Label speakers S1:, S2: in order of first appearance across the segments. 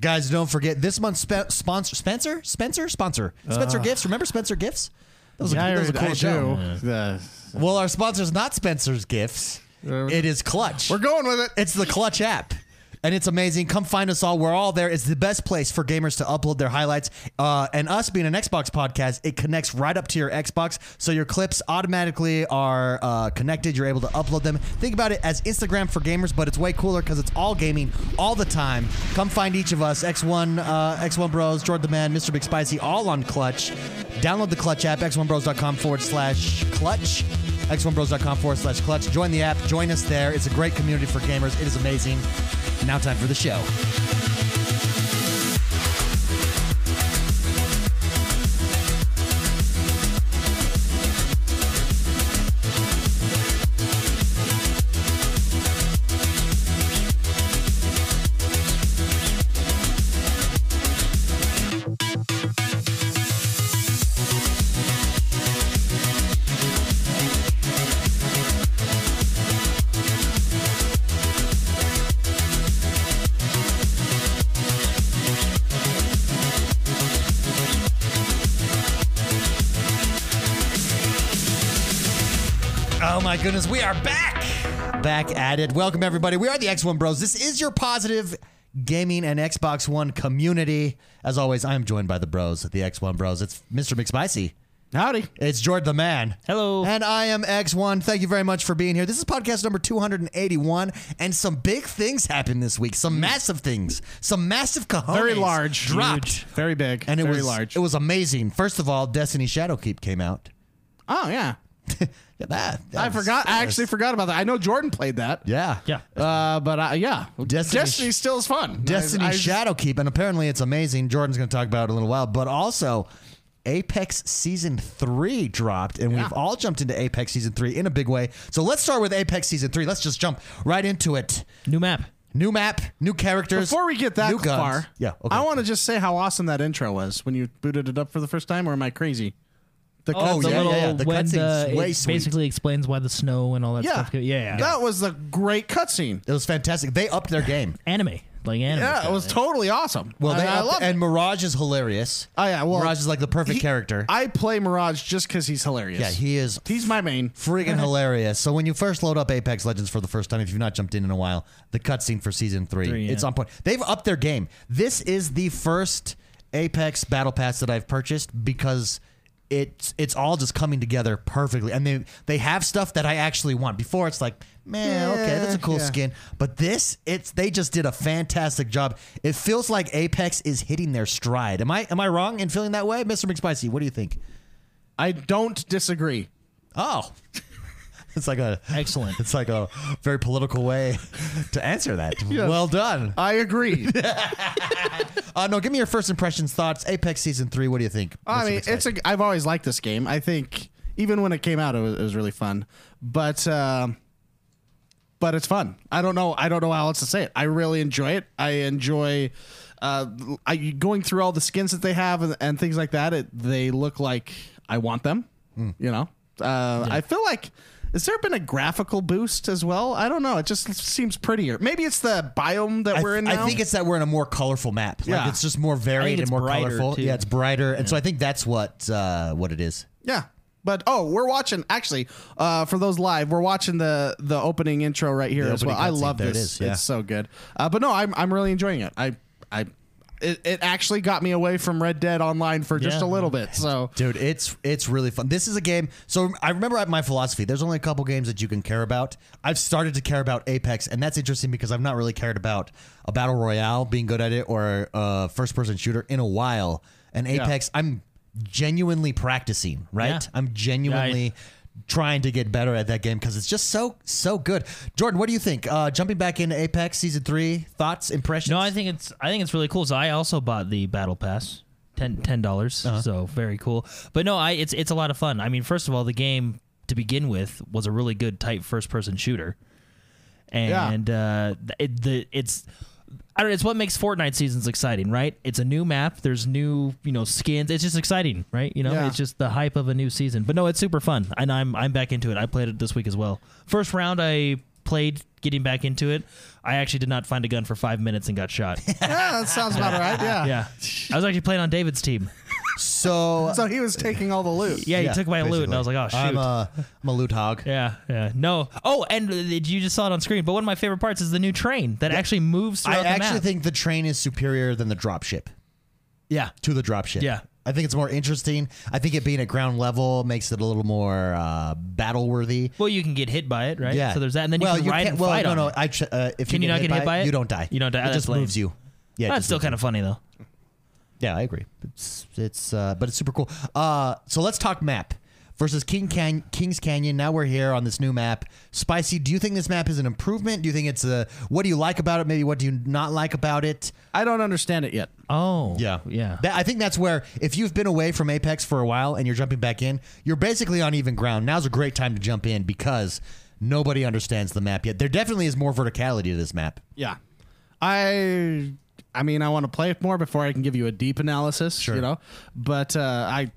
S1: Guys, don't forget this month's spe- sponsor Spencer Spencer sponsor Spencer Gifts. Remember Spencer Gifts? That was
S2: Yeah,
S1: a,
S2: I
S1: that was a cool
S2: I
S1: show.
S2: do. Uh,
S1: Well, our sponsor's not Spencer's Gifts.
S2: Uh,
S1: It is Clutch.
S2: we're going with it.
S1: It's the Clutch app. And it's amazing. Come find us all. We're all there. It's the best place for gamers to upload their highlights. Uh, and us being an Xbox podcast, it connects right up to your Xbox. So your clips automatically are uh, connected. You're able to upload them. Think about it as Instagram for gamers, but it's way cooler because it's all gaming all the time. Come find each of us X1, uh, X1 Bros, Jordan the Man, Mr. Big Spicy, all on Clutch. Download the Clutch app, x1bros.com forward slash clutch x1bros.com forward slash clutch. Join the app. Join us there. It's a great community for gamers. It is amazing. Now time for the show. Oh my goodness, we are back. Back at it. Welcome everybody. We are the X1 Bros. This is your positive gaming and Xbox One community. As always, I am joined by the bros, the X1 Bros. It's Mr. McSpicy.
S2: Howdy.
S1: It's Jordan the Man.
S3: Hello.
S1: And I am X1. Thank you very much for being here. This is podcast number 281, and some big things happened this week. Some massive things. Some massive cojones.
S2: Mm. Very large.
S1: Dropped.
S2: Huge. Very big.
S1: And it
S2: very
S1: was
S2: large.
S1: It was amazing. First of all, Destiny Shadowkeep came out.
S2: oh yeah.
S1: Yeah, that, that
S2: I
S1: was-
S2: forgot. I
S1: that
S2: actually
S1: was-
S2: forgot about that. I know Jordan played that.
S1: Yeah.
S3: Yeah.
S2: Uh, but I, yeah,
S1: Destiny-
S2: Destiny, still is fun.
S1: Destiny
S2: I- I-
S1: Shadowkeep, and apparently it's amazing. Jordan's going to talk about it in a little while, but also. Apex Season 3 dropped, and
S2: Yeah.
S1: we've all jumped into Apex Season 3 in a big way. So let's start with Apex Season 3. Let's just jump right into it.
S3: New map.
S1: New map, new characters.
S2: Before we get that
S1: new guns.
S2: far,
S1: Yeah. Okay.
S2: I want to just say how awesome that intro was when you booted it up for the first time. Or am I crazy? The
S1: Oh,
S2: cutscene-
S1: yeah, yeah, yeah. The
S3: when
S1: cutscene's way
S3: it
S1: sweet.
S3: basically explains why the snow and all that
S2: yeah,
S3: stuff. go- Yeah, yeah.
S2: That was a great cutscene.
S1: It was fantastic. They upped their game.
S3: Anime, like anime.
S2: Yeah,
S3: stuff.
S2: it was totally awesome.
S1: Well, they
S2: I, I
S1: upped-
S2: love
S1: and
S2: it.
S1: Mirage is hilarious.
S2: Oh yeah, well,
S1: Mirage is like the perfect
S2: he-
S1: character.
S2: I play Mirage just because he's hilarious.
S1: yeah, he is
S2: he's my main.
S1: freaking hilarious. So when you first load up Apex Legends for the first time, if you've not jumped in in a while, the cutscene for season three,
S3: Three, yeah.
S1: it's on point. They've upped their game. This is the first Apex Battle Pass that I've purchased because. It's it's all just coming together perfectly, and they they have stuff that I actually want. Before it's like, man, okay, that's a cool
S2: Yeah.
S1: skin, but this it's they just did a fantastic job. It feels like Apex is hitting their stride. Am I am I wrong in feeling that way, Mister McSpicy? What do you think?
S2: I don't disagree.
S1: Oh. It's like a
S3: Excellent.
S1: It's like a very political way to answer that. Well done.
S2: I agree.
S1: Uh, no, give me your first impressions, thoughts. Apex season three. What do you think?
S2: I
S1: Mr.
S2: mean,
S1: McSpicy?
S2: it's a. I've always liked this game. I think even when it came out, it was, it was really fun. But um but it's fun. I don't know. I don't know how else to say it. I really enjoy it. I enjoy uh, I, going through all the skins that they have and, and things like that. It, they look like I want them.
S1: Hmm.
S2: You know. Uh, I feel like. Has there been a graphical boost as well? I don't know. It just seems prettier. Maybe it's the biome that
S1: I,
S2: we're in
S1: I
S2: now.
S1: think it's that we're in a more colorful map. Like
S2: Yeah.
S1: it's just more varied and
S3: it's
S1: more
S3: brighter,
S1: colorful.
S3: too.
S1: Yeah, it's brighter, and so I think that's what uh, what it is.
S2: Yeah. But oh, we're watching actually uh, for those live. We're watching the the opening intro right here
S1: The
S2: as well.
S1: opening
S2: I
S1: cutscene.
S2: love
S1: There it
S2: this.
S1: is, yeah.
S2: It's so good. Uh, but no, I'm I'm really enjoying it. I I it, it actually got me away from Red Dead Online for just a
S3: Yeah.
S2: little bit. So
S1: Dude, it's it's really fun. This is a game. So I remember my philosophy. There's only a couple games that you can care about. I've started to care about Apex, and that's interesting because I've not really cared about a battle royale being good at it or a first person shooter in a while. And Apex, I'm genuinely practicing. Right,
S3: Yeah.
S1: I'm genuinely. Trying to get better at that game because it's just so so good. Jordan, what do you think? Uh, jumping back into Apex season three, thoughts, impressions?
S3: No, I think it's I think it's really cool. So I also bought the battle pass. Ten dollars.
S1: Uh-huh.
S3: So very cool. But no, I it's it's a lot of fun. I mean, first of all, the game to begin with was a really good tight first person shooter. And uh th- it, the it's I don't know, it's what makes Fortnite seasons exciting, right? It's a new map, there's new, you know, skins. It's just exciting, right? You know,
S2: Yeah.
S3: it's just the hype of a new season. But no, it's super fun. And I'm I'm back into it. I played it this week as well. First round I played getting back into it. I actually did not find a gun for five minutes and got shot.
S2: yeah, that sounds about right. Yeah.
S3: yeah, I was actually playing on David's team.
S1: So,
S2: So he was taking all the loot.
S3: Yeah, he took my loot, and I was like,
S1: basically.
S3: oh
S1: I'm
S3: shoot.
S1: uh, a, I'm a loot hog.
S3: yeah, yeah. No. Oh, and uh, you just saw it on screen. But one of my favorite parts is the new train that actually moves
S1: I
S3: throughout the
S1: actually
S3: map.
S1: think the train is superior than the dropship.
S3: yeah,
S1: to the dropship.
S3: Yeah.
S1: I think it's more interesting. I think it being at ground level makes it a little more uh, battle worthy.
S3: Well, you can get hit by it, right?
S1: Yeah.
S3: So there's that, and then you
S1: well,
S3: can ride
S1: can't-
S3: and
S1: well,
S3: fight
S1: no,
S3: on
S1: no.
S3: it.
S1: I ch- uh, if
S3: Can
S1: you,
S3: you not get hit by it?
S1: You don't die.
S3: You don't die.
S1: It
S3: That's
S1: just
S3: lame.
S1: moves you. Yeah, it
S3: That's
S1: just
S3: still
S1: moves you.
S3: kind of funny though.
S1: Yeah, I agree. It's it's uh, but it's super cool. Uh, so let's talk map versus King Can- Kings Canyon. Now we're here on this new map. Spicy, do you think this map is an improvement? Do you think it's a what do you like about it? Maybe what do you not like about it?
S2: I don't understand it yet.
S3: Oh.
S1: Yeah,
S3: Yeah.
S1: That, I think that's where if you've been away from Apex for a while and you're jumping back in, you're basically on even ground. Now's a great time to jump in because nobody understands the map yet. There definitely is more verticality to this map.
S2: Yeah. I I mean I want to play it more before I can give you a deep analysis, you know. But uh, I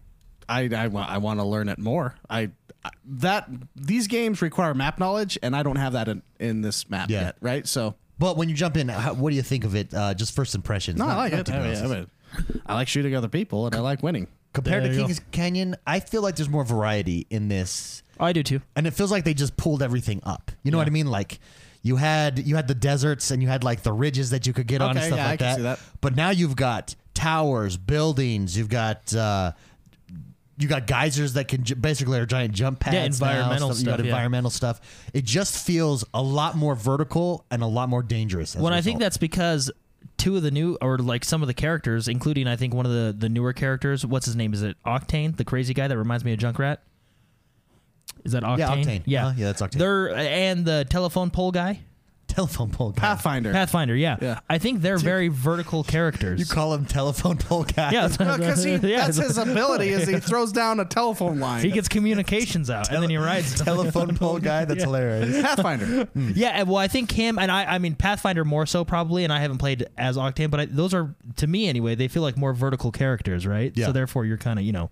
S2: I I, wa- I want to learn it more. I I- that these games require map knowledge and I don't have that in, in this map
S1: Yeah.
S2: yet, right? So
S1: But when you jump in, how, what do you think of it? Uh, just first impressions.
S2: no, I
S1: Not-
S2: like
S1: not
S2: it.
S1: deep
S2: I, mean,
S1: analysis.
S2: I mean, I like shooting other people and I like winning.
S1: Compared to
S3: There you go.
S1: Kings Canyon, I feel like there's more variety in this,
S3: Oh, I do too.
S1: and it feels like they just pulled everything up. You know what I mean? Like. You had you had the deserts and you had like the ridges that you could get on and
S2: Okay,
S1: stuff
S2: yeah,
S1: like
S2: I can see that.
S1: But now you've got towers, buildings. You've got uh, you got geysers that can j- basically are giant jump pads.
S3: Yeah, environmental
S1: now, You got
S3: stuff, yeah.
S1: environmental stuff. It just feels a lot more vertical and a lot more dangerous. As
S3: Well,
S1: a
S3: I think
S1: result.
S3: that's because two of the new, or like some of the characters, including I think one of the the newer characters. What's his name? Is it Octane, the crazy guy that reminds me of Junkrat? Is that Octane?
S1: Yeah, Octane.
S3: Yeah,
S1: Uh-huh, yeah, that's Octane.
S3: They're and the telephone pole guy,
S1: telephone pole guy.
S2: Pathfinder.
S3: Pathfinder. Yeah,
S2: Yeah.
S3: I think they're very vertical characters.
S1: you call him telephone pole guy.
S3: yeah, that's-
S2: because he,
S3: yeah,
S2: that's his ability is he throws down a telephone line.
S3: He gets communications out, and then he rides.
S1: telephone pole guy. That's hilarious.
S2: Pathfinder.
S3: Yeah, and- well, I think him and I. I mean, Pathfinder more so probably, and I haven't played as Octane, but I, those are to me anyway. They feel like more vertical characters, right?
S1: Yeah.
S3: So therefore, you're kind of you know,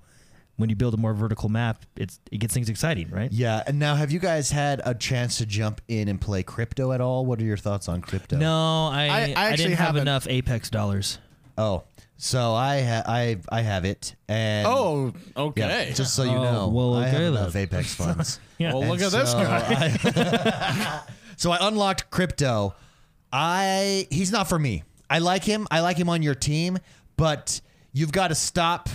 S3: when you build a more vertical map, it's it gets things exciting, right?
S1: Yeah, and now have you guys had a chance to jump in and play crypto at all? What are your thoughts on crypto?
S3: No, I
S2: I
S3: I,
S2: actually
S3: didn't have
S2: haven't.
S3: enough Apex dollars.
S1: Oh, so I ha- I I have it, and
S2: Oh,
S1: yeah,
S2: okay.
S1: just so you
S3: Oh,
S1: know,
S3: well,
S1: I have
S3: okay
S1: enough
S3: then.
S1: Apex funds.
S3: Yeah.
S2: well,
S1: And
S2: look at this
S1: so
S2: guy.
S1: I- so I unlocked crypto. I he's not for me. I like him. I like him on your team, but you've got to stop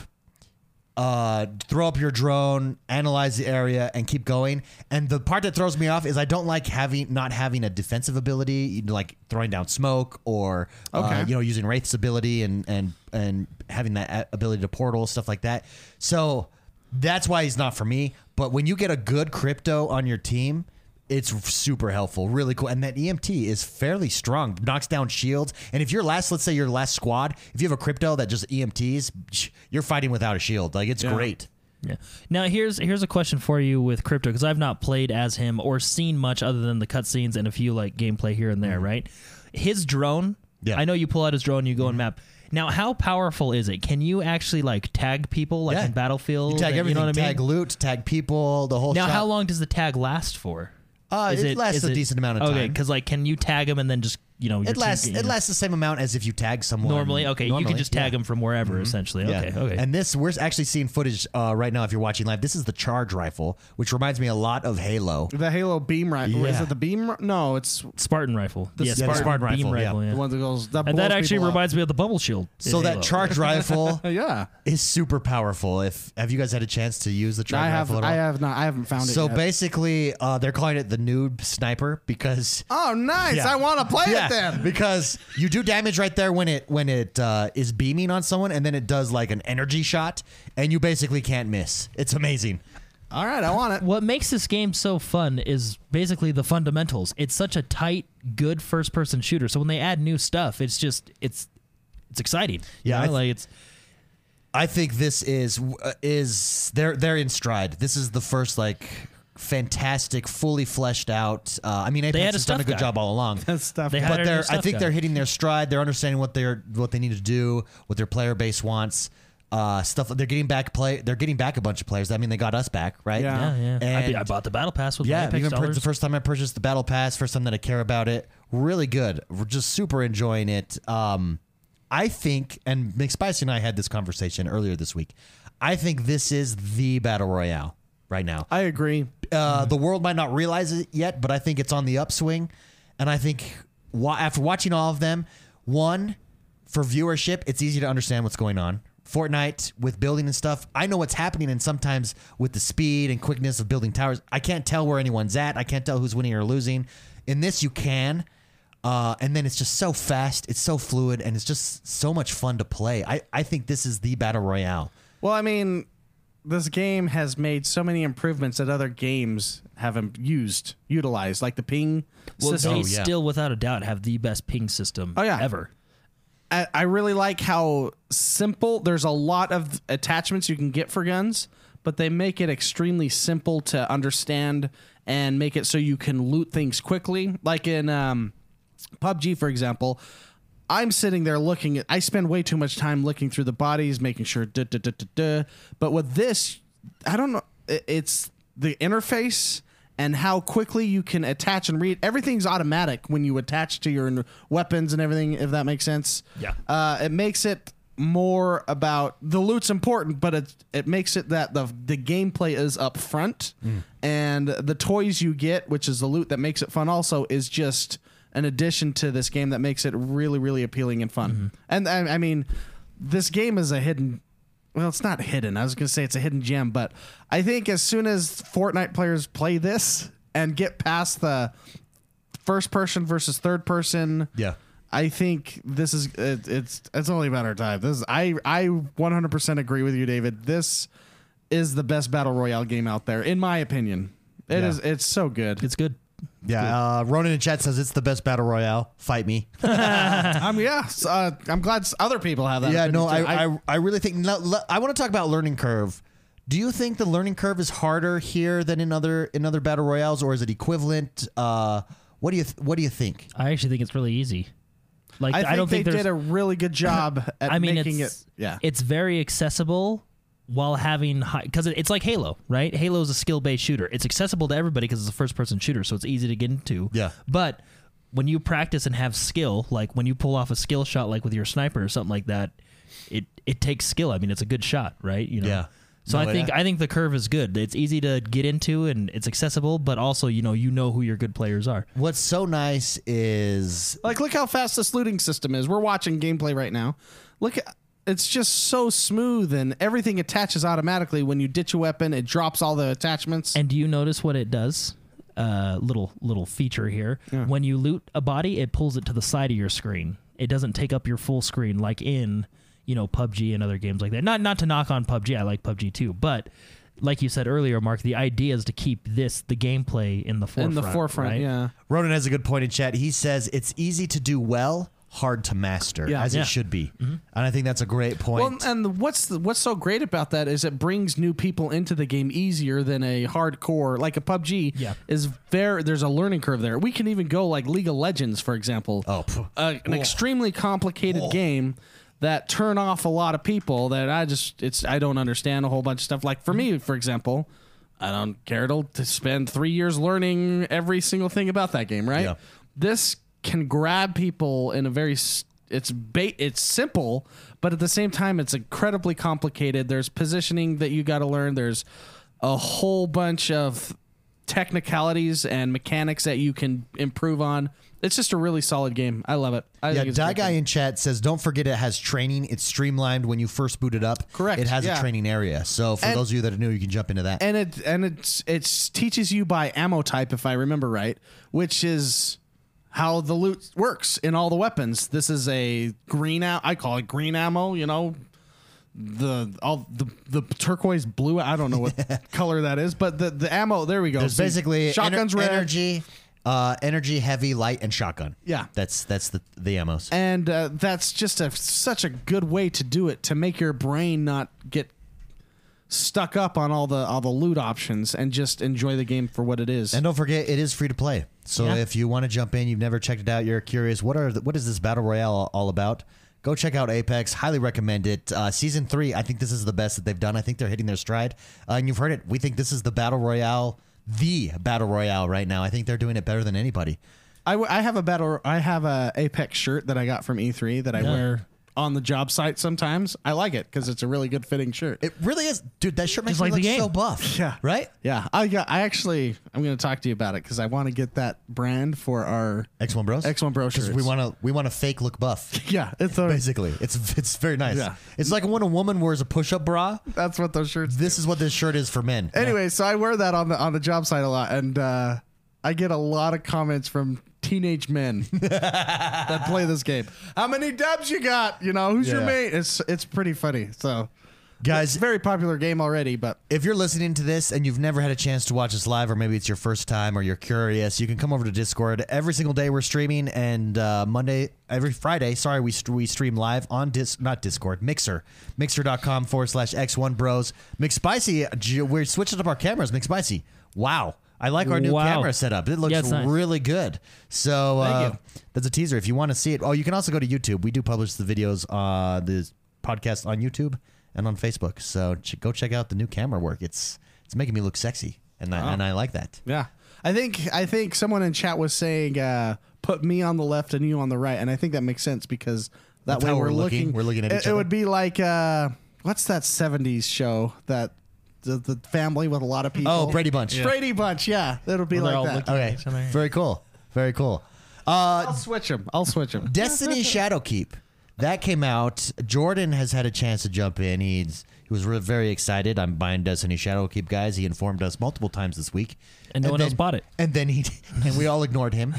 S1: uh, throw up your drone, analyze the area, and keep going. And the part that throws me off is I don't like having not having a defensive ability, you know, like throwing down smoke or uh,
S2: Okay.
S1: you know using Wraith's ability and and and having that a- ability to portal stuff like that. So that's why he's not for me. But when you get a good crypto on your team. It's super helpful, really cool, and that EMT is fairly strong. Knocks down shields, and if your last, let's say your last squad, if you have a crypto that just EMTs, you're fighting without a shield. Like it's
S2: Yeah.
S1: great.
S3: Yeah. Now here's here's a question for you with crypto because I've not played as him or seen much other than the cutscenes and a few like gameplay here and there, right? His drone.
S1: Mm-hmm. Yeah. Mm-hmm.
S3: I know you pull out his drone, you go and map. Now, how powerful is it? Can you actually like tag people like
S1: Yeah.
S3: in Battlefield?
S1: You tag
S3: and-
S1: everything.
S3: You know what I mean?
S1: Tag loot. Tag people. The whole.
S3: now,
S1: shop.
S3: how long does the tag last for?
S1: Uh, it lasts
S3: is
S1: a decent amount of
S3: Okay,
S1: time.
S3: because like, can you tag him and then just you know your
S1: It
S3: team
S1: lasts.
S3: get- you
S1: It
S3: know?
S1: lasts the same amount as if you tag someone.
S3: normally. Okay, you
S1: Normally,
S3: can just tag
S1: yeah. Mm-hmm.
S3: him from wherever essentially.
S1: Yeah.
S3: Okay, okay.
S1: And this, we're actually seeing footage uh, right now. If you're watching live, this is the charge rifle, which reminds me a lot of Halo.
S2: The Halo beam rifle. Is
S1: Yeah.
S2: it the beam? ri- No, it's
S3: Spartan rifle.
S2: The
S3: yeah,
S2: Spartan-
S3: Spartan,
S1: Spartan
S3: beam
S1: rifle, yeah.
S3: rifle. yeah.
S2: the one that goes. That
S3: And that
S2: blows
S3: actually
S2: people up. Uh,
S3: reminds me of the bubble shield. in
S1: So
S3: Halo.
S1: that charge rifle
S2: Yeah,
S1: is super powerful. If have you guys had a chance to use the charge
S2: I have.
S1: rifle at all?
S2: I have not. I haven't found it.
S1: So
S2: yet.
S1: basically, uh, they're calling it the noob sniper because
S2: Oh, nice!
S1: Yeah.
S2: I want to play it then.
S1: because you do damage right there when it when it uh, is beaming on someone, and then it does like an energy shot, and you basically can't miss. It's amazing.
S2: All right, I want it.
S3: What makes this game so fun is basically the fundamentals. It's such a tight, good first-person shooter. So when they add new stuff, it's just it's it's exciting. You
S1: Yeah, I
S3: know,
S1: th-
S3: like it's
S1: I think this is uh, is they're they're in stride. This is the first like fantastic, fully fleshed out. Uh, I mean, Apex
S3: had a
S1: has done a
S3: stuff
S1: good
S3: guy.
S1: job all along.
S2: stuff.
S3: They have-
S1: but
S3: Better
S1: they're
S3: new
S1: I
S3: stuff
S1: think
S3: guy.
S1: they're hitting their stride. They're understanding what they're what they need to do, what their player base wants. uh, stuff. They're getting back play. They're getting back a bunch of players. I mean, they got us back, right?
S2: Yeah.
S3: oh, Yeah, yeah. I,
S1: And-
S3: be- I bought the battle pass with my
S1: Yeah,
S3: Apex
S1: even pur-
S3: dollars.
S1: the first time I purchased the Battle Pass, first time that I care about it, really good. We're just super enjoying it. Um, I think, and McSpicy and I had this conversation earlier this week. I think this is the battle royale right now.
S2: I agree.
S1: Uh, the world might not realize it yet, but I think it's on the upswing. And I think wa- after watching all of them, one, for viewership, it's easy to understand what's going on. Fortnite with building and stuff, I know what's happening, and sometimes with the speed and quickness of building towers, I can't tell where anyone's at. I can't tell who's winning or losing. In this, you can. Uh, and then it's just so fast, it's so fluid, and it's just so much fun to play. I, I think this is the battle royale.
S2: Well, I mean, this game has made so many improvements that other games haven't used, utilized, like the ping
S3: well,
S2: system.
S3: they
S1: Oh, yeah.
S3: still, without a doubt, have the best ping system
S2: Oh, yeah.
S3: ever.
S2: I, I really like how simple. There's a lot of attachments you can get for guns, but they make it extremely simple to understand and make it so you can loot things quickly. Like in um, PUBG, for example, I'm sitting there looking at. I spend way too much time looking through the bodies, making sure. Duh, duh, duh, duh, duh. But with this, I don't know. i- It's the interface and how quickly you can attach and read. Everything's automatic when you attach to your n- weapons and everything. If that makes sense.
S3: Yeah.
S2: Uh, it makes it more about the loot's important, but it it makes it that the the gameplay is up front, and the toys you get, which is the loot that makes it fun, also is just an addition to this game that makes it really really appealing and fun. And I, I mean, this game is a hidden. Well, it's not hidden. I was gonna say it's a hidden gem, but I think as soon as Fortnite players play this and get past the first person versus third person,
S1: Yeah.
S2: I think this is it, it's it's only a matter of time. This is, I I 100% agree with you, David. This is the best battle royale game out there, in my opinion. It
S1: Yeah.
S2: is it's so good.
S3: It's good.
S1: Yeah. Uh, Ronan in chat says it's the best battle royale. Fight me.
S2: I'm yeah. so, uh, I'm glad s- other people have that.
S1: Yeah, no,
S2: opinion, too.
S1: I, I, I really think. No, le- I want to talk about learning curve. Do you think the learning curve is harder here than in other in other battle royales, or is it equivalent? Uh, what do you th- What do you think?
S3: I actually think it's really easy. Like
S2: I,
S3: I,
S2: think
S3: don't think
S2: they
S3: there's.
S2: did a really good job at
S3: I mean,
S2: making
S3: it's
S2: it. Yeah,
S3: it's very accessible while having high because it, it's like Halo, right? Halo is a skill based shooter. It's accessible to everybody because it's a first person shooter, so it's easy to get into.
S1: Yeah.
S3: but when you practice and have skill, like when you pull off a skill shot, like with your sniper or something like that, it it takes skill. I mean, it's a good shot, right? You know.
S1: Yeah.
S3: So
S1: No,
S3: I think
S1: yeah.
S3: I think the curve is good. It's easy to get into and it's accessible, but also you know you know who your good players are.
S1: What's so nice is
S2: like look how fast this looting system is. We're watching gameplay right now. Look, it's just so smooth and everything attaches automatically when you ditch a weapon. It drops all the attachments.
S3: And do you notice what it does? Uh, little little feature here. When you loot a body, it pulls it to the side of your screen. It doesn't take up your full screen like in you know PUBG and other games like that. Not not to knock on PUBG. I like PUBG too, but like you said earlier, Mark, the idea is to keep this the gameplay in the forefront.
S2: in the forefront,
S3: right?
S2: yeah.
S1: Ronan has a good point in chat. He says it's easy to do well, hard to master,
S2: Yeah. Mm-hmm.
S1: as
S3: Yeah.
S1: it should be, and I think that's a great point.
S2: Well, uh, and the, what's the, what's so great about that is it brings new people into the game easier than a hardcore like a PUBG.
S3: Yeah.
S2: is there? There's a learning curve there. We can even go like League of Legends, for example.
S1: Oh, phew.
S2: Uh, an extremely complicated game that turn off a lot of people that I just it's I don't understand a whole bunch of stuff. Like for me, for example. I don't care to, to spend three years learning every single thing about that game, right?
S1: Yeah.
S2: this can grab people in a very s- it's ba- it's simple but at the same time it's incredibly complicated there's positioning that you got to learn there's a whole bunch of technicalities and mechanics that you can improve on it's just a really solid game i love it I
S1: yeah,
S2: think it's a
S1: Die
S2: great
S1: Guy
S2: game.
S1: in chat says, don't forget it has training. It's streamlined when you first boot it up.
S2: Correct,
S1: It has
S2: yeah.
S1: a training area. So for
S2: And-
S1: those of you that are new, you can jump into that.
S2: and it and it's it's teaches you by ammo type if I remember right, which is how the loot works in all the weapons. This is a green am- I call it green ammo, you know, the all the the turquoise blue I don't know what color that is, but the the ammo there we go.
S1: There's
S2: See,
S1: basically ener-
S2: shotguns red
S1: energy, uh, energy, heavy, light, and shotgun.
S2: Yeah.
S1: that's that's the the ammos.
S2: and uh, that's just a such a good way to do it to make your brain not get stuck up on all the all the loot options and just enjoy the game for what it is.
S1: And don't forget, it is free to play. So
S3: Yeah.
S1: if you want to jump in, you've never checked it out, you're curious, what are the, what is this battle royale all about? Go check out Apex. Highly recommend it. Uh, season three, I think this is the best that they've done. I think they're hitting their stride. Uh, and you've heard it. We think this is the battle royale, the battle royale right now. I think they're doing it better than anybody.
S2: I, w- I have a battle. I have a Apex shirt that I got from E3 that I wear on the job site sometimes. I like it because it's a really good fitting shirt.
S1: It really is, dude. That shirt makes
S3: Just like
S1: me
S3: the
S1: look so
S3: game.
S1: buff.
S2: Yeah.
S1: Right.
S2: yeah, I got. I actually I'm going to talk to you about it because I want to get that brand for our
S1: X1 Bros.
S2: X1 Bros
S1: Because
S2: shirts.
S1: we want to we want to fake look buff.
S2: yeah, it's a,
S1: Basically, it's it's very nice.
S2: Yeah.
S1: It's like when a woman wears a push-up bra.
S2: that's what those shirts.
S1: This is what this shirt is for men.
S2: Anyway, so I wear that on the on the job site a lot, and uh, I get a lot of comments from teenage men that play this game. How many dubs you got? You know, who's your
S1: Yeah.
S2: mate? It's it's pretty funny. So,
S1: Guys,
S2: it's a very popular game already, but
S1: if you're listening to this and you've never had a chance to watch us live, or maybe it's your first time, or you're curious, you can come over to Discord. Every single day we're streaming, and uh, Monday, every Friday, sorry, we st- we stream live on dis not Discord, Mixer, Mixer.com forward slash X1 Bros. McSpicy, j- we're switching up our cameras. McSpicy, wow. I like our new
S3: Wow.
S1: camera setup. It looks
S3: Yeah, it's nice.
S1: really good. So uh,
S3: you.
S1: that's a teaser. If you want to see it, oh, you can also go to YouTube. We do publish the videos, uh, the podcast on YouTube and on Facebook. So ch- go check out the new camera work. It's it's making me look sexy, and I, and I like that.
S2: yeah, I think I think someone in chat was saying uh, put me on the left and you on the right, and I think that makes sense because that
S1: That's
S2: way
S1: how
S2: we're
S1: we're looking.
S2: looking.
S1: We're looking at
S2: it,
S1: each
S2: It
S1: other.
S2: would be like uh, what's that '70s show that the, the family with a lot of people?
S1: Oh, Brady Bunch.
S2: Brady Bunch, yeah, it'll be
S3: Well, they're all
S2: like that.
S3: looking-
S1: Okay,
S3: Each other.
S1: very cool, very cool. Uh,
S2: I'll switch them. I'll switch them.
S1: Destiny Shadowkeep. That came out. Jordan has had a chance to jump in. He's he was re- very excited. I'm buying Destiny Shadowkeep, guys. He informed us multiple times this week,
S3: And no one
S1: then-
S3: else bought it.
S1: And then he and we all ignored him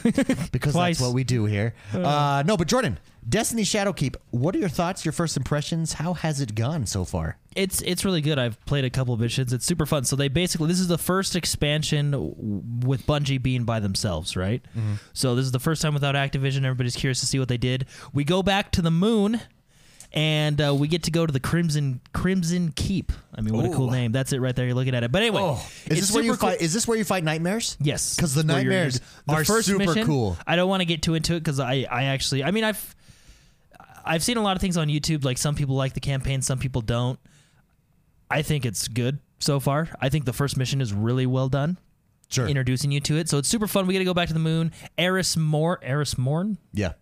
S1: because
S3: Twice.
S1: that's what we do here. Uh, no, but Jordan, Destiny Shadowkeep. What are your thoughts? Your first impressions? How has it gone so far?
S3: it's it's really good. I've played a couple of missions. It's super fun. So they basically this is the first expansion w- with Bungie being by themselves, right?
S1: Mm-hmm.
S3: So this is the first time without Activision. Everybody's curious to see what they did. We go back to the moon, and uh, we get to go to the Crimson Crimson Keep. I mean, what a cool
S1: Ooh. Oh,
S3: name. That's it right there. You're looking at it. But anyway,
S1: is
S3: Oh, it's
S1: this where you
S3: super cool.
S1: fight? Is this where you fight nightmares?
S3: Yes,
S1: because the
S3: Where you're
S1: nightmares
S3: just- the
S1: are
S3: first
S1: super
S3: mission,
S1: cool.
S3: I don't want to get too into it because I, I actually, I mean, I've, I've seen a lot of things on YouTube. Like some people like the campaign, some people don't. I think it's good so far. I think the first mission is really well done,
S1: Sure.
S3: introducing you to it. So it's super fun. We got to go back to the moon. Eris Mor, Eris Morn,
S1: yeah,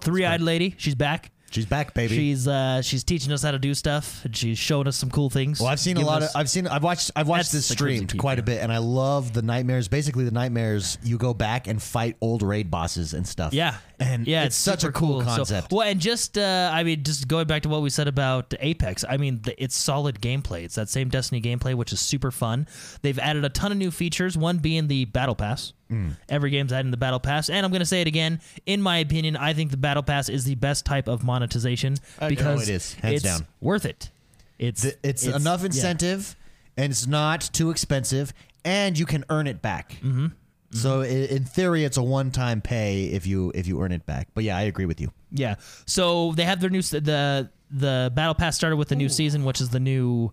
S3: three-eyed lady. She's back.
S1: she's back, baby.
S3: She's uh, she's teaching us how to do stuff, and she's showing us some cool things.
S1: Well, I've seen a
S3: Giving
S1: lot of
S3: us-
S1: I've seen I've watched I've watched this
S3: That's the crazy
S1: streamed
S3: peak,
S1: quite a
S3: yeah.
S1: bit, and I love the nightmares. Basically, the nightmares you go back and fight old raid bosses and stuff.
S3: Yeah,
S1: and
S3: yeah,
S1: it's, such a
S3: super
S1: cool,
S3: So-
S1: concept.
S3: well, and just uh, I mean, just going back to what we said about Apex. I mean, the, it's solid gameplay. It's that same Destiny gameplay, which is super fun. They've added a ton of new features. One being the battle pass.
S1: Mm.
S3: Every game's adding the battle pass, and I'm going to say it again. In my opinion, I think the battle pass is the best type of monetization because
S1: it is, hands
S3: it's
S1: down.
S3: worth it. It's
S1: Th- it's, enough
S3: yeah.
S1: incentive, and it's not too expensive, and you can earn it back. Mm-hmm. So i in theory, it's a one-time pay if you if you earn it back. But yeah, I agree with you.
S3: Yeah. So they have their new s- the the battle pass started with the new season, which is the new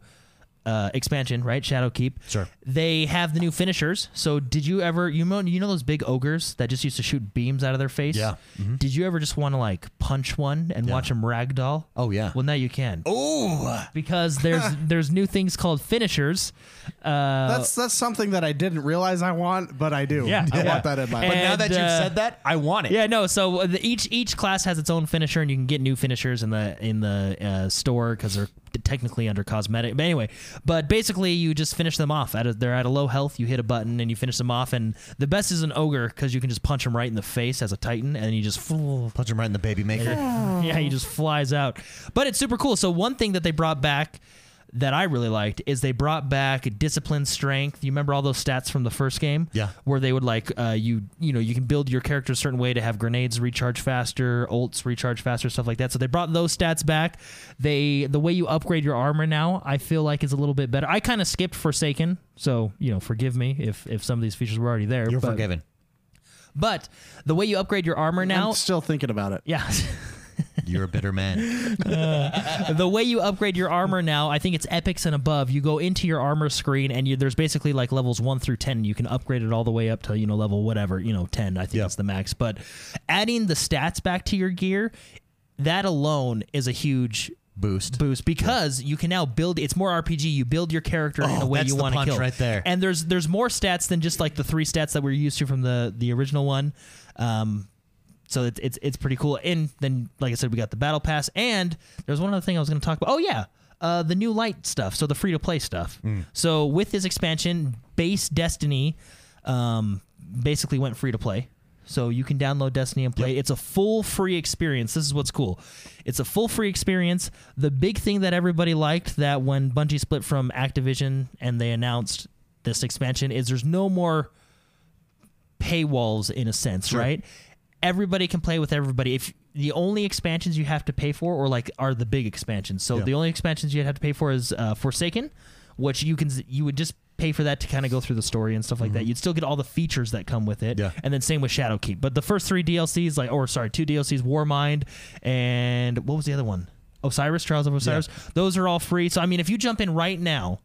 S3: uh, expansion, right? Shadowkeep.
S1: Sure.
S3: They have the new finishers. So did you ever you know you know those big ogres that just used to shoot beams out of their face?
S1: Yeah. Mm-hmm.
S3: Did you ever just want to like punch one and watch him ragdoll?
S1: Oh, yeah.
S3: Well, now you can. Oh. Because there's there's new things called finishers. Uh,
S2: That's that's something that I didn't realize I want, but I do.
S3: Yeah.
S2: I
S3: Yeah.
S2: want that in my
S3: But
S2: life.
S3: now And, that you've uh, said
S1: that, I want it.
S3: Yeah, no. So uh, the, each each class has its own finisher, and you can get new finishers in the in the uh, store because they're technically under cosmetic. But anyway, but basically you just finish them off. At a, they're at a low health. You hit a button and you finish them off. And the best is an ogre because you can just punch him right in the face as a titan, and you just
S1: Punch him right in the baby maker.
S3: yeah, he just flies out. But it's super cool. So one thing that they brought back that I really liked is they brought back discipline, strength. You remember all those stats from the first game?
S1: Yeah.
S3: Where they would like uh, you, you know, you can build your character a certain way to have grenades recharge faster, ults recharge faster, stuff like that. So they brought those stats back. They the way you upgrade your armor now, I feel like is a little bit better. I kind of skipped Forsaken, so you know, forgive me if if some of these features were already there.
S1: You're
S3: but,
S1: forgiven.
S3: But the way you upgrade your armor now,
S2: I'm still thinking about it.
S3: yeah.
S1: You're a bitter man.
S3: the way you upgrade your armor now, I think it's epics and above. You go into your armor screen, and you, there's basically like levels one through ten. You can upgrade it all the way up to you know level whatever you know ten. I think
S1: Yeah.
S3: that's the max. But adding the stats back to your gear that alone is a huge
S1: Boost.
S3: boost because you can now build it's more RPG you build your character in
S1: Oh,
S3: a way
S1: that's
S3: you
S1: the
S3: want to
S1: punch
S3: kill
S1: right there.
S3: and there's there's more stats than just like the three stats that we're used to from the the original one um so it's it's, it's pretty cool and then like I said we got the battle pass and there's one other thing I was going to talk about oh yeah uh, the new light stuff, so the free to play stuff. So with this expansion, base Destiny um, basically went free to play. So you can download Destiny and play. It's a full free experience. This is what's cool. It's a full free experience. The big thing that everybody liked that when Bungie split from Activision and they announced this expansion is there's no more paywalls in a sense, right? Everybody can play with everybody. If the only expansions you have to pay for, or like, are the big expansions. So
S1: Yeah.
S3: the only expansions you'd have to pay for is uh, Forsaken, which you can you would just pay for that to kind of go through the story and stuff like that. You'd still get all the features that come with it.
S1: Mm-hmm. Yeah.
S3: And then same with Shadowkeep. But the first three DLCs, like, or sorry, two DLCs, Warmind, and what was the other one? Osiris, Trials of Osiris. Those are all free. So I mean, if you jump in right now,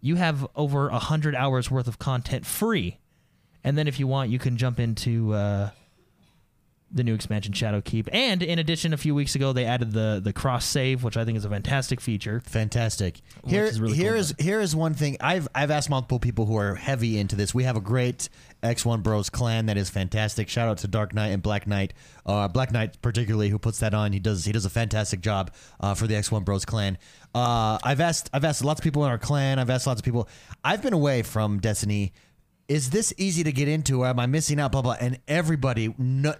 S3: you have over a hundred hours worth of content free. And then if you want, you can jump into uh, the new expansion Shadowkeep. And in addition, a few weeks ago they added the the cross save, which I think is a fantastic feature.
S1: Fantastic. Here,
S3: is really cool
S1: here
S3: about
S1: is here is one thing I've I've asked multiple people who are heavy into this. We have a great X1 Bros clan that is fantastic. Shout out to Dark Knight and Black Knight, uh, Black Knight particularly who puts that on. He does he does a fantastic job uh, for the X1 Bros clan. Uh, I've asked I've asked lots of people in our clan. I've asked lots of people. I've been away from Destiny. Is this easy to get into? Or am I missing out? Blah blah. And everybody. No,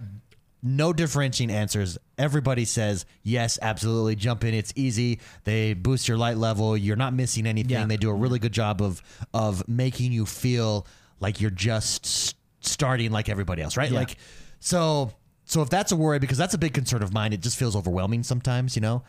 S1: no differentiating answers. Everybody says, yes, absolutely. Jump in. It's easy. They boost your light level. You're not missing anything.
S3: Yeah.
S1: They do a really good job of of making you feel like you're just s- starting like everybody else, right?
S3: Yeah.
S1: Like so so if that's a worry because that's a big concern of mine, it just feels overwhelming sometimes, you know.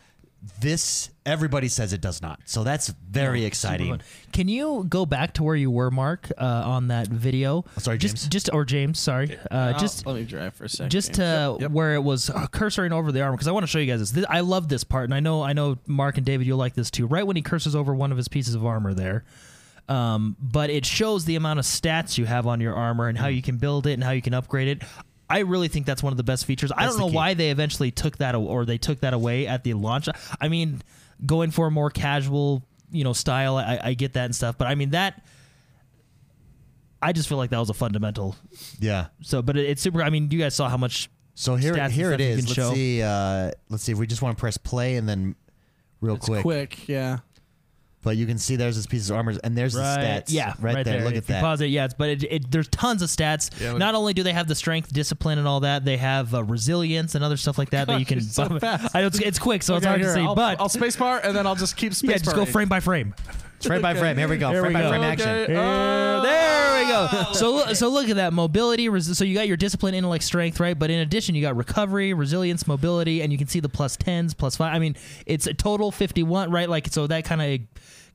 S1: This everybody says it does not. So that's very exciting.
S3: Can you go back to where you were, Mark, uh, on that video?
S1: Oh, sorry,
S3: just,
S1: James.
S3: Just or James, sorry, uh, just.
S2: let me drive for a second.
S3: Just to where it was uh, cursoring over the armor because I want to show you guys this. Th- I love this part, and I know I know Mark and David, you'll like this too. Right when he curses over one of his pieces of armor, there, um, but it shows the amount of stats you have on your armor and how
S1: Mm.
S3: you can build it and how you can upgrade it. I really think that's one of the best features. I
S1: That's
S3: don't
S1: the
S3: know
S1: key.
S3: why they eventually took that aw- or they took that away at the launch. I mean, going for a more casual, you know, style, I, I get that and stuff, but I mean that. I just feel like that was a fundamental.
S1: Yeah.
S3: So, but it, it's super. I mean, you guys saw how much
S1: So here
S3: Stats and
S1: here it
S3: stuff you
S1: is.
S3: can
S1: Let's
S3: show.
S1: see uh let's see if we just want to press play and then real
S2: It's quick. yeah.
S1: But you can see there's this piece of armor, and there's the stats.
S3: Yeah,
S1: right, there. Look at
S3: If you
S1: that.
S3: Pause it. Yeah, it's, but it, it, there's tons of stats.
S4: Yeah, look-
S3: Not only do they have the strength, discipline, and all that, they have uh, resilience and other stuff like that that you
S2: Gosh,
S3: can.
S2: you're so fast.
S3: I know it's, it's quick, so it's
S2: Okay,
S3: hard
S2: here,
S3: to see.
S2: I'll,
S3: but
S2: I'll spacebar and then I'll just keep spacebar.
S3: yeah, just go frame by frame.
S1: Frame by frame. Here we go.
S3: Here
S1: frame by
S3: we go.
S1: frame action.
S2: Okay.
S3: Uh, there we go. So loo- so look at that mobility. Res- so you got your discipline, intellect, strength, right? But in addition, you got recovery, resilience, mobility, and you can see the plus tens, plus five. I mean, it's a total fifty-one, right? Like so that kind of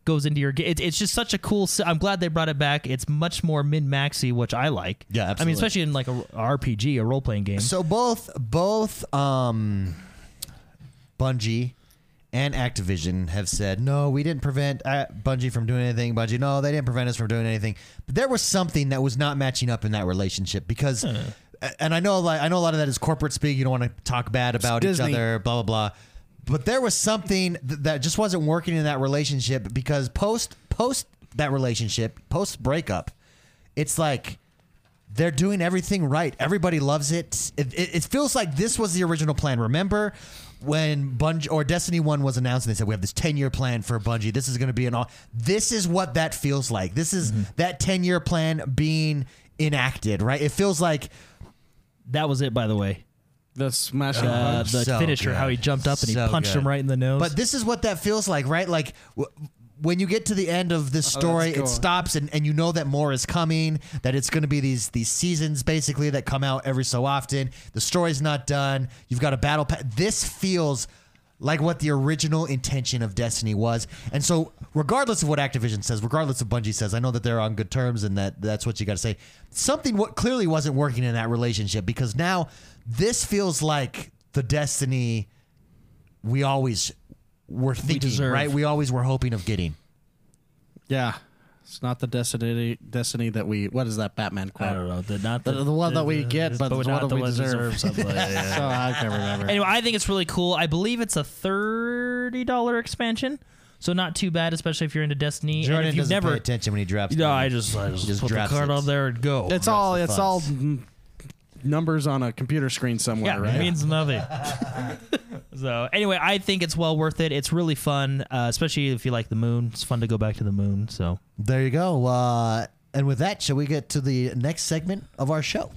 S3: goes into your. Ga- it, it's just such a cool. s- I'm glad they brought it back. It's much more min maxy, which I like.
S1: Yeah,
S3: I mean,
S1: absolutely.
S3: especially in like a r- RPG, a role playing game.
S1: So both both um, Bungie and Activision have said no, we didn't prevent uh, Bungie from doing anything. Bungie, no, they didn't prevent us from doing anything. But there was something that was not matching up in that relationship because, a- and I know like I know a lot of that is corporate speak. You don't want to talk bad about each
S2: Disney.
S1: other, blah blah blah. But there was something th- that just wasn't working in that relationship because post post that relationship post breakup, it's like they're doing everything right. Everybody loves it. It, it. it feels like this was the original plan. Remember when Bungie or Destiny One was announced, and they said we have this ten-year plan for Bungie. This is going to be an all. This is what that feels like. This
S3: Mm-hmm.
S1: is that ten-year plan being enacted. Right. It feels like
S3: that was it, by the way.
S2: The smash and
S3: Uh,
S2: punch.
S3: the
S1: so
S3: finisher,
S1: good.
S3: how he jumped up and
S1: So
S3: he punched
S1: good.
S3: him right in the nose.
S1: But this is what that feels like, right? Like w- when you get to the end of this
S2: Oh,
S1: story,
S2: that's cool.
S1: it stops, and, and you know that more is coming. That it's going to be these these seasons basically that come out every so often. The story's not done. You've got a battle. Pa- this feels like what the original intention of Destiny was. And so, regardless of what Activision says, regardless of Bungie says, I know that they're on good terms, and that that's what you got to say. Something what clearly wasn't working in that relationship because now this feels like the Destiny we always were thinking,
S3: deserve.
S1: right? We always were hoping of getting.
S2: yeah. It's not the destiny destiny that we. What is that Batman quote?
S3: I don't know. The, not the,
S2: The, the one that we
S3: the-
S2: get, but, the
S3: not
S2: one that
S3: the
S2: we
S3: one
S2: deserve.
S3: deserved, something like that, yeah.
S2: so I can't remember.
S3: Anyway, I think it's really cool. I believe it's a thirty dollar expansion, so not too bad, especially if you're into Destiny. And
S1: Jordan
S3: if you've
S1: doesn't
S3: never,
S1: pay attention when he drops.
S3: no,
S1: money.
S3: I just I just,
S1: Just
S3: put the
S1: drafts
S3: card
S1: it.
S3: on there and go.
S2: it's all
S1: the
S2: it's
S1: funds.
S2: all mm, numbers on a computer screen somewhere,
S3: yeah,
S2: right?
S3: it means nothing. so anyway, I think it's well worth it. It's really fun, uh, especially if you like the moon. It's fun to go back to the moon. So
S1: There you go. Uh, and with that, shall we get to the next segment of our show?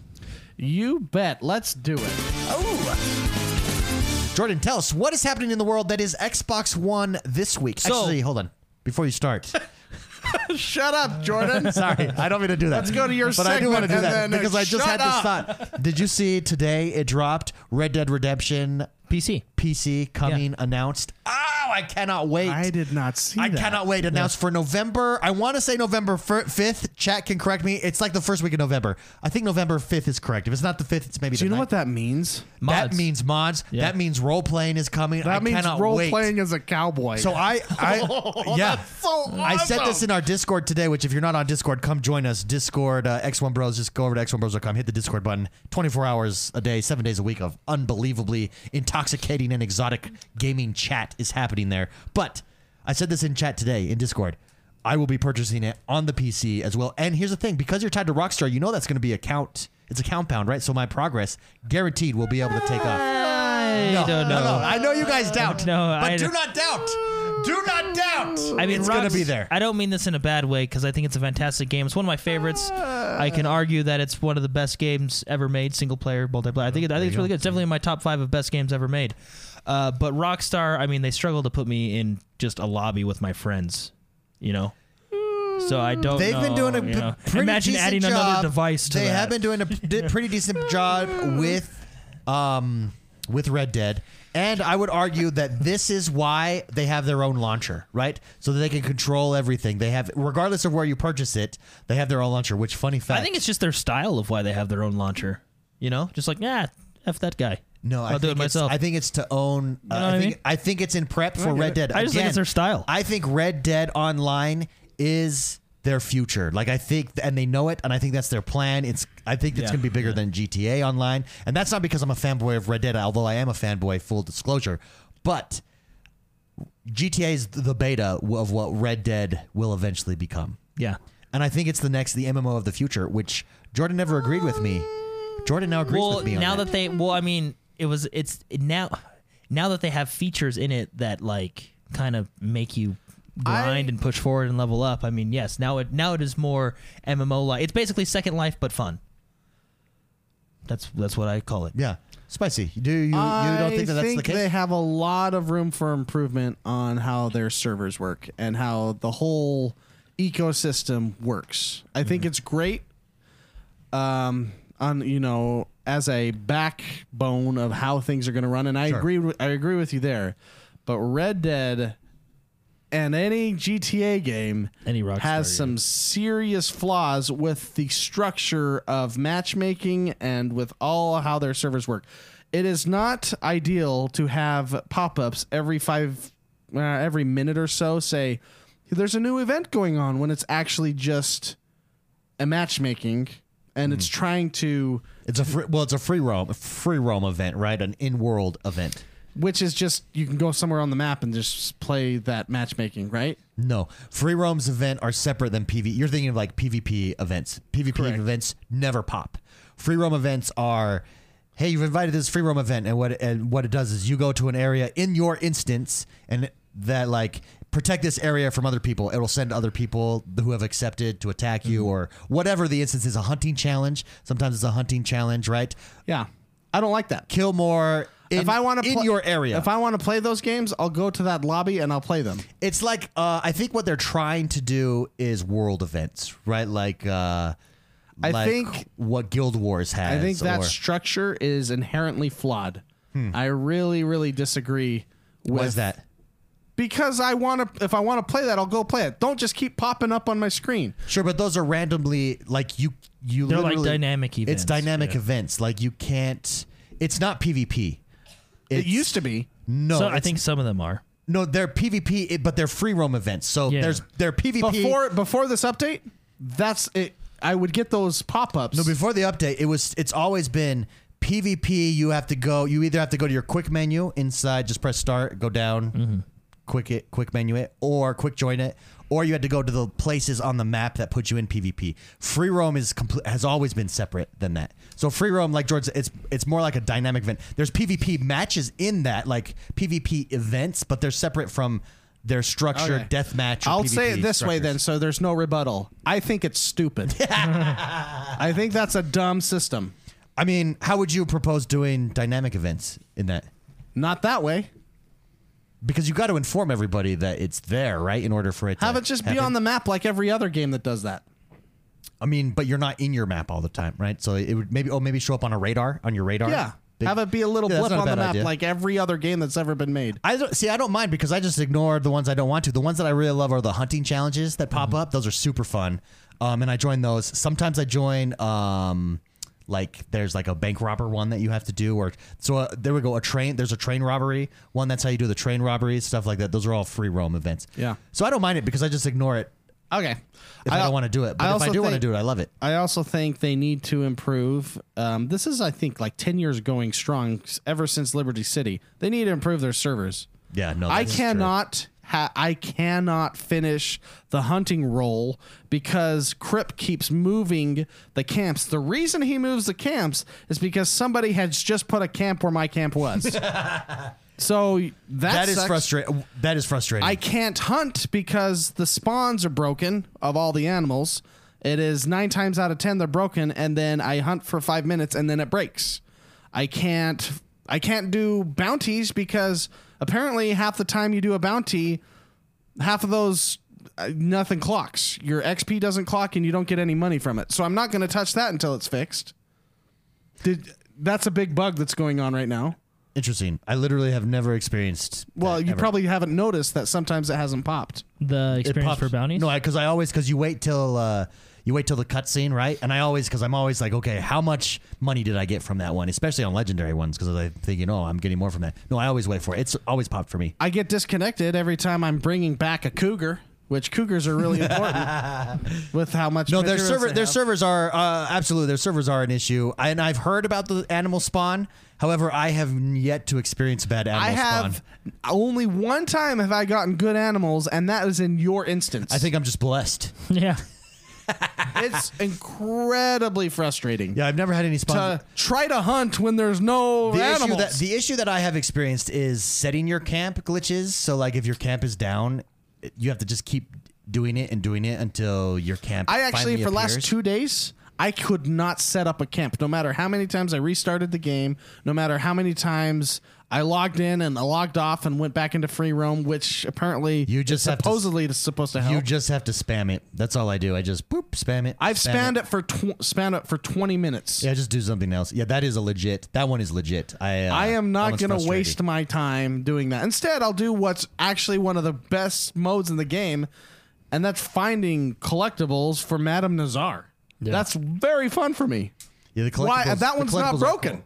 S2: you bet. Let's do it.
S1: Jordan, tell us what is happening in the world that is Xbox One this week.
S3: So-
S1: Actually, hold on. Before you start,
S2: Shut up, Jordan.
S1: sorry, I don't mean to do that. Let's
S2: go to your
S1: but I do want to
S2: segment
S1: do
S2: and
S1: that
S2: then, uh,
S1: because I just had
S2: shut
S1: this thought. Did you see today? It dropped Red Dead Redemption
S3: PC.
S1: PC coming announced. Oh, I cannot wait.
S2: I did not see
S1: I
S2: that.
S1: cannot wait. Announced for November. I want to say November fifth. Chat can correct me. It's like the first week of November. I think November fifth is correct. If it's not the fifth, it's maybe.
S2: Do
S1: the
S2: you know
S1: ninth.
S2: what that means?
S1: That
S3: Mods.
S1: means mods.
S3: Yeah.
S1: That means role playing is coming. I
S2: That means
S1: cannot
S2: role
S1: wait.
S2: playing as a cowboy.
S1: So I, I yeah. I said this in our Discord today, which if you're not on Discord, come join us. Discord uh, X1 Bros. Just go over to x1bros.com, hit the Discord button. 24 hours a day, seven days a week of unbelievably intoxicating and exotic gaming chat is happening there. But I said this in chat today in Discord. I will be purchasing it on the PC as well. And here's the thing: because you're tied to Rockstar, you know that's going to be a count. It's a compound, right? So my progress, guaranteed, will be able to take off.
S3: I
S1: No,
S3: don't
S1: no,
S3: know.
S1: no. I know you guys doubt.
S3: No,
S1: but
S3: I-
S1: do not doubt. Do not doubt.
S3: I mean,
S1: it's gonna
S3: Rocks-
S1: be there.
S3: I don't mean this in a bad way because I think it's a fantastic game. It's one of my favorites. I can argue that it's one of the best games ever made, single player, multiplayer.
S1: Oh,
S3: I think it, I think it's really good. It's definitely in my top five of best games ever made. Uh, but Rockstar, I mean, they struggle to put me in just a lobby with my friends, you know. So I don't.
S1: They've been
S3: know,
S1: doing a
S3: you
S1: p-
S3: know.
S1: pretty
S3: Imagine
S1: decent
S3: adding
S1: job.
S3: another device to
S1: they
S3: that.
S1: have been doing a p- di- pretty decent job with, um, with Red Dead, and I would argue that this is why they have their own launcher, right? So that they can control everything. They have, regardless of where you purchase it, they have their own launcher. Which funny fact?
S3: I think it's just their style of why they have their own launcher. You know, just like yeah, f that guy.
S1: No,
S3: I'll
S1: I
S3: do
S1: think
S3: it
S1: it's-
S3: myself.
S1: I think it's to own. uh,
S3: know what
S1: I
S3: I
S1: think
S3: mean?
S1: I think it's in prep for
S2: get
S1: Red
S2: it.
S1: Dead.
S3: I just think
S1: Again,
S3: it's their style.
S1: I think Red Dead Online is their future. Like I think, and they know it, and I think that's their plan. It's I think it's
S3: Yeah,
S1: going to be bigger than GTA Online, and that's not because I'm a fanboy of Red Dead, although I am a fanboy. Full disclosure, but GTA is the beta of what Red Dead will eventually become.
S3: yeah.
S1: And I think it's the next the MMO of the future, which Jordan never agreed with me. Jordan now agrees
S3: well,
S1: with me. on
S3: now
S1: that
S3: that they well, I mean, it was it's now now that they have features in it that like kind of make you grind
S2: I-
S3: and push forward and level up. I mean, yes, now it now it is more MMO like. It's basically Second Life but fun. That's that's what I call it.
S1: Yeah, spicy. Do you you don't think that that's the case?
S2: They have a lot of room for improvement on how their servers work and how the whole ecosystem works. I think
S1: Mm-hmm.
S2: it's great. Um, on you know as a backbone of how things are going to run, and I
S1: Sure.
S2: agree. with- I agree with you there, but Red Dead and any GTA game
S3: Any Rockstar
S2: has
S3: game.
S2: some serious flaws with the structure of matchmaking and with all how their servers work. It is not ideal to have pop-ups every five, uh, every minute or so say, "There's a new event going on," when it's actually just a matchmaking and it's
S3: Mm-hmm.
S2: trying to,
S1: it's a free, well, it's a free roam, a free roam event, right? An in-world event.
S2: which is just you can go somewhere on the map and just play that matchmaking, right?
S1: No, free roams event are separate than PvE. You're thinking of like PvP events. PvP events never pop. Free roam events are, hey, you've invited this free roam event, and what and what it does is you go to an area in your instance, and that like protect this area from other people. It'll send other people who have accepted to attack you or whatever the instance is. A hunting challenge. Sometimes it's a hunting challenge, right?
S2: Yeah, I don't like that.
S1: kill more in,
S2: if I want to
S1: in your area.
S2: if I want to play those games, I'll go to that lobby and I'll play them.
S1: it's like uh, I think what they're trying to do is world events, right? Like uh,
S2: I
S1: like
S2: think-
S1: what Guild Wars has.
S2: I think that
S1: or-
S2: structure is inherently flawed. I really, really disagree with
S1: what is that?
S2: because I want to. If I want to play that, I'll go play it. Don't just keep popping up on my screen.
S1: Sure, but those are randomly like you you.
S3: They're like
S1: literally-
S3: dynamic events,
S1: It's dynamic
S3: yeah.
S1: events. Like you can't. It's not PvP.
S2: it used to be.
S1: no.
S3: so I
S1: it's-
S3: think some of them are.
S1: No, they're PvP, it- but they're free roam events. So
S3: Yeah.
S1: there's they're PvP.
S2: Before before this update, that's it. I would get those pop ups.
S1: No, before the update, it was it's always been PvP. You have to go. You either have to go to your quick menu inside, just press start, go down, quick it, quick menu it, or quick join it, or you had to go to the places on the map that put you in PvP. Free roam is complete has always been separate than that. So free roam, like George, said, it's it's more like a dynamic event. There's PvP matches in that, like PvP events, but they're separate from their structured
S2: Okay.
S1: deathmatch. or
S2: I'll
S1: PvP
S2: say it this way
S1: structures.
S2: then, so there's no rebuttal. I think it's stupid. I think that's a dumb system.
S1: I mean, how would you propose doing dynamic events in that?
S2: Not that way.
S1: Because you got to inform everybody that it's there, right? In order for it to
S2: Have it just be
S1: happen.
S2: on the map like every other game that does that.
S1: I mean, but you're not in your map all the time, right? So it would maybe oh maybe show up on a radar on your radar.
S2: Yeah.
S1: Big-
S2: Have it be a little
S1: Yeah, that's not
S2: blip
S1: a
S2: on
S1: bad
S2: the map
S1: idea.
S2: like every other game that's ever been made.
S1: I don't see. I don't mind because I just ignore the ones I don't want to. The ones that I really love are the hunting challenges that
S2: Mm-hmm.
S1: pop up. Those are super fun, um, and I join those. Sometimes I join. Um, like there's like a bank robber one that you have to do, or so uh, there we go. A train, there's a train robbery one. That's how you do the train robberies, stuff like that. Those are all free roam events.
S2: Yeah.
S1: So I don't mind it because I just ignore it
S2: Okay.
S1: if I, don't want to do it. But if I
S2: also
S1: do want to
S2: think-
S1: do it, I love it.
S2: I also think they need to improve. Um, this is, I think, like 10 years going strong s- ever since Liberty City. They need to improve their servers.
S1: Yeah, no,
S2: I
S1: that's true.
S2: cannot. Ha- I cannot finish the hunting roll because Crip keeps moving the camps. The reason he moves the camps is because somebody has just put a camp where my camp was. so that,
S1: That is
S2: sucks.
S1: frustrating. That is frustrating.
S2: I can't hunt because the spawns are broken of all the animals. It is nine times out of ten they're broken, and then I hunt for five minutes and then it breaks. I can't I can't do bounties because apparently half the time you do a bounty, half of those uh, nothing clocks. Your XP doesn't clock and you don't get any money from it. So I'm not going to touch that until it's fixed. Did that's a big bug that's going on right now.
S1: Interesting. I literally have never experienced.
S2: Well,
S1: that
S2: you
S1: ever.
S2: probably haven't noticed that sometimes it hasn't popped.
S3: The
S1: It
S3: experience
S1: pops-
S3: for bounties?
S1: No, because I, always because you wait till uh, you wait till the cutscene, right? And I always because I'm always like, okay, how much money did I get from that one? Especially on legendary ones because I think you know I'm getting more from that. No, I always wait for it. It's always popped for me.
S2: I get disconnected every time I'm bringing back a cougar, which cougars are really important with how much.
S1: No, their
S2: materials
S1: server
S2: they
S1: their
S2: have.
S1: servers are uh, absolutely their servers are an issue, and I've heard about the animal spawn. However, I have yet to experience bad animal
S2: I have
S1: spawn.
S2: only one time have I gotten good animals, and that was in your instance.
S1: I think I'm just blessed.
S3: Yeah.
S2: it's incredibly frustrating
S1: Yeah, I've never had any spawns.
S2: to try to hunt when there's no
S1: the
S2: animals.
S1: issue that the issue that I have experienced is setting your camp glitches. So like if your camp is down, it- you have to just keep doing it and doing it until your camp.
S2: I actually,
S1: finally
S2: for the last
S1: appears.
S2: two days, I could not set up a camp. No matter how many times I restarted the game, no matter how many times I logged in and I logged off and went back into free roam, which apparently
S1: You just
S2: is
S1: have to-
S2: supposedly is supposed to help.
S1: you just have to spam it. That's all I do. I just boop spam it.
S2: I've
S1: spam
S2: spanned it. for tw- spanned it for twenty minutes.
S1: Yeah, just do something else. Yeah, that is a legit. That one is legit. I uh,
S2: I am
S1: that
S2: not
S1: one's
S2: going to
S1: frustrating.
S2: waste my time doing that. Instead, I'll do what's actually one of the best modes in the game, and that's finding collectibles for Madame Nazar. That's very fun for me.
S1: Yeah, the
S2: Why
S1: collectibles-
S2: that
S1: the
S2: one's not
S1: collectibles are cool.
S2: broken?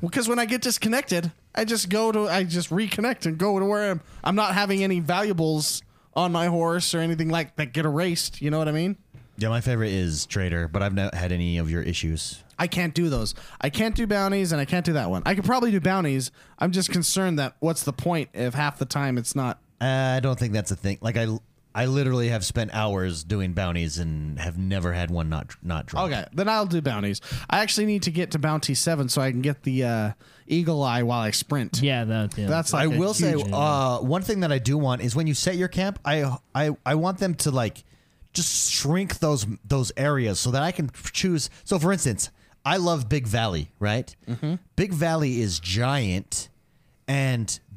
S2: Because when I get disconnected, I just go to I just reconnect and go to where I'm. I'm not having any valuables on my horse or anything like that get erased. You know what I mean?
S1: Yeah, my favorite is Trader, but I've not had any of your issues.
S2: I can't do those. I can't do bounties and I can't do that one. I could probably do bounties. I'm just concerned that what's the point if half the time it's not.
S1: I don't think that's a thing. Like I, I literally have spent hours doing bounties and have never had one not not drop.
S2: Okay, then I'll do bounties. I actually need to get to bounty seven so I can get the uh, eagle eye while I sprint.
S3: Yeah. That, yeah.
S2: That's like
S1: I
S2: a
S1: will say
S2: huge-
S1: uh, one thing that I do want is when you set your camp, I I I want them to like just shrink those those areas so that I can choose. So for instance, I love Big Valley, right?
S2: Mm-hmm.
S1: Big Valley is giant, and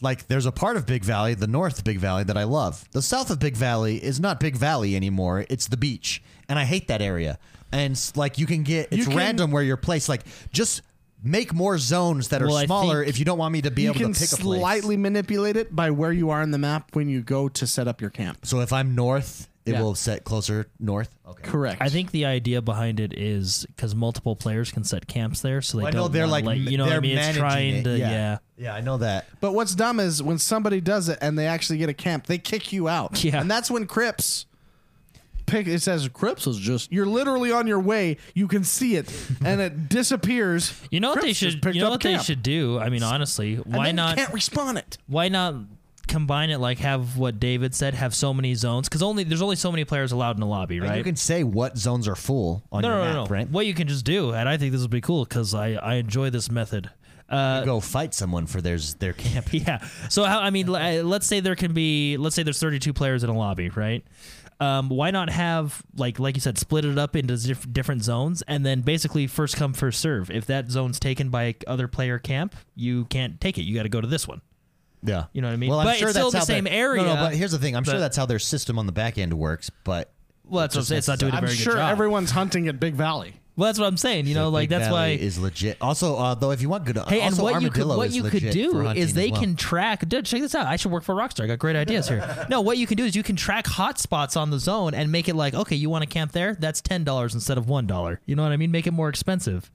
S1: like there's a part of Big Valley, the north Big Valley that I love. The south of Big Valley is not Big Valley anymore. It's the beach, and I hate that area. And s- like you can get it's
S2: can-
S1: random where you're placed. Like just make more zones that are
S3: Well, I
S1: smaller
S3: think
S1: if you don't want me to be
S2: you
S1: able
S2: can
S1: to pick a place.
S2: slightly manipulate it by where you are in the map when you go to set up your camp.
S1: So if I'm north, it
S3: Yeah.
S1: will set closer north. Okay.
S2: Correct.
S3: I think the idea behind it is because multiple players can set camps there, so they
S1: I
S3: don't.
S1: know they're
S3: wanna
S1: like
S3: let- you know what I
S1: they're
S3: mean. It's
S1: managing
S3: trying
S1: it,
S3: to yeah.
S1: yeah. Yeah, I know that.
S2: But what's dumb is when somebody does it and they actually get a camp, they kick you out.
S3: Yeah.
S2: And that's when Crips pick it says Crips is just you're literally on your way, you can see it, and it disappears.
S3: You know what
S2: Crips
S3: they
S2: just
S3: should.
S2: picked
S3: You know
S2: up
S3: what they
S2: camp.
S3: should do. I mean, honestly,
S2: And
S3: why
S2: then
S3: not?
S2: You can't respond it.
S3: why not combine it like have what David said? Have so many zones because only there's only so many players allowed in the lobby,
S1: And
S3: right?
S1: You can say what zones are full on
S3: no,
S1: your
S3: no, no,
S1: map,
S3: no.
S1: right?
S3: What you can just do, and I think this would be cool because I I enjoy this method. Uh,
S1: Go fight someone for theirs their camp.
S3: yeah. So how, I mean, li- let's say there can be, let's say there's 32 players in a lobby, right? Um, why not have like like you said, split it up into diff- different zones, and then basically first come first serve. If that zone's taken by other player camp, you can't take it. You got to go to this one.
S1: Yeah,
S3: You know what I mean?
S1: Well, I'm
S3: But
S1: sure
S3: it's still
S1: that's
S3: the
S1: how
S3: same
S1: their-
S3: area,
S1: No, no, but here's the thing: I'm
S3: but-
S1: sure that's how their system on the back end works. But
S3: Well, that's what I'm saying. It's not doing a
S2: I'm
S3: very
S2: sure
S3: good job.
S2: everyone's hunting at Big Valley.
S3: well, that's what I'm saying. You know,
S1: the Big
S3: like that's
S1: Valley
S3: why.
S1: is legit. Also, uh, though, if you want good,
S3: Hey, and
S1: also
S3: what you could
S1: Armadillo
S3: what
S1: is
S3: you could
S1: legit for
S3: do
S1: hunting
S3: is they
S1: as well.
S3: can track. Dude, check this out. I should work for Rockstar. I got great ideas here. no, what you can do is you can track hotspots on the zone and make it like, okay, you want to camp there? That's ten dollars instead of one dollar. You know what I mean? Make it more expensive.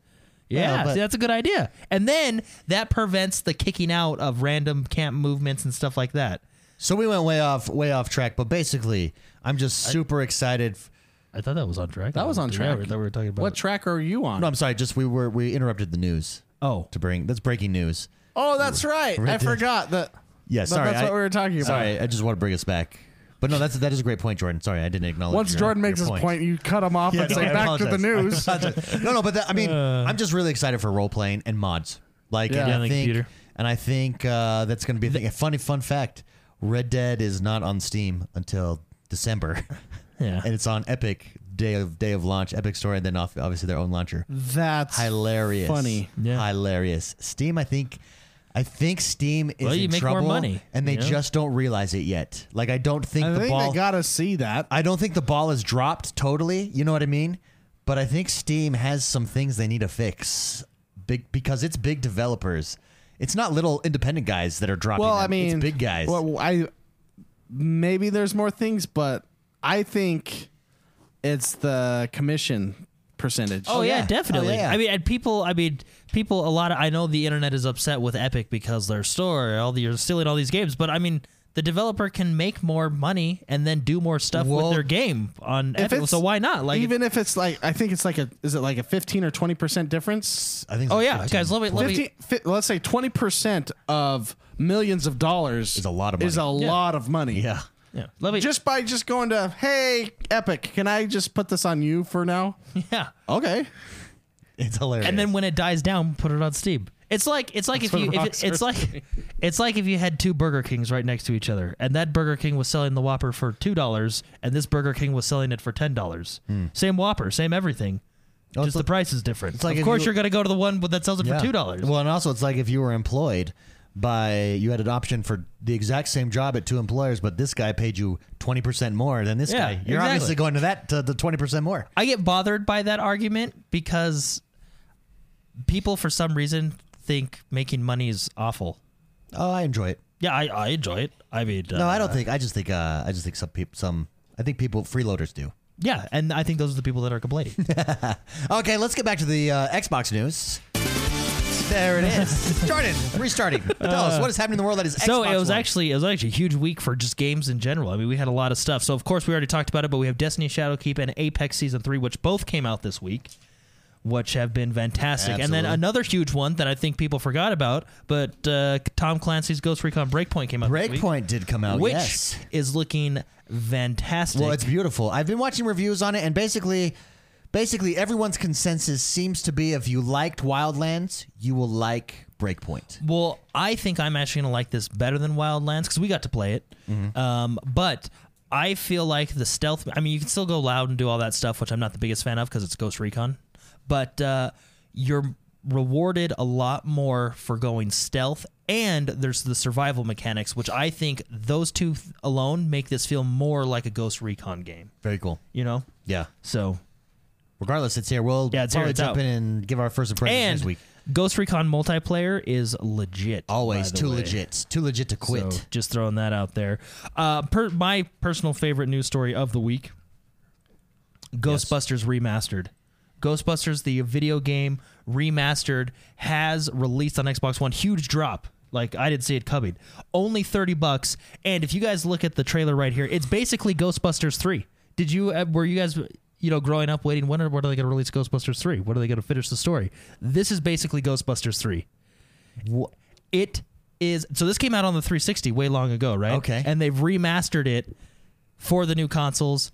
S3: Yeah,
S1: but-
S3: see, that's a good idea. And then that prevents the kicking out of random camp movements and stuff like that.
S1: So we went way off, way off track. But basically, I'm just super excited. f-
S3: I thought that was on track.
S2: That was on
S3: Yeah,
S2: track.
S3: we- that we were talking about.
S2: What track are you on?
S1: No, I'm sorry. Just we were we interrupted the news
S3: Oh,
S1: to bring that's breaking news.
S2: Oh, that's right. I
S1: Red Dead.
S2: forgot that.
S1: Yeah,
S2: that-
S1: sorry.
S2: That's
S1: I-
S2: what we were talking about.
S1: Sorry, I just want to bring us back. But no, that's that is a great point, Jordan. Sorry, I didn't acknowledge.
S2: Once
S1: your-
S2: Jordan
S1: your
S2: makes his point, you cut him off
S1: Yeah,
S2: and
S1: no,
S2: say,
S1: I
S2: "Back to the
S1: apologize.
S2: news." Uh.
S1: no, no, but that, I mean, I'm just really excited for role playing and mods. Like,
S2: Yeah.
S1: and,
S2: Yeah,
S1: I
S3: the
S1: think,
S3: computer.
S1: and I think uh, that's going to be a thing. A funny fun fact: Red Dead is not on Steam until December,
S3: yeah.
S1: and it's on Epic day of day of launch, Epic Store, and then off, obviously their own launcher.
S2: That's
S1: Hilarious,
S2: funny.
S3: Yeah.
S1: hilarious. Steam, I think. I think Steam is
S3: Well, you
S1: in
S3: make more
S1: trouble,
S3: money,
S1: and they
S3: you know?
S1: just don't realize it yet. Like I don't think
S2: I
S1: the
S2: think
S1: ball.
S2: they gotta see that.
S1: I don't think the ball is dropped totally. You know what I mean? But I think Steam has some things they need to fix. Big because it's big developers. It's not little independent guys that are dropping.
S2: Well,
S1: them.
S2: I mean,
S1: it's big guys.
S2: Well, I maybe there's more things, but I think it's the commission percentage.
S3: Oh, yeah,
S1: yeah.
S3: definitely.
S1: Oh, yeah, yeah.
S3: I mean, and people. I mean, people. A lot of. I know the internet is upset with Epic because their store, all the, you're stealing all these games. But I mean, the developer can make more money and then do more stuff
S1: Well,
S3: with their game on Epic.
S2: it's-
S3: So why not? Like,
S2: even if it's like, I think it's like a, is it like a 15 or 20 percent difference?
S1: I think. it's
S3: oh
S1: like
S3: yeah,
S1: 15.
S3: guys, let me let me.
S2: 15, fi- let's say 20 percent of millions of dollars
S1: Is a lot of
S2: Is a
S1: money.
S2: lot of money.
S1: Yeah.
S3: Yeah, let me.
S2: Just by just going to, hey, Epic, can I just put this on you for now?
S3: yeah,
S2: Okay.
S1: It's hilarious.
S3: and then when it dies down, put it on Steam. It's like it's like if you
S2: what
S3: if
S2: Rockstar's
S3: it, it's like it's like if you had two Burger Kings right next to each other, and that Burger King was selling the Whopper for two dollars, and this Burger King was selling it for ten dollars. Same Whopper, same everything.
S1: Hmm. Oh, it's
S3: just the
S1: like-
S3: price is different.
S1: like
S3: of
S1: if
S3: course
S1: you-
S3: you, are gonna go to the one that sells it
S1: Yeah.
S3: for two dollars.
S1: Well, and also it's like if you were employed by you had an option for the exact same job at two employers, but this guy paid you twenty percent more than this
S3: Yeah,
S1: guy. You're
S3: exactly.
S1: obviously going to that to the twenty percent more.
S3: I get bothered by that argument because people for some reason think making money is awful.
S1: Oh, I enjoy it.
S3: Yeah, I, I enjoy it. I mean,
S1: No, I don't think. I just think. Uh, I just think some people. Some. I think people freeloaders do.
S3: Yeah, and I think those are the people that are complaining.
S1: Okay, let's get back to the uh, Xbox news. There it is. Jordan, restarting. Tell us what is happening in the world that is Xbox.
S3: So it was
S1: One.
S3: actually it was actually a huge week for just games in general. I mean, we had a lot of stuff. So of course we already talked about it, but we have Destiny Shadowkeep and Apex Season Three, which both came out this week, which have been fantastic. And then
S1: Absolutely.
S3: another huge one that I think people forgot about, but uh, Tom Clancy's Ghost Recon Breakpoint came out. this week,
S1: Breakpoint did come out.
S3: which
S1: yes.
S3: is looking fantastic.
S1: Well, it's beautiful. I've been watching reviews on it, and basically, basically everyone's consensus seems to be: if you liked Wildlands, you will like Breakpoint.
S3: Well, I think I'm actually going to like this better than Wildlands because we got to play it.
S1: Mm-hmm.
S3: Um, but I feel like the stealth. I mean, you can still go loud and do all that stuff, which I'm not the biggest fan of because it's Ghost Recon. But uh, you're rewarded a lot more for going stealth, and there's the survival mechanics, which I think those two th- alone make this feel more like a Ghost Recon game.
S1: Very cool.
S3: You know,
S1: Yeah.
S3: so
S1: Regardless, it's here. We'll
S3: Yeah, it's here.
S1: probably
S3: It's
S1: jump
S3: out.
S1: in and give our first impressions
S3: and
S1: next week.
S3: Ghost Recon multiplayer is legit. by
S1: Always
S3: the
S1: too
S3: way.
S1: legit. It's Too legit to quit.
S3: So just throwing that out there. Uh, per, my personal favorite news story of the week: Ghostbusters remastered. Ghostbusters, the video game remastered, has released on Xbox One. Huge drop. Like I didn't see it coming. Only thirty bucks. And if you guys look at the trailer right here, it's basically Ghostbusters three. Did you uh, were you guys you know growing up waiting? When are, when are they going to release Ghostbusters three? When are they going to finish the story? This is basically Ghostbusters three. Wh- It is so this came out on the 360 way long ago, right?
S1: Okay.
S3: And they've remastered it for the new consoles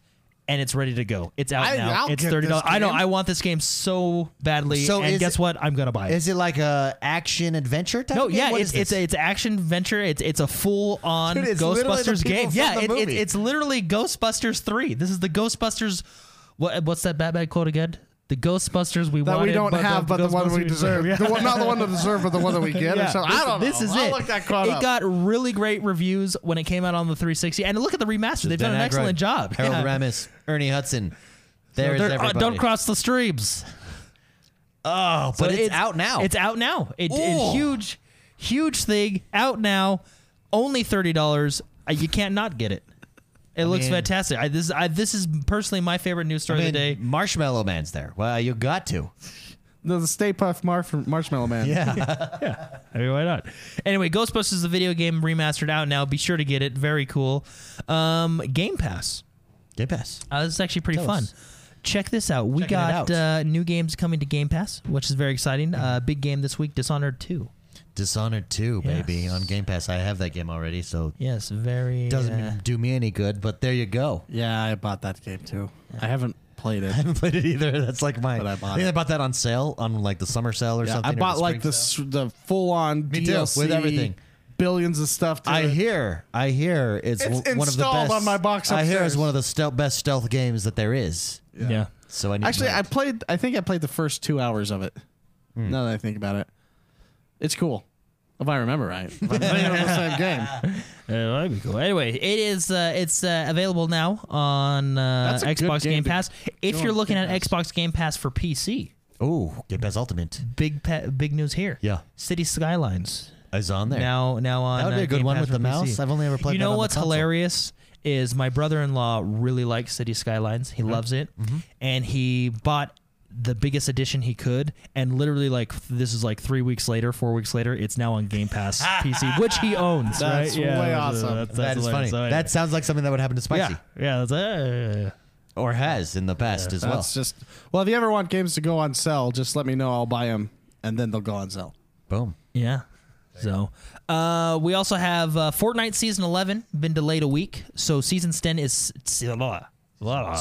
S3: and it's ready to go. It's out
S2: I-
S3: now.
S2: I'll
S3: it's
S2: get
S3: $30.
S2: this
S3: I know
S2: game.
S3: I want this game so badly
S1: So
S3: and
S1: is
S3: guess
S1: it-
S3: what? I'm going to buy it.
S1: Is it like a action adventure type?
S3: No,
S1: of game?
S3: yeah,
S1: What
S3: it's
S1: is
S3: it's
S1: this?
S3: a, it's action adventure. It's it's a full on
S1: Dude, it's literally the
S3: Ghostbusters
S1: people
S3: game.
S1: from
S3: Yeah,
S1: the
S3: it, it,
S1: movie.
S3: it's literally Ghostbusters three. This is the Ghostbusters. What what's that Batman quote again? The Ghostbusters we
S2: that
S3: wanted,
S2: we don't have, but the one we
S3: Ghostbusters-
S2: deserve.
S3: Yeah.
S2: The one, not the one we deserve, but the one that we get.
S3: Yeah.
S2: Or something.
S3: This,
S2: I don't know.
S3: this is
S2: I'll
S3: it.
S2: Look that quote
S3: it
S2: up.
S3: got really great reviews when it came out on the 360. And look at the remaster; they've done an
S1: Dan Aykroyd,
S3: excellent job.
S1: Harold
S3: Yeah.
S1: Ramis, Ernie Hudson. There is
S3: They're- uh,
S1: everybody.
S3: don't cross the streams.
S1: Oh, but
S3: So
S1: it's, out now.
S3: It's out now. It, it
S1: Ooh.
S3: huge, huge thing out now. Only thirty dollars. Uh, You can't not get it. It looks
S1: mean-
S3: fantastic. I, this I, this is personally my favorite
S1: I
S3: news story
S1: mean,
S3: of the day.
S1: Marshmallow Man's there. Well, you got to.
S2: the Stay Puff Marf- Marshmallow Man.
S1: Yeah.
S3: I mean, why not? Anyway, Ghostbusters is the video game remastered out now. Be sure to get it. Very cool. Um, game Pass.
S1: Game Pass.
S3: Uh, this is actually pretty
S1: Tell
S3: fun.
S1: us.
S3: Check this out. We
S1: Checking it
S3: got
S1: out.
S3: Uh, new games coming to Game Pass, which is very exciting. Uh, big game this week, Dishonored 2.
S1: Dishonored 2, baby,
S3: Yes.
S1: on Game Pass. I have that game already, so
S3: Yes, very.
S1: it doesn't
S3: uh,
S1: do me any good, but there you go.
S2: Yeah, I bought that game too. I haven't played it.
S1: I haven't played it either. That's like my.
S2: But I
S1: I,
S2: bought
S1: think
S2: it.
S1: I bought that on sale on like the summer sale or
S2: Yeah,
S1: something.
S2: I
S1: or
S2: bought like the
S1: spring
S2: s- the full on
S1: Me too,
S2: DLC
S1: with everything.
S2: billions of stuff. To
S1: I
S2: it.
S1: hear, I hear it's,
S2: It's
S1: w- one of the
S2: installed
S1: best.
S2: on my box
S1: I hear it's
S2: upstairs.
S1: one of the stealth, best stealth games that there is.
S3: yeah.
S1: So I need
S2: Actually,
S1: to
S2: I played. I think I played the first two hours of it.
S1: Hmm.
S2: Now that I think about it, it's cool. If I remember right, If I'm playing it on the same game.
S3: Uh, that'd be cool. Anyway, it is uh, it's uh, available now on uh,
S2: That's a good
S3: Xbox
S2: game
S3: Game
S2: to
S3: Pass. If
S2: go
S3: you're
S2: on
S3: looking
S2: Game
S3: at Xbox Game Pass for PC,
S1: oh, Game Pass Ultimate
S3: big pe- big news here.
S1: Yeah.
S3: City Skylines
S1: is on there.
S3: now now on.
S1: that would be
S3: uh,
S1: a good
S3: Game
S1: one
S3: Pass
S1: with
S3: for
S1: the
S3: PC.
S1: mouse. I've only ever played.
S3: You
S1: that
S3: know
S1: on the
S3: what's
S1: console.
S3: hilarious is my brother-in-law really likes City Skylines. He loves it, and he bought the biggest edition he could and literally like this is like three weeks later four weeks later it's now on game pass pc which he owns
S2: That's
S3: right?
S2: way
S3: that's-
S2: awesome.
S3: that's,
S1: That
S3: that's
S1: is
S3: hilarious.
S1: funny.
S3: So anyway.
S1: That sounds like something that would happen to Spicy,
S3: Yeah, yeah. That's, uh,
S1: or has in the past as
S2: That's
S1: well.
S2: just well. If you ever want games to go on sale, just let me know. I'll buy them, and then they'll go on sale.
S1: Boom.
S3: yeah. So, uh, we also have uh, Fortnite season eleven been delayed a week, so season ten is
S1: Season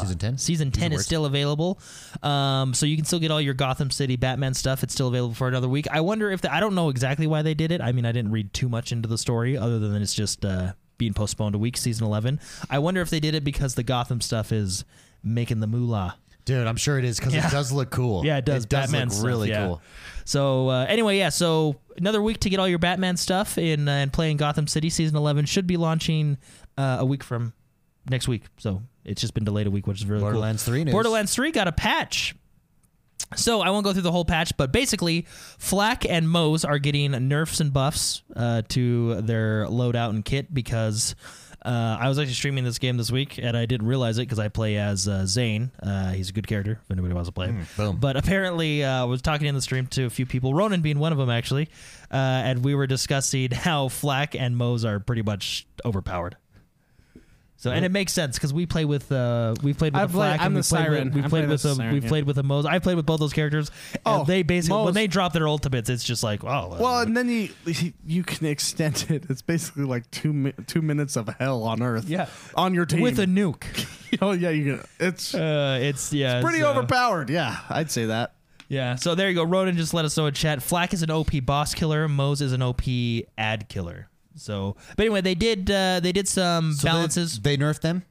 S3: season
S1: 10?
S3: Season
S1: These are
S3: ten is
S1: words.
S3: still available, um, so you can still get all your Gotham City Batman stuff. It's still available for another week. I wonder if the, I don't know exactly why they did it. I mean, I didn't read too much into the story, other than it's just uh, being postponed a week. Season eleven. I wonder if they did it because the Gotham stuff is making the moolah.
S1: Dude, I'm sure it is because
S3: Yeah.
S1: it does look cool.
S3: Yeah, it does.
S1: It does
S3: Batman
S1: look
S3: stuff,
S1: really
S3: yeah.
S1: cool.
S3: So uh, anyway, yeah. So another week to get all your Batman stuff in uh, and playing Gotham City season eleven should be launching uh, a week from next week. So it's just been delayed a week, which is really cool.
S1: Borderlands 3 news.
S3: Borderlands three got a patch. So I won't go through the whole patch, but basically, Flack and Moe's are getting nerfs and buffs uh, to their loadout and kit because uh, I was actually streaming this game this week and I didn't realize it because I play as uh, Zane. Uh, he's a good character if anybody wants to play him.
S1: Mm, boom.
S3: But apparently, uh, I was talking in the stream to a few people, Ronan being one of them actually, uh, and we were discussing how Flack and Moe's are pretty much overpowered. So and it makes sense because we play with uh, we played with
S2: I
S3: a
S2: play-
S3: Flack
S2: I'm
S3: and we
S2: the
S3: played
S2: siren.
S3: with, we
S2: I'm
S3: played
S2: playing
S3: with
S2: as the
S3: a,
S2: siren,
S3: we
S2: yeah.
S3: played with the Moe's. I played with both those characters. and
S2: Oh,
S3: they basically when
S2: Moe's.
S3: they drop their ultimates, it's just like oh
S2: Well, and then you you can extend it. It's basically like two mi- two minutes of hell on Earth.
S3: Yeah.
S2: on your team
S3: with a nuke.
S2: oh yeah, you can. It's
S3: Uh, it's yeah,
S2: pretty
S3: so-
S2: overpowered. Yeah, I'd say that.
S3: Yeah, so there you go. Ronan just let us know in chat. Flack is an OP boss killer. Mose is an OP ad killer. So, but anyway, they did uh, they did some
S1: So they-
S3: balances
S1: They, nerfed them.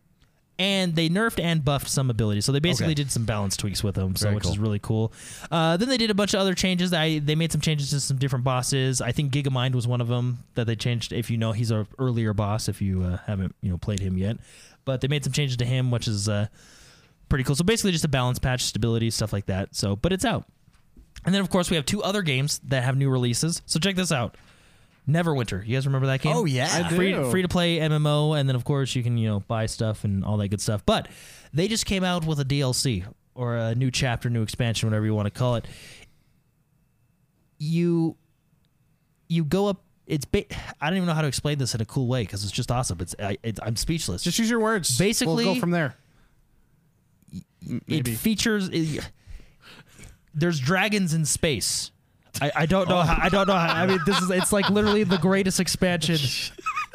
S3: and they nerfed and buffed some abilities. So they basically
S1: Okay.
S3: did some balance tweaks with them, so
S1: Very
S3: which
S1: cool.
S3: is really cool. Uh, then they did a bunch of other changes. I they made some changes to some different bosses. I think Gigamind was one of them that they changed. If you know, he's a earlier boss. If you uh, haven't you know played him yet, but they made some changes to him, which is uh, pretty cool. So basically, just a balance patch, stability, stuff like that. So, but it's out. And then, of course, we have two other games that have new releases. So check this out. Neverwinter. You guys remember that game?
S1: Oh, yeah. I
S3: Free
S2: do.
S3: free to play MMO, and then of course you can you know buy stuff and all that good stuff. But they just came out with a DLC or a new chapter, new expansion, whatever you want to call it. You you go up. It's ba- I don't even know how to explain this in a cool way because it's just awesome. It's, I, it's I'm speechless.
S2: Just use your words. we'll
S3: Basically-
S2: go from there. Maybe.
S3: It features. It, there's dragons in space. I, I don't
S2: Oh.
S3: know how. I don't know how. I mean, this is. It's like literally the greatest expansion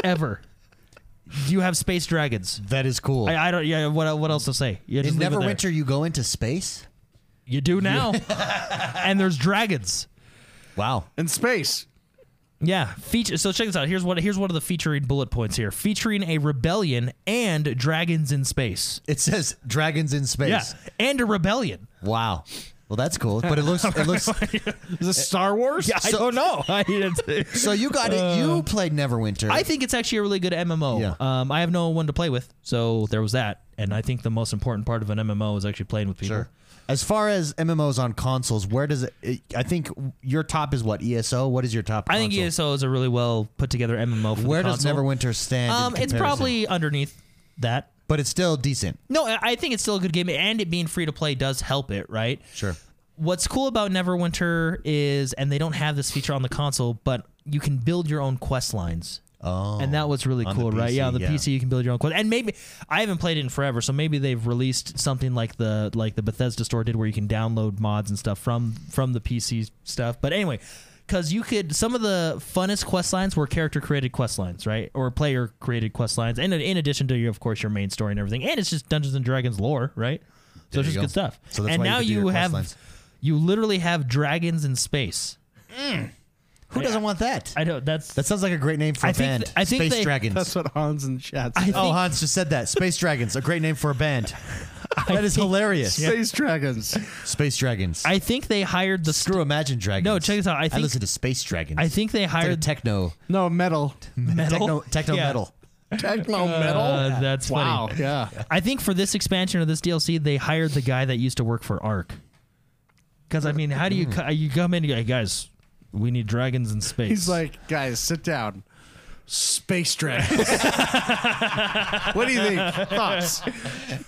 S3: ever. You have space dragons.
S1: That is cool.
S3: I, I don't. Yeah. What what else to say? You
S1: In
S3: just leave it there.
S1: Neverwinter, you go into space.
S3: You do now. and there's dragons.
S1: Wow.
S2: In space.
S3: Yeah, feature. So check this out. Here's what. Here's one of the featuring bullet points here. Featuring a rebellion and dragons in space.
S1: It says dragons in space.
S3: Yeah, and a rebellion.
S1: Wow. Well, that's cool. But it looks it looks.
S2: Is this Star Wars?
S3: Yeah, I
S1: So-
S3: don't know. I didn't-
S1: So you got it. You played Neverwinter.
S3: Uh, I think it's actually a really good MMO.
S1: Yeah.
S3: Um, I have no one to play with, so there was that. And I think the most important part of an MMO is actually playing with people.
S1: Sure. As far as MMOs on consoles, where does it? I think your top is what ESO. What is your top?
S3: I think E
S1: console?
S3: ESO is a really well put together MMO. For
S1: Where
S3: the
S1: does
S3: console.
S1: Neverwinter stand? in
S3: Um, it's
S1: comparison?
S3: probably underneath that.
S1: but it's still decent.
S3: No, I I think it's still a good game, and it being free to play does help it, right?
S1: Sure.
S3: What's cool about Neverwinter is, and they don't have this feature on the console, but you can build your own quest lines.
S1: Oh,
S3: and that was really
S1: on
S3: cool,
S1: the
S3: right?
S1: PC,
S3: Yeah, on the
S1: yeah.
S3: PC you can build your own quest, and maybe I haven't played it in forever, so maybe they've released something like the like the Bethesda store did, where you can download mods and stuff from from the PC stuff. But anyway, because you could, some of the funnest quest lines were character created quest lines, right, or player created quest lines, and in addition to your, of course, your main story and everything, and it's just Dungeons and Dragons lore, right? So
S1: There you
S3: it's just
S1: go.
S3: good stuff.
S1: So that's
S3: and
S1: why you
S3: now
S1: could do
S3: you,
S1: your quest
S3: have,
S1: lines.
S3: you literally have dragons in space.
S1: Oh. who doesn't want that?
S3: I know that's
S1: that sounds like a great name for a
S3: I think
S1: band.
S3: th- I think
S1: Space
S3: they-
S1: Dragons.
S2: That's what Hans and chat
S3: I
S2: said.
S1: oh,
S3: think-
S1: Hans just said that. Space Dragons, a great name for a band. That is hilarious.
S2: Space dragons.
S1: Space Dragons.
S3: I think they hired the
S1: Screw Imagine Dragons.
S3: No, check this out. I
S1: I
S3: think-
S1: listen to Space Dragons.
S3: I think they
S1: It's like a
S3: hired
S1: techno
S2: No metal.
S3: metal.
S1: techno techno
S3: Yeah.
S1: metal.
S2: Techno
S3: Uh, that's funny.
S2: Wow. Yeah.
S3: I think for this expansion or this DLC, they hired the guy that used to work for Ark. Because I mean, how do you co- you come in? and go, Hey guys, we need dragons in space.
S2: He's like, guys, sit down. Space dragons. what do you think? Thoughts?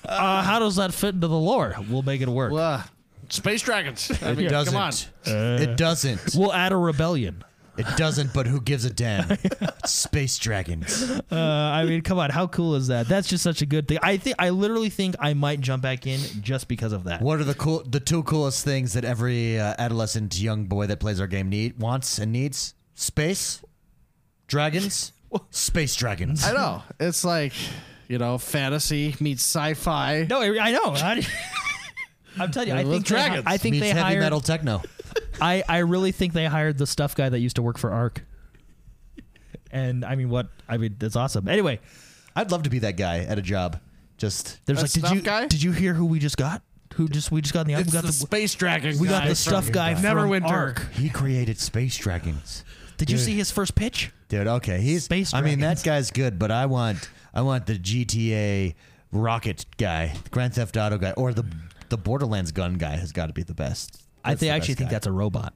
S3: uh, how does that fit into the lore? We'll make it work.
S2: Uh, space dragons. I mean,
S1: It doesn't.
S2: Come on.
S3: Uh.
S1: It doesn't.
S3: We'll add a rebellion.
S1: It doesn't. But who gives a damn? Space Dragons.
S3: Uh, I mean, come on, how cool is that? That's just such a good thing. I think I literally think I might jump back in just because of that.
S1: What are the cool, the two coolest things that every uh, adolescent young boy that plays our game need wants and needs? Space, dragons, space dragons.
S2: I know. It's like, you know, fantasy meets sci-fi.
S3: No, I I know. I, am telling you, I
S2: With
S3: think they hi-
S2: dragons.
S3: I think
S1: meets
S3: they
S1: heavy
S3: hired.
S1: metal techno.
S3: I, I really think they hired the stuff guy that used to work for Arc. And I mean, what? I mean, that's awesome. Anyway,
S1: I'd love to be that guy at a job. Just
S3: there's
S2: That
S3: like, did
S2: stuff
S3: you
S2: guy?
S3: did you hear who we just got? Who just we just got in the album?
S2: It's
S3: We got
S2: the,
S3: the,
S2: space dragon.
S3: we got
S2: guy
S3: the
S2: from-
S3: stuff guy from
S2: Neverwinter.
S3: Arc.
S1: he created space dragons.
S3: Did you
S1: Dude.
S3: see his first pitch?
S1: Dude, okay, he's.
S3: Space
S1: I mean,
S3: dragons.
S1: that guy's good, but I want, I want the GTA rocket guy, the Grand Theft Auto guy, or the the Borderlands gun guy has got to be the best.
S3: I
S1: That's
S3: think
S1: the
S3: I actually
S1: best
S3: think
S1: guy.
S3: that's a robot.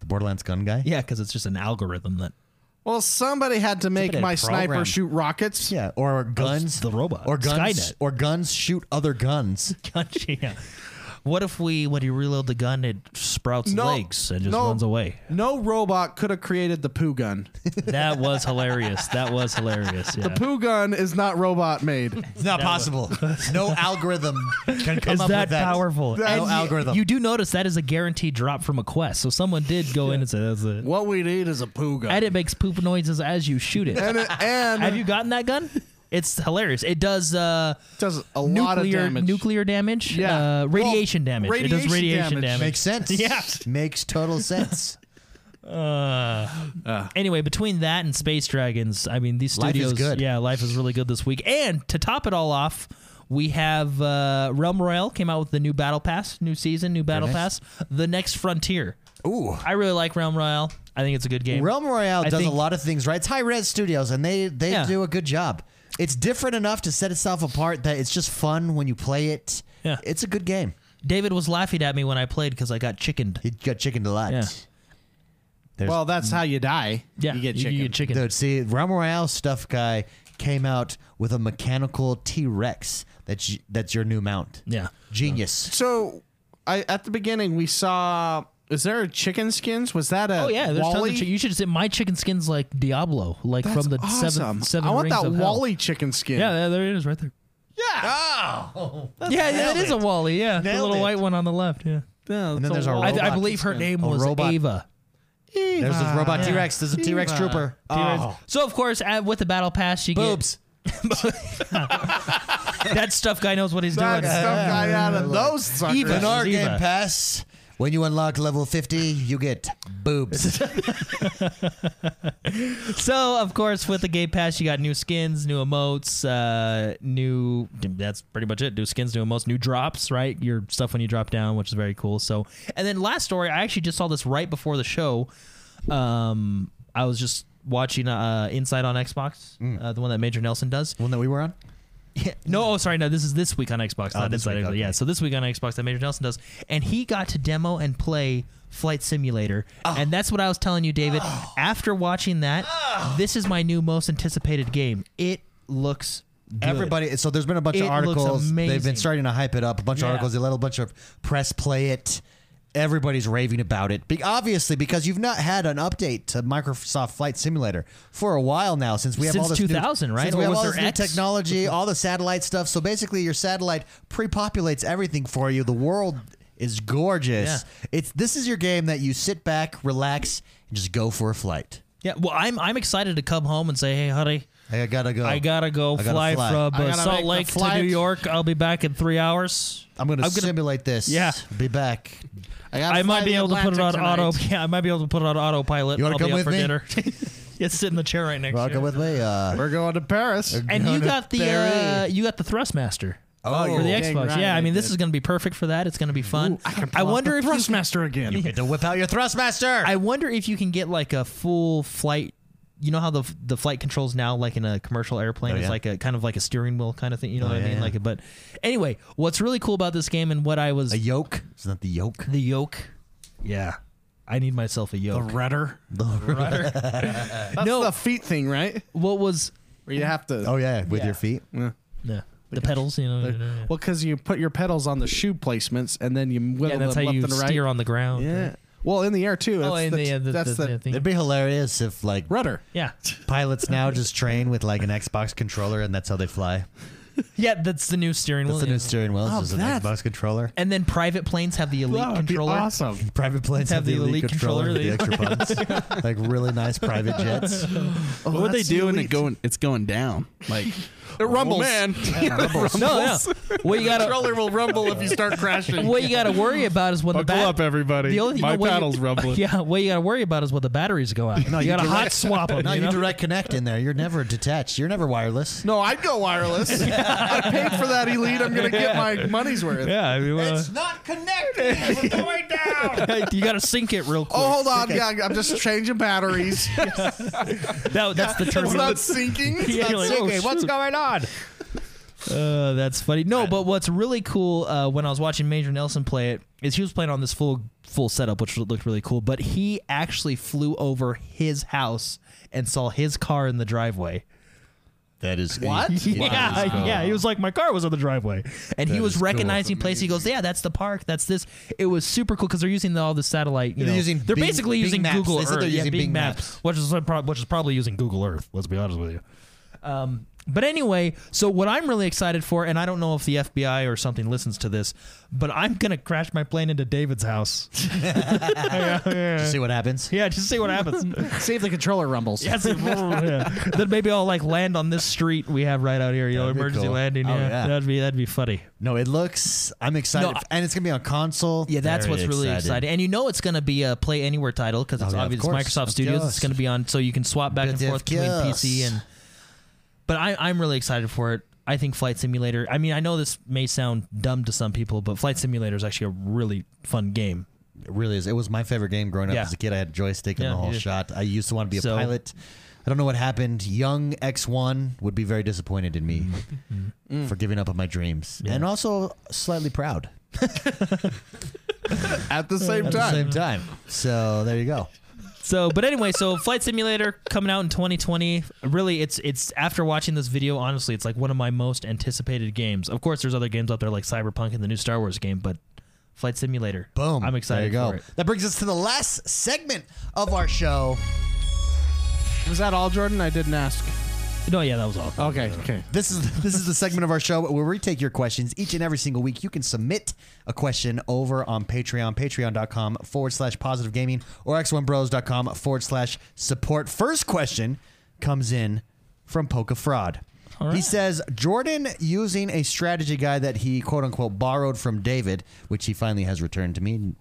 S1: the Borderlands gun guy.
S3: Yeah, because it's just an algorithm that
S2: Well, somebody had to
S1: Somebody
S2: make
S1: had
S2: my
S1: to program.
S2: sniper shoot rockets.
S1: Yeah, or guns.
S3: the robot.
S1: Or guns.
S3: Skynet.
S1: Or guns shoot other guns.
S3: yeah. What if we when you reload the gun, it sprouts
S2: No,
S3: legs and just
S2: no.
S3: runs away?
S2: No robot could have created the poo gun.
S3: That was hilarious. That was hilarious. Yeah.
S2: poo gun is not robot made.
S1: It's not possible. no algorithm can come
S3: is
S1: up
S3: that
S1: with that.
S3: powerful?
S1: No
S2: That's-
S1: algorithm.
S3: You do notice that is a guaranteed drop from a quest. So someone did go in and say that's it.
S2: What we need is a poo gun.
S3: And it makes poop noises as you shoot it.
S2: and it, and
S3: Have you gotten that gun? It's hilarious. It does uh,
S2: does a
S3: nuclear
S2: lot of damage.
S3: nuclear damage.
S2: Yeah.
S3: Uh, radiation
S2: Well,
S3: damage. it does
S2: radiation
S3: radiation damage.
S1: Makes sense.
S3: Yeah.
S1: Makes total sense.
S3: Uh,
S2: Uh.
S3: Anyway, between that and Space Dragons, I mean these
S1: Life is
S3: studios.
S1: good.
S3: Yeah, life is really good this week. And to top it all off. We have uh, Realm Royale came out with the new Battle Pass, new season, new Battle
S1: nice.
S3: Pass, the next frontier.
S1: Ooh.
S3: I really like Realm Royale. I think it's a good game.
S1: Realm Royale
S3: I
S1: does
S3: think-
S1: a lot of things right. It's high res studios, and they they
S3: Yeah.
S1: do a good job. It's different enough to set itself apart that it's just fun when you play it.
S3: Yeah.
S1: It's a good game.
S3: David was laughing at me when I played because I got chickened.
S1: He got chickened a lot.
S3: Yeah.
S1: There's-
S2: Well, that's how you die.
S3: Yeah,
S2: you get chicken.
S3: You, get chicken.
S1: Dude, see, Realm Royale stuff guy came out with a mechanical T Rex. That's y- that's your new mount.
S3: Yeah.
S1: Genius.
S2: So, I at the beginning we saw. Is there a chicken skins? Was that a
S3: Oh yeah, there's
S2: Wally?
S3: tons of chi- you should say my chicken skin's like Diablo, like
S2: That's
S3: from the
S2: awesome.
S3: seven seven
S2: I want
S3: rings
S2: that
S3: of hell.
S2: Wally chicken skin.
S3: Yeah, there, there it is, right there.
S1: Oh.
S3: yeah, yeah, it is a Wally. Yeah, the
S1: Nailed
S3: little
S1: it.
S3: white one on the left. Yeah,
S2: and
S1: then there's our
S3: I, I
S1: Robot
S3: believe her
S2: skin.
S3: name
S1: A
S3: was
S1: robot.
S3: Ava.
S1: There's this robot
S3: Yeah.
S1: T Rex. There's a T Rex
S2: Eva.
S1: trooper. Oh.
S3: So of course, at, with the battle pass, you
S1: Boobs.
S3: get that stuff. Guy knows what he's doing.
S2: That stuff got out of those suckers.
S3: Eva.
S1: In our
S3: Eva.
S1: game pass, when you unlock level 50, you get boobs.
S3: So of course, with the Game Pass, you got new skins, new emotes, uh, new. That's pretty much it. New skins, new emotes, new drops. Right, your stuff when you drop down, which is very cool. So, and then last story, I actually just saw this right before the show. Um, I was just watching uh, Inside on Xbox, uh, the one that Major Nelson does.
S1: One that we were on?
S3: Yeah. No, oh, sorry, no. This is this week on Xbox,
S1: Oh,
S3: not
S1: this
S3: Inside
S1: week,
S3: Xbox.
S1: okay.
S3: Yeah, so this week on Xbox that Major Nelson does, and he got to demo and play Flight Simulator,
S1: Ah.
S3: and that's what I was telling you, David. After watching that,
S1: Ah.
S3: this is my new most anticipated game. It looks good.
S1: Everybody. So there's been a bunch
S3: It
S1: of
S3: looks
S1: articles. They've
S3: amazing.
S1: been starting to hype it up. A bunch
S3: Yeah.
S1: of articles. They let a bunch of press play it. Everybody's raving about it. Be- obviously, because you've not had an update to Microsoft Flight Simulator for a while now. Since we have
S3: Since
S1: all this
S3: 2000,
S1: new,
S3: right?
S1: Since
S3: Or
S1: we have
S3: was
S1: all
S3: there
S1: this new
S3: X?
S1: technology, all the satellite stuff. So basically, your satellite pre-populates everything for you. The world is gorgeous. It's this is your game that you sit back, relax, and just go for a flight.
S3: Yeah, well, I'm I'm excited to come home and say, hey, honey.
S1: I gotta go.
S3: I gotta go
S1: Oh. I gotta
S3: fly,
S1: fly.
S2: I
S3: from uh,
S2: gotta make
S3: Salt
S2: the
S3: Lake to
S2: flight.
S3: New York. I'll be back in three hours.
S1: I'm gonna simulate this.
S3: Yeah.
S1: be back.
S2: I, gotta
S3: I
S2: fly
S3: might be
S2: the
S3: able to put it on
S2: Atlantic
S3: auto.
S2: tonight.
S3: Yeah, I might be able to put it on autopilot.
S1: You wanna
S3: I'll
S1: come
S3: be up
S1: with
S3: for
S1: me?
S3: dinner. yeah, sit in the chair right next
S1: Well,
S3: to you.
S1: come with me. Uh,
S2: We're going to Paris.
S3: And you
S1: Gonna
S3: got the
S1: bury.
S3: uh, you got the Thrustmaster.
S1: Oh,
S3: for the
S1: you're
S2: dang
S3: Xbox.
S2: right,
S3: yeah, I
S2: I
S3: mean this
S2: did.
S3: is going to be perfect for that. It's going to be fun.
S2: Ooh, I can pull
S3: uh, I
S2: out
S3: wonder
S2: the
S3: if you can,
S2: Thrustmaster again.
S1: to whip out your thrustmaster.
S3: I wonder if you can get like a full flight. You know how the the flight controls now, like in a commercial airplane,
S1: Oh,
S3: is
S1: yeah.
S3: like a kind of like a steering wheel kind of thing. You
S2: Oh,
S3: know what I
S1: yeah,
S3: mean?
S1: yeah.
S3: Like, it, but anyway, what's really cool about this game and what I was
S1: a yoke. It's not the yoke.
S3: the yoke. Yeah, I need myself a yoke.
S2: rudder. That's
S3: No.
S2: the feet thing, right?
S3: what was
S2: Where you have to.
S1: oh yeah, with
S3: Yeah.
S1: your feet.
S2: yeah.
S3: yeah, the pedals? You know, yeah.
S2: Well, because you put your pedals on the shoe placements, and then you
S3: yeah,
S2: wiggle
S3: that's how
S2: them left
S3: you
S2: and right.
S3: steer on the ground.
S2: yeah. Well, in the air too. That's
S3: Oh, and
S2: the,
S3: the, uh, the,
S2: that's
S3: the,
S2: the,
S3: the thing.
S1: It'd be hilarious if like
S2: rudder.
S3: yeah.
S1: pilots now just train with like an Xbox controller and that's how they fly.
S3: Yeah, that's the new steering
S1: That's
S3: wheel.
S1: the
S3: yeah.
S1: new steering wheel.
S2: Oh,
S1: It's just an
S2: that's-
S1: Xbox controller.
S3: and then private planes have the elite
S2: That would be
S3: controller.
S2: awesome.
S1: Private planes
S3: Have
S1: have, the
S3: the
S1: elite,
S3: elite
S1: controller,
S3: controller,
S1: with the extra buttons, like really nice private jets.
S2: Oh,
S4: what they
S2: that's
S4: do when
S2: sweet.
S4: it going? It's going down. Like
S2: It rumbles.
S4: Oh, man.
S3: No, yeah. What you gotta
S2: controller will rumble if you start crashing.
S3: what you gotta worry about is when the
S4: Buckle
S3: bat-
S4: up, everybody.
S3: The only,
S4: My
S3: no, what you-
S4: paddle's rumbling.
S3: Yeah, what you gotta worry about is when the batteries go out. No, you, gotta hot swap them.
S1: No,
S3: you
S1: you
S3: know?
S1: direct connect in there. You're never detached. You're never wireless.
S2: No, I'd go wireless. I paid for that elite. I'm gonna get my money's worth.
S3: yeah, I mean, well,
S1: not connected. We're going down.
S3: you gotta sync it real quick.
S2: Oh, hold on. Yeah, I'm just changing batteries.
S3: That- that's the
S2: it's not
S3: turbulence.
S2: sinking. It's
S3: Yeah,
S2: not
S3: you're like, oh,
S2: sinking. What's
S3: shoot.
S2: going on?
S3: Uh, that's funny. No, but what's really cool uh, when I was watching Major Nelson play it is he was playing on this full full setup, which looked really cool. But he actually flew over his house and saw his car in the driveway.
S1: That is
S2: What?
S3: Yeah, yeah. He was like, my car was on the driveway, and he
S1: That
S3: was
S1: is cool.
S3: recognizing place. He goes, yeah, that's the park. That's this. It was super cool because they're using the, all the satellite. You
S1: They're
S3: know,
S1: using
S3: they're
S1: Bing-
S3: basically
S1: Bing
S3: using
S1: Maps.
S3: Google
S1: They said
S3: Earth.
S1: they're
S3: yeah,
S1: using
S3: Bing,
S1: Bing
S3: Maps, which is prob- which is probably using Google Earth. Let's be honest with you. Um, but anyway, so what I'm really excited for, and I don't know if the FBI or something listens to this, but I'm gonna crash my plane into David's house. yeah, yeah.
S1: See what happens.
S3: Yeah, just see what happens.
S2: See if the controller rumbles.
S3: Yes, it- yeah. Then maybe I'll like land on this street we have right out here. You know,
S1: That'd be
S3: emergency
S1: cool.
S3: landing.
S1: Oh,
S3: yeah.
S1: yeah.
S3: that'd be that'd be funny.
S1: No, it looks. I'm excited,
S3: No, I-
S1: f- and it's gonna be on console.
S3: Yeah, that's
S1: Very
S3: what's really exciting. And you know it's going to be a play anywhere title because it's
S1: Oh, yeah, of
S3: obvious
S1: course.
S3: Microsoft
S1: Of
S3: Studios. It's
S1: course.
S3: going to be on, so you can swap back and
S1: But of
S3: forth between
S1: course.
S3: PC and. But I, I'm really excited for it. I think Flight Simulator. I mean, I know this may sound dumb to some people, but Flight Simulator is actually a really fun game.
S1: It really is. It was my favorite game growing up
S3: Yeah.
S1: as a kid. I had a joystick
S3: Yeah,
S1: and the
S3: you
S1: whole
S3: did.
S1: shot. I used to want to be a
S3: So-
S1: pilot. I don't know what happened. Young X1 would be
S3: Mm.
S1: very disappointed in me for giving up on my dreams, and also slightly proud.
S2: at the same
S1: at the
S2: time.
S1: same time. So there you go.
S3: So, but anyway, so Flight Simulator coming out in 2020. Really, it's it's after watching this video, honestly, it's like one of my most anticipated games. Of course, there's other games out there like Cyberpunk and the new Star Wars game, but Flight Simulator.
S1: Boom.
S3: I'm
S1: There you
S3: excited
S1: go.
S3: for it.
S1: That brings us to the last segment of our show.
S2: Was that all, Jordan? I didn't ask.
S3: No, yeah, that was all.
S2: Okay, okay.
S1: This is this is the segment of our show where we take your questions each and every single week. You can submit a question over on Patreon, patreon.com forward slash positive gaming or x1bros.com forward slash support. First question comes in from Poke Fraud. He says Jordan using a strategy guide that he quote unquote borrowed from David, which he finally has returned to me.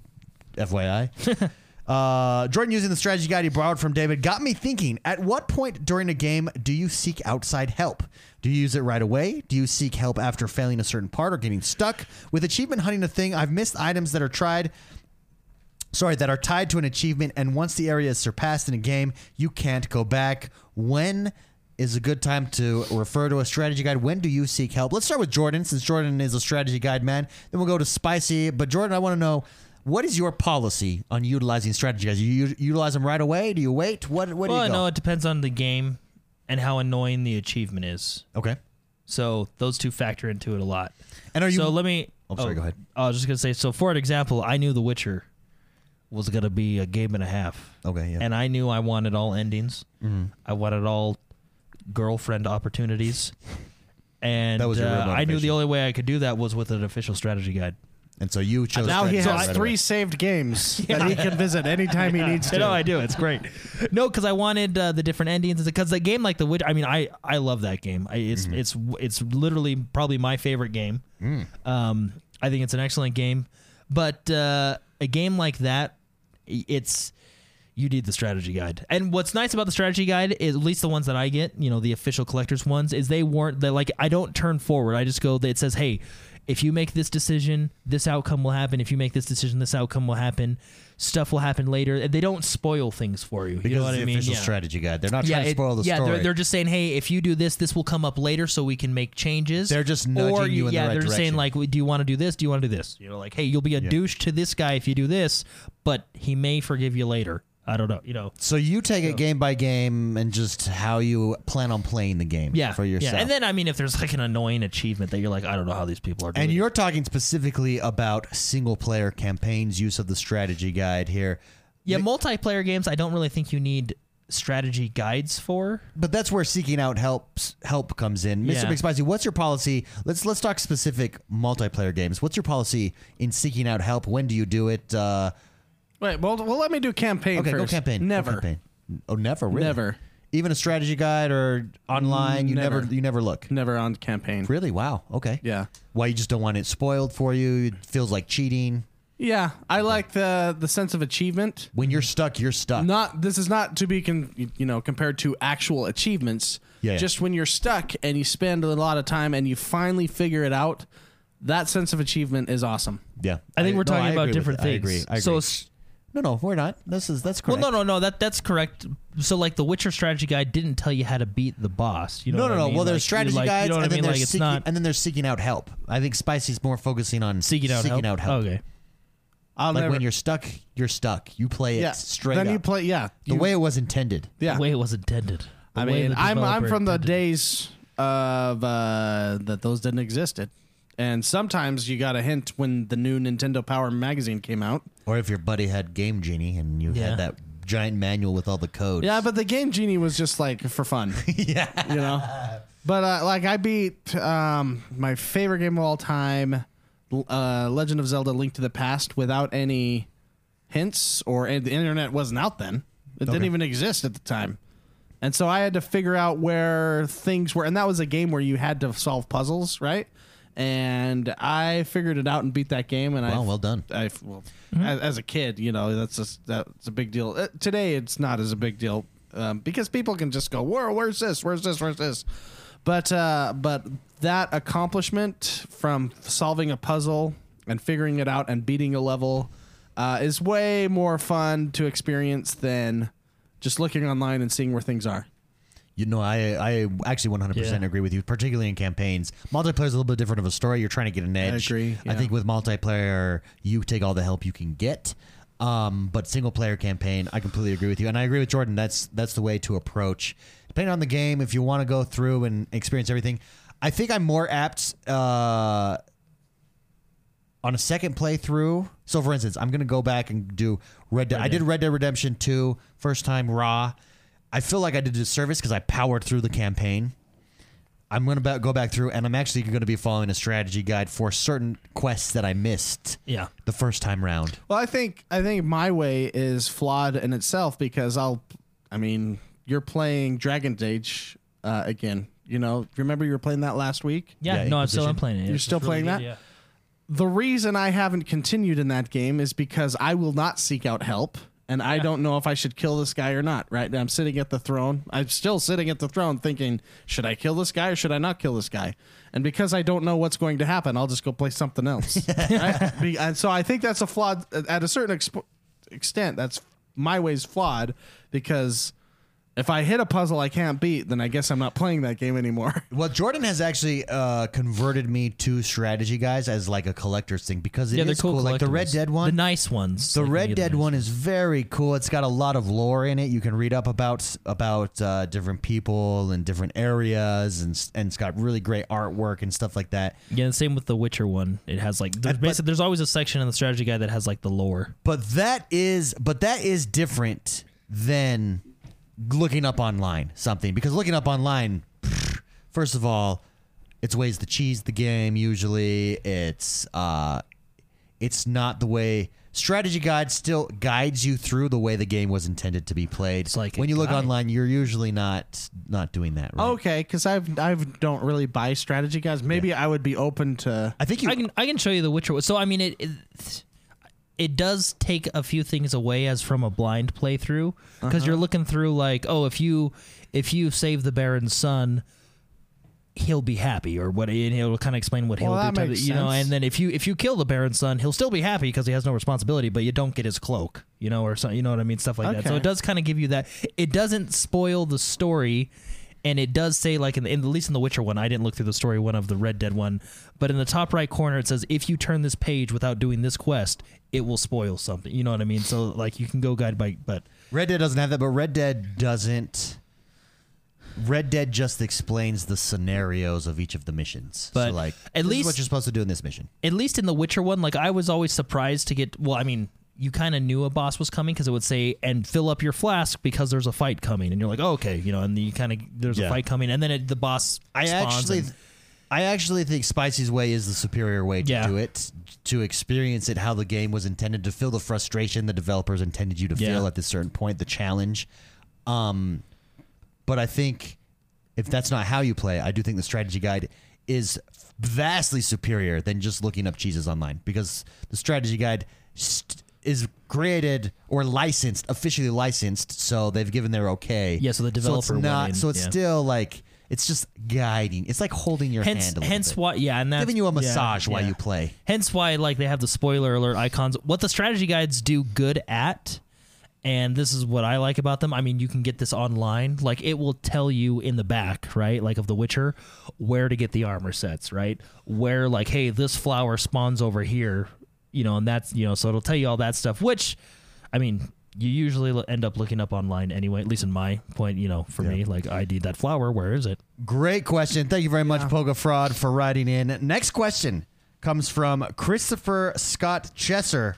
S1: FYI. Uh, Jordan using the strategy guide he borrowed from David got me thinking. At what point during a game do you seek outside help? Do you use it right away? Do you seek help after failing a certain part or getting stuck? With achievement hunting a thing, I've missed items that are tried. Sorry, that are tied to an achievement, and once the area is surpassed in a game, you can't go back. When is a good time to refer to a strategy guide? When do you seek help? Let's start with Jordan, since Jordan is a strategy guide man. Then we'll go to Spicy. But Jordan, I want to know what is your policy on utilizing strategy guides? You u- utilize them right away? Do you wait? What? What
S3: Well,
S1: do you
S3: no,
S1: go?
S3: it depends on the game and how annoying the achievement is.
S1: okay.
S3: So those two factor into it a lot.
S1: And are you?
S3: so let me.
S1: Oh, sorry, go ahead.
S3: I was just gonna say. So for an example, I knew The Witcher was gonna be a game and a half,
S1: okay. Yeah. Mm-hmm.
S3: and I knew I wanted all endings. I wanted all girlfriend opportunities, and
S1: That was your real
S3: uh, I knew
S1: motivation.
S3: the only way I could do that was with an official strategy guide.
S1: And so you chose.
S2: Now he
S1: strategy guides
S2: has
S1: right
S2: three
S1: away.
S2: saved games that he can visit anytime he needs to.
S3: No, I do. It's great. no, because I wanted uh, the different endings. Because the game, like the Witcher, I mean, I I love that game. I,
S1: Mm-hmm.
S3: it's it's it's literally probably my favorite game.
S1: Mm.
S3: Um, I think it's an excellent game, but uh, a game like that, i- it's you need the strategy guide. And what's nice about the strategy guide is at least the ones that I get, you know, the official collectors ones, is they weren't they like I don't turn forward. I just go it says, "Hey, if you make this decision, this outcome will happen. If you make this decision, this outcome will happen. Stuff will happen later." And they don't spoil things for you.
S1: Because
S3: you know what
S1: it's the
S3: I mean?
S1: official
S3: Yeah.
S1: strategy guide. They're not
S3: Yeah,
S1: trying to
S3: it-
S1: spoil the
S3: yeah,
S1: story.
S3: They're, they're just saying, hey, if you do this, this will come up later, so we can make changes.
S1: They're just nudging
S3: or,
S1: you in the
S3: yeah,
S1: right
S3: they're just saying
S1: direction.
S3: like, do you want to do this? Do you want to do this? You know, like, hey, you'll be a douche to this guy if you do this, but he may forgive you later. I don't know. You know,
S1: So you take it game by game and just how you plan on playing the game
S3: yeah,
S1: for yourself.
S3: Yeah. And then I mean, if there's like an annoying achievement that you're like, I don't know how these people are doing.
S1: And
S3: it.
S1: you're talking specifically about single player campaigns use of the strategy guide here.
S3: yeah, multiplayer games, I don't really think you need strategy guides for.
S1: But that's where seeking out helps help comes in. Mr.
S3: Yeah.
S1: Big Spicy, what's your policy? Let's let's talk specific multiplayer games. What's your policy in seeking out help? When do you do it? Uh,
S2: Wait, well, well, let me do campaign
S1: okay, go
S2: first.
S1: campaign. Go
S2: Never.
S1: campaign. Oh, never really.
S2: Never.
S1: Even a strategy guide or online, you never,
S2: Never.
S1: you never look.
S2: Never on campaign.
S1: Really? Wow. Okay.
S2: Yeah.
S1: Why you just don't want it spoiled for you? It feels like cheating.
S2: Yeah, I like the the sense of achievement.
S1: When you're stuck, you're stuck.
S2: Not this is not to be con, you know compared to actual achievements.
S1: Yeah, yeah.
S2: Just when you're stuck and you spend a lot of time and you finally figure it out, that sense of achievement is awesome.
S1: Yeah,
S3: I think we're
S1: no,
S3: talking
S1: I
S3: about
S1: agree with
S3: different
S1: that. I
S3: things.
S1: agree. I agree.
S3: So s-
S1: no, no, we're not. This is that's
S3: Well,
S1: correct.
S3: no, no, no. That that's correct. So, like, the Witcher strategy guide didn't tell you how to beat the boss. You know
S1: no,
S3: what
S1: no,
S3: I
S1: no.
S3: mean?
S1: Well,
S3: Like,
S1: there's
S3: you
S1: strategy
S3: like,
S1: guides,
S3: You know what
S1: and
S3: I
S1: then
S3: mean?
S1: they're
S3: like, it's
S1: seeking,
S3: not
S1: and then they're seeking out help. I think Spicy's more focusing on
S3: seeking out help. Okay.
S2: I'll
S1: like
S2: never.
S1: when you're stuck, you're stuck. You play it
S2: yeah,
S1: straight
S2: Then
S1: up.
S2: you play. Yeah,
S1: the
S2: you-
S1: way it was intended.
S2: Yeah,
S3: The way it was intended. The
S2: I
S3: way
S2: mean,
S3: the
S2: I'm I'm
S3: developer
S2: from the
S3: intended it.
S2: days of uh, that those didn't existed, and sometimes you got a hint when the new Nintendo Power magazine came out.
S1: Or if your buddy had Game Genie and you
S3: Yeah.
S1: had that giant manual with all the codes.
S2: Yeah, but the Game Genie was just like for fun. yeah, you know. But uh, like I beat um, my favorite game of all time, L- uh, Legend of Zelda: Link to the Past, without any hints or and the internet wasn't out then. It didn't even exist at the time. And so I had to figure out where things were. And that was a game where you had to solve puzzles, right? And I figured it out and beat that game. And I,
S1: Wow, well done.
S2: I, well, as, as a kid, you know, that's just, that's a big deal. Uh, today, it's not as a big deal um, because people can just go, Whoa, where's this? Where's this? Where's this? But, uh, but that accomplishment from solving a puzzle and figuring it out and beating a level uh, is way more fun to experience than just looking online and seeing where things are.
S1: You know, I I actually 100%
S3: Yeah.
S1: agree with you, particularly in campaigns. Multiplayer is a little bit different of a story. You're trying to get an edge.
S2: agree,
S1: I
S2: yeah.
S1: think with multiplayer, you take all the help you can get. Um, but single player campaign, I completely agree with you, and I agree with Jordan. That's that's the way to approach. Depending on the game, if you want to go through and experience everything, I think I'm more apt. Uh, on a second playthrough. So, for instance, I'm gonna go back and do Red. Dead. I did Red Dead Redemption 2 first time raw. I feel like I did a disservice because I powered through the campaign. I'm gonna ba- go back through, and I'm actually gonna be following a strategy guide for certain quests that I missed.
S3: Yeah.
S1: the first time round.
S2: Well, I think I think my way is flawed in itself because I'll, I mean, you're playing Dragon Age uh, again. You know, remember you were playing that last week.
S3: Yeah,
S1: Yeah,
S3: no, I'm still
S1: Inquisition.
S3: I'm playing it.
S2: You're
S3: It's
S2: still
S3: really
S2: playing
S3: good,
S2: that? The reason I haven't continued in that game is because I will not seek out help, and I don't know if I should kill this guy or not. Right, I'm sitting at the throne. I'm still sitting at the throne, thinking, should I kill this guy or should I not kill this guy? And because I don't know what's going to happen, I'll just go play something else. right? Be- And so I think that's a flawed at a certain exp- extent. That's my way's flawed because. If I hit a puzzle I can't beat, then I guess I'm not playing that game anymore.
S1: Well, Jordan has actually uh, converted me to strategy guys as like a collector's thing because it
S3: Yeah,
S1: is
S3: they're cool.
S1: Like the Red
S3: collectibles.
S1: Dead one,
S3: the nice ones.
S1: The
S3: like
S1: Red
S3: the
S1: Dead
S3: others.
S1: one is very cool. It's got a lot of lore in it. You can read up about about uh, different people and different areas, and s- and it's got really great artwork and stuff like that.
S3: Yeah, the same with the Witcher one. It has like there's,
S1: but-
S3: basically, there's always a section in the strategy guide that has like the lore.
S1: But that is but that is different than looking up online something because looking up online, pfft, first of all, it's ways to cheese the game. Usually, it's uh, it's not the way strategy guide still guides you through the way the game was intended to be played.
S3: It's like a
S1: when you look
S3: guide. Oh,
S1: online, you're usually not not doing that. Right?
S2: Okay, because I've I don't really buy strategy guys. Maybe I would be open to.
S1: I think you.
S3: I can I can show you the Witcher. one. So I mean it. it it does take a few things away as from a blind playthrough because
S2: Uh-huh.
S3: you're looking through like oh if you if you save the baron's son he'll be happy or what and he'll kind of explain what
S2: Well,
S3: he'll
S2: that
S3: do type
S2: makes
S3: of- you know
S2: sense.
S3: and then if you if you kill the baron's son he'll still be happy because he has no responsibility but you don't get his cloak you know or something you know what i mean stuff like that so
S2: Okay.
S3: it does kind of give you that it doesn't spoil the story and it does say like in, the, in at least in the witcher one i didn't look through the story one of the red dead one but in the top right corner it says if you turn this page without doing this quest it will spoil something you know what i mean so like you can go guide by but
S1: Red Dead doesn't have that, but Red Dead doesn't. Red Dead just explains the scenarios of each of the missions.
S3: But
S1: so like,
S3: at
S1: this is
S3: least-
S1: what you're supposed to do in this mission.
S3: at least in the Witcher one, like I was always surprised to get. Well, I mean, you kind of knew a boss was coming because it would say and fill up your flask because there's a fight coming, and you're like, oh, okay, you know, and you kind of there's
S1: Yeah.
S3: a fight coming, and then it, the boss.
S1: I
S3: spawns
S1: actually,
S3: and-
S1: I actually think Spicy's way is the superior way to
S3: Yeah.
S1: do it, to experience it how the game was intended to feel the frustration the developers intended you to
S3: Yeah.
S1: feel at this certain point, the challenge. Um, but I think if that's not how you play, I do think the strategy guide is vastly superior than just looking up cheeses online because the strategy guide st- is created or licensed, officially licensed, so they've given their okay.
S3: Yeah, so the
S1: it's
S3: developer went
S1: not.
S3: in,
S1: so it's
S3: yeah.
S1: still like it's just guiding. It's like holding your
S3: hence
S1: hand. A little
S3: hence
S1: bit.
S3: why yeah, and that's
S1: giving you a
S3: yeah,
S1: massage while
S3: yeah.
S1: you play.
S3: Hence why like they have the spoiler alert icons. What the strategy guides do good at and this is what I like about them. I mean, you can get this online. Like it will tell you in the back, right? Like of the Witcher, where to get the armor sets, right? Where like hey, this flower spawns over here, you know, and that's, you know, so it'll tell you all that stuff, which I mean, you usually lo- end up looking up online anyway, at least in my point, you know, for me, like I need that flower, where is it?
S1: Great question. Thank you very much, Poga Fraud, for writing in. Next question comes from Christopher Scott Chesser.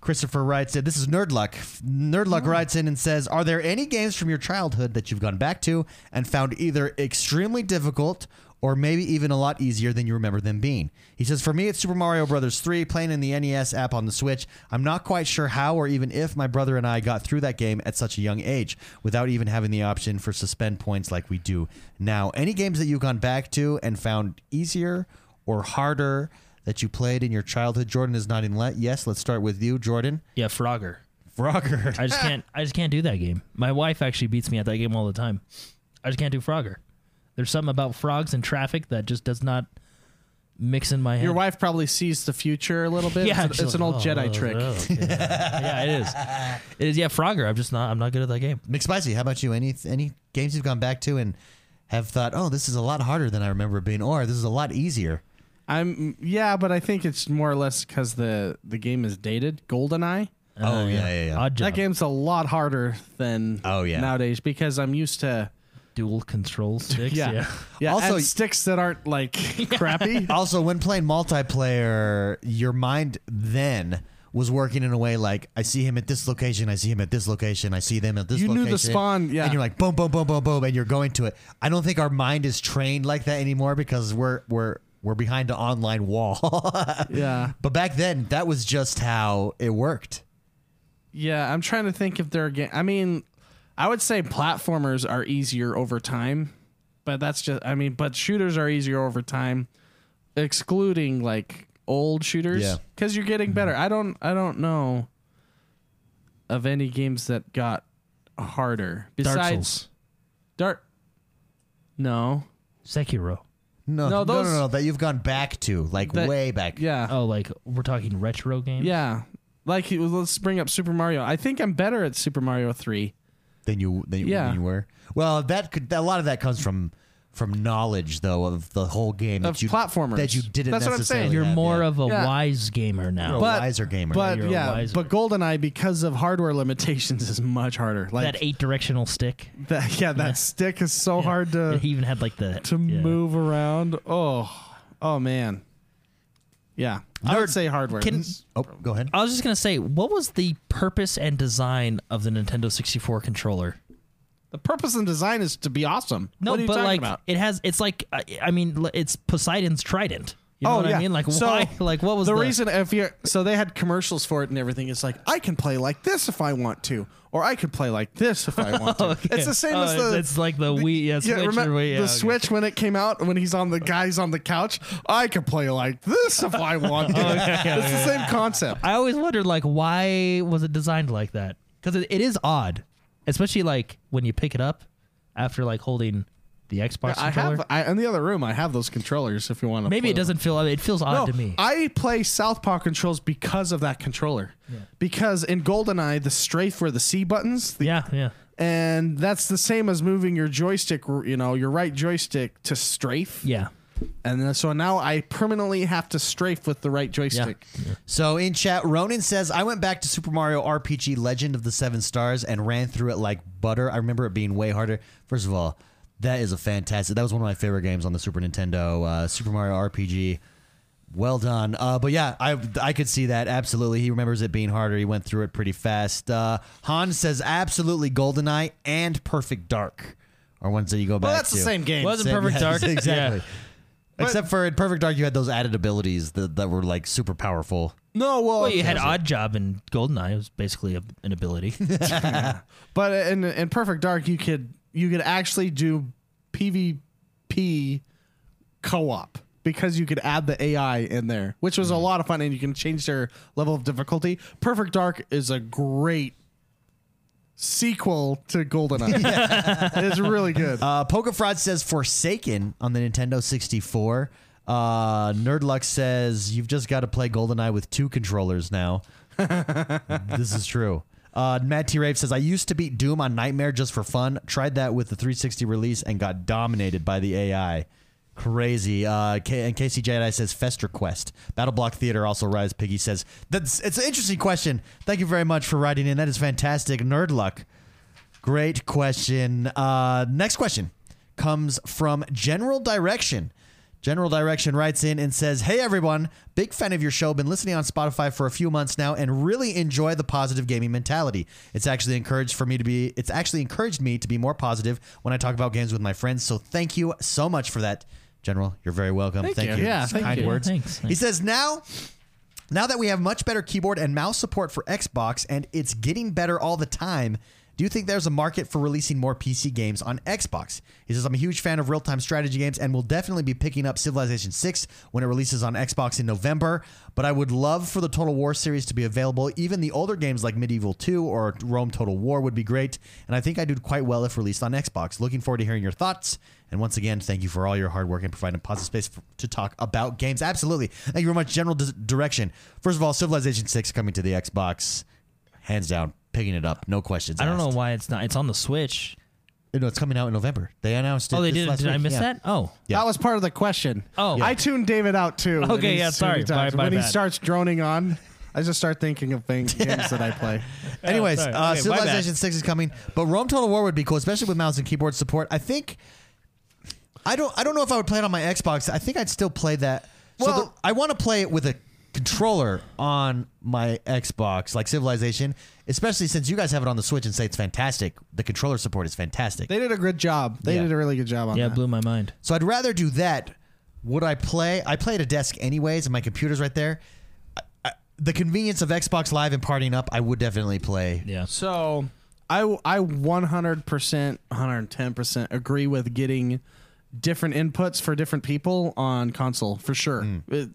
S1: Christopher writes in, this is Nerdluck. Nerdluck writes in and says, Are there any games from your childhood that you've gone back to and found either extremely difficult or maybe even a lot easier than you remember them being? He says, For me, it's Super Mario Brothers 3, playing in the NES app on the Switch. I'm not quite sure how or even if my brother and I got through that game at such a young age without even having the option for suspend points like we do now. Any games that you've gone back to and found easier or harder that you played in your childhood? Jordan is nodding. Let yes, let's start with you, Jordan.
S3: Yeah, Frogger.
S1: Frogger.
S3: I just can't. I just can't do that game. My wife actually beats me at that game all the time. I just can't do Frogger. There's something about frogs and traffic that just does not mixing my head.
S2: Your wife probably sees the future a little bit.
S3: yeah,
S2: it's,
S3: she's
S2: it's an old
S3: like, "Oh,
S2: Jedi
S3: oh,
S2: trick.
S3: oh, okay." yeah, it is. It is. Yeah, Frogger. I'm just not. I'm not good at that game.
S1: McSpicy, how about you? Any any games you've gone back to and have thought, oh, this is a lot harder than I remember it being, or this is a lot easier.
S2: I'm yeah, but I think it's more or less because the the game is dated. GoldenEye.
S1: Oh, yeah, yeah, yeah.
S3: Uh, Odd job.
S2: That game's a lot harder than
S1: Oh, yeah.
S2: nowadays because I'm used to
S3: dual control sticks.
S2: yeah
S3: yeah.
S2: also
S1: Also-
S2: sticks that aren't like crappy.
S1: Also, when playing multiplayer, your mind then was working in a way like I see him at this location, I see him at this location, I see them at this
S2: You
S1: location.
S2: knew the spawn, yeah.
S1: And you're like boom, boom, boom, boom, boom, and you're going to it. I don't think our mind is trained like that anymore because we're we're we're behind an online wall.
S2: Yeah,
S1: but back then, that was just how it worked.
S2: yeah. I'm trying to think if there are game. I mean, I would say platformers are easier over time, but that's just. I mean, but shooters are easier over time, excluding like old shooters.
S1: Yeah.
S2: because you're
S3: Mm-hmm.
S2: getting better. I don't. I don't know of any games that got harder
S3: Dark
S2: besides
S3: Souls.
S2: Dark. No.
S3: Sekiro.
S1: No,
S2: No,
S1: no,
S2: those-
S1: no, no, no, that you've gone back to like
S2: That-
S1: way back.
S2: Yeah.
S3: Oh, like we're talking retro games.
S2: Yeah. Like he- let's bring up Super Mario. I think I'm better at Super Mario Three.
S1: than you than you-
S2: Yeah.
S1: than you were. Well, that could a lot of that comes from from knowledge though of the whole game
S2: Of
S1: that you
S2: platformers.
S1: that you didn't
S2: That's what I'm saying.
S1: necessarily
S3: You're
S1: have,
S3: more
S1: yeah.
S3: of a
S2: Yeah.
S3: wise gamer now.
S1: You're a
S2: But-
S1: wiser gamer.
S2: But
S3: you're a
S2: yeah,
S3: wiser.
S2: but GoldenEye because of hardware limitations is much harder. Like
S3: that eight directional stick.
S2: that- yeah, that stick is so hard to
S3: he even had like the
S2: uh, to
S3: yeah.
S2: move around. Oh, oh man. Yeah, I would
S3: Nerd-
S2: say hardware.
S3: Can-
S1: oh, go ahead.
S3: I was just gonna say, what was the purpose and design of the Nintendo 64 controller?
S2: the purpose and design is to be awesome.
S3: No,
S2: what are you
S3: but
S2: talking
S3: like
S2: about?
S3: it has, it's like, I, I mean, l- it's Poseidon's trident. You know
S2: oh
S3: what
S2: yeah,
S3: I mean? Like
S2: so
S3: why? Like what was the,
S2: the reason? If you so they had commercials for it and everything. It's like I can play like this if I want to, or I could play like this if I want to. It's the same
S3: Oh,
S2: as the.
S3: it's like the Wii, yeah, Switch or
S2: remember
S3: Wii, yeah,
S2: the
S3: okay.
S2: Switch when it came out when he's on the guys on the couch. I could play like this if I want.
S3: Oh,
S2: to. it's the same concept.
S3: I always wondered like why was it designed like that? Because it, it is odd, especially like when you pick it up after like holding the Xbox
S2: I
S3: controller.
S2: have I, in the other room. I have those controllers. If you want to,
S3: Maybe it doesn't feel. It feels
S2: No,
S3: odd to me.
S2: I play Southpaw controls because of that controller. Because in GoldenEye, the strafe were the C buttons, the
S3: yeah, yeah.
S2: and that's the same as moving your joystick you know your right joystick to strafe
S3: Yeah.
S2: and then, so now i permanently have to strafe with the right joystick
S1: So in chat, Ronan says, I went back to Super Mario RPG Legend of the Seven Stars and ran through it like butter. I remember it being way harder. First of all, that is a fantastic. That was one of my favorite games on the Super Nintendo. Uh, Super Mario RPG. Well done. Uh, but yeah, I I could see that absolutely. He remembers it being harder. He went through it pretty fast. Uh, Han says absolutely. Goldeneye and Perfect Dark are ones that you go back.
S2: well that's
S1: to.
S2: the same game
S3: Wasn't Perfect
S1: yeah,
S3: Dark.
S1: exactly.
S3: Yeah.
S1: Except for in Perfect Dark, you had those added abilities that, that were like super powerful.
S2: no well,
S3: Well, you had odd job and Goldeneye. It was basically a, an ability.
S2: but in, in perfect dark you could you could actually do pvp co-op because you could add the ai in there which was a
S3: Mm.
S2: lot of fun and you can change their level of difficulty perfect dark is a great sequel to goldeneye it's really good
S1: Uh, Pokefraud says Forsaken on the Nintendo 64. Uh, Nerdluck says you've just got to play GoldenEye with two controllers now. this is true. Uh, Matt T. Rave says I used to beat Doom on Nightmare just for fun. Tried that with the 360 release and got dominated by the AI. Crazy. Uh, K- and Casey Jedi says Fester Quest. Battle Block Theater also rise. Piggy says that's it's an interesting question. Thank you very much for writing in. That is fantastic. Nerdluck. Great question. Uh, next question comes from General Direction. General Direction writes in and says, Hey everyone, big fan of your show. Been listening on Spotify for a few months now and really enjoy the positive gaming mentality. It's actually encouraged for me to be it's actually encouraged me to be more positive when I talk about games with my friends. So thank you so much for that. General, you're very welcome. Thank,
S2: you.
S1: you.
S2: Yeah,
S1: It's
S2: thank
S1: kind
S2: you.
S1: words.
S3: Thanks,
S1: He
S3: thanks.
S1: says now now that we have much better keyboard and mouse support for Xbox and it's getting better all the time, do you think there's a market for releasing more PC games on Xbox? He says, I'm a huge fan of real time strategy games and will definitely be picking up Civilization 6 when it releases on Xbox in November, but I would love for the Total War series to be available. Even the older games like Medieval 2 or Rome Total War would be great, and I think I do quite well if released on Xbox. Looking forward to hearing your thoughts. And once again, thank you for all your hard work and providing a positive space for, to talk about games. Absolutely. Thank you very much. General dis- direction. First of all, Civilization 6 coming to the Xbox. Hands down, picking it up. No questions
S3: I don't know
S1: asked.
S3: why it's not. It's on the Switch.
S1: No, it's coming out in November. They announced it.
S3: Oh, they
S1: this
S3: did.
S1: last
S3: Did I
S1: week.
S3: miss
S1: Yeah.
S3: that? Oh,
S1: Yeah.
S2: That was part of the question.
S3: Oh. Yeah.
S2: I tuned David out too. when
S3: Okay,
S2: he's
S3: yeah,
S2: too
S3: sorry.
S2: many times.
S3: My- my
S2: when he
S3: bad.
S2: starts droning on, I just start thinking of things games that I play.
S1: Anyways,
S3: sorry.
S1: uh,
S3: Okay, my
S1: Civilization
S3: bad.
S1: Six is coming, but Rome Total War would be cool, especially with mouse and keyboard support. I think I don't. I don't know if I would play it on my Xbox. I think I'd still play that. so
S2: Well-
S1: the, I want to play it with a controller on my Xbox, like Civilization, especially since you guys have it on the Switch and say it's fantastic. The controller support is fantastic.
S2: They did a good job. They
S1: Yeah.
S2: did a really good job on
S3: yeah,
S2: that.
S3: it blew my mind.
S1: So I'd rather do that. Would I play? I play at a desk anyways, and my computer's right there. I, I, the convenience of Xbox Live and partying up, I would definitely play.
S3: Yeah.
S2: So I I 100% 110% agree with getting different inputs for different people on console for sure. It-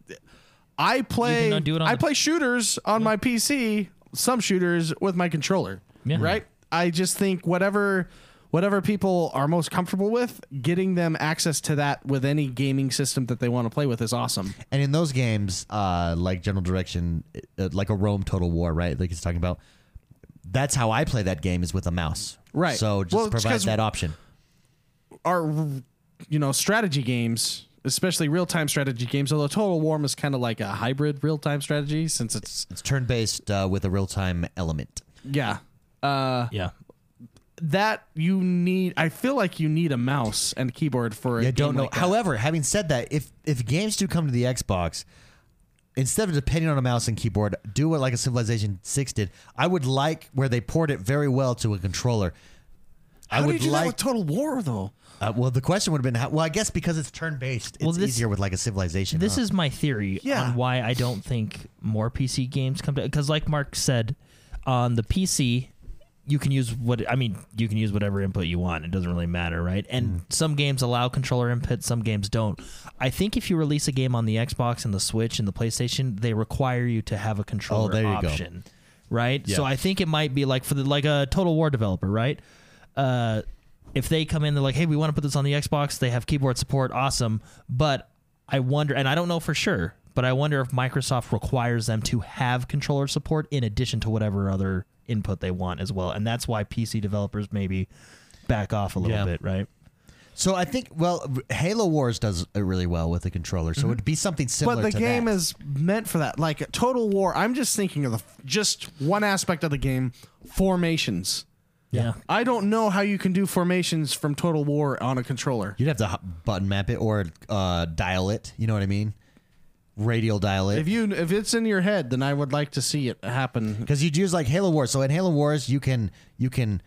S2: I play
S3: uh, do it on
S2: I
S3: the-
S2: play shooters on my PC, some shooters with my controller.
S3: Yeah.
S2: Right? I just think whatever whatever people are most comfortable with, getting them access to that with any gaming system that they want to play with is awesome.
S1: And in those games, uh, like General Direction, uh, like a Rome Total War, right? Like he's talking about. That's how I play that game is with a mouse.
S2: Right.
S1: So just
S2: Well, it's
S1: provide
S2: 'cause-
S1: that option.
S2: are you know strategy games especially real-time strategy games although total war is kind of like a hybrid real-time strategy since it's
S1: It's turn based uh, with a real time element.
S2: yeah uh
S3: Yeah.
S2: that you need i feel like you need a mouse and keyboard for a
S1: I don't
S2: game
S1: know.
S2: like that.
S1: However, having said that, if if games do come to the Xbox, instead of depending on a mouse and keyboard, do what like a Civilization Six did. I would like where they poured it very well to a controller.
S2: how
S1: I
S2: do
S1: would
S2: you do that
S1: like.
S2: with total war though
S1: uh, well, the question would have been, how, well, I guess because it's turn based, it's
S3: Well, this-
S1: easier with like a Civilization.
S3: This
S1: huh?
S3: is my theory
S2: Yeah.
S3: on why I don't think more PC games come to because, like Mark said, on the PC you can use what I mean. You can use whatever input you want. It doesn't really matter, right?
S1: Mm.
S3: And some games allow controller input, some games don't. I think if you release a game on the Xbox and the Switch and the PlayStation, they require you to have a controller
S1: Oh, there you go.
S3: option, right? So
S1: Yeah.
S3: I think it might be like for the like a Total War developer, right? Uh, if they come in, they're like, "Hey, we want to put this on the Xbox. They have keyboard support, awesome." But I wonder, and I don't know for sure, but I wonder if Microsoft requires them to have controller support in addition to whatever other input they want as well, and that's why PC developers maybe back off a little
S1: Yeah.
S3: bit, right?
S1: So I think well, Halo Wars does it really well with a controller. So it'd be something similar.
S2: Mm-hmm. but the
S1: to
S2: game
S1: that.
S2: is meant for that like total war i'm just thinking of the just one aspect of the game formations
S3: Yeah.
S2: i don't know how you can do formations from total war on a controller
S1: you'd have to hu- button map it or uh, dial it. You know what I mean? Radial dial
S2: If
S1: it
S2: you if it's in your head, then I would like to see it happen.
S1: because you'd use like Halo Wars. So in Halo Wars, you can you can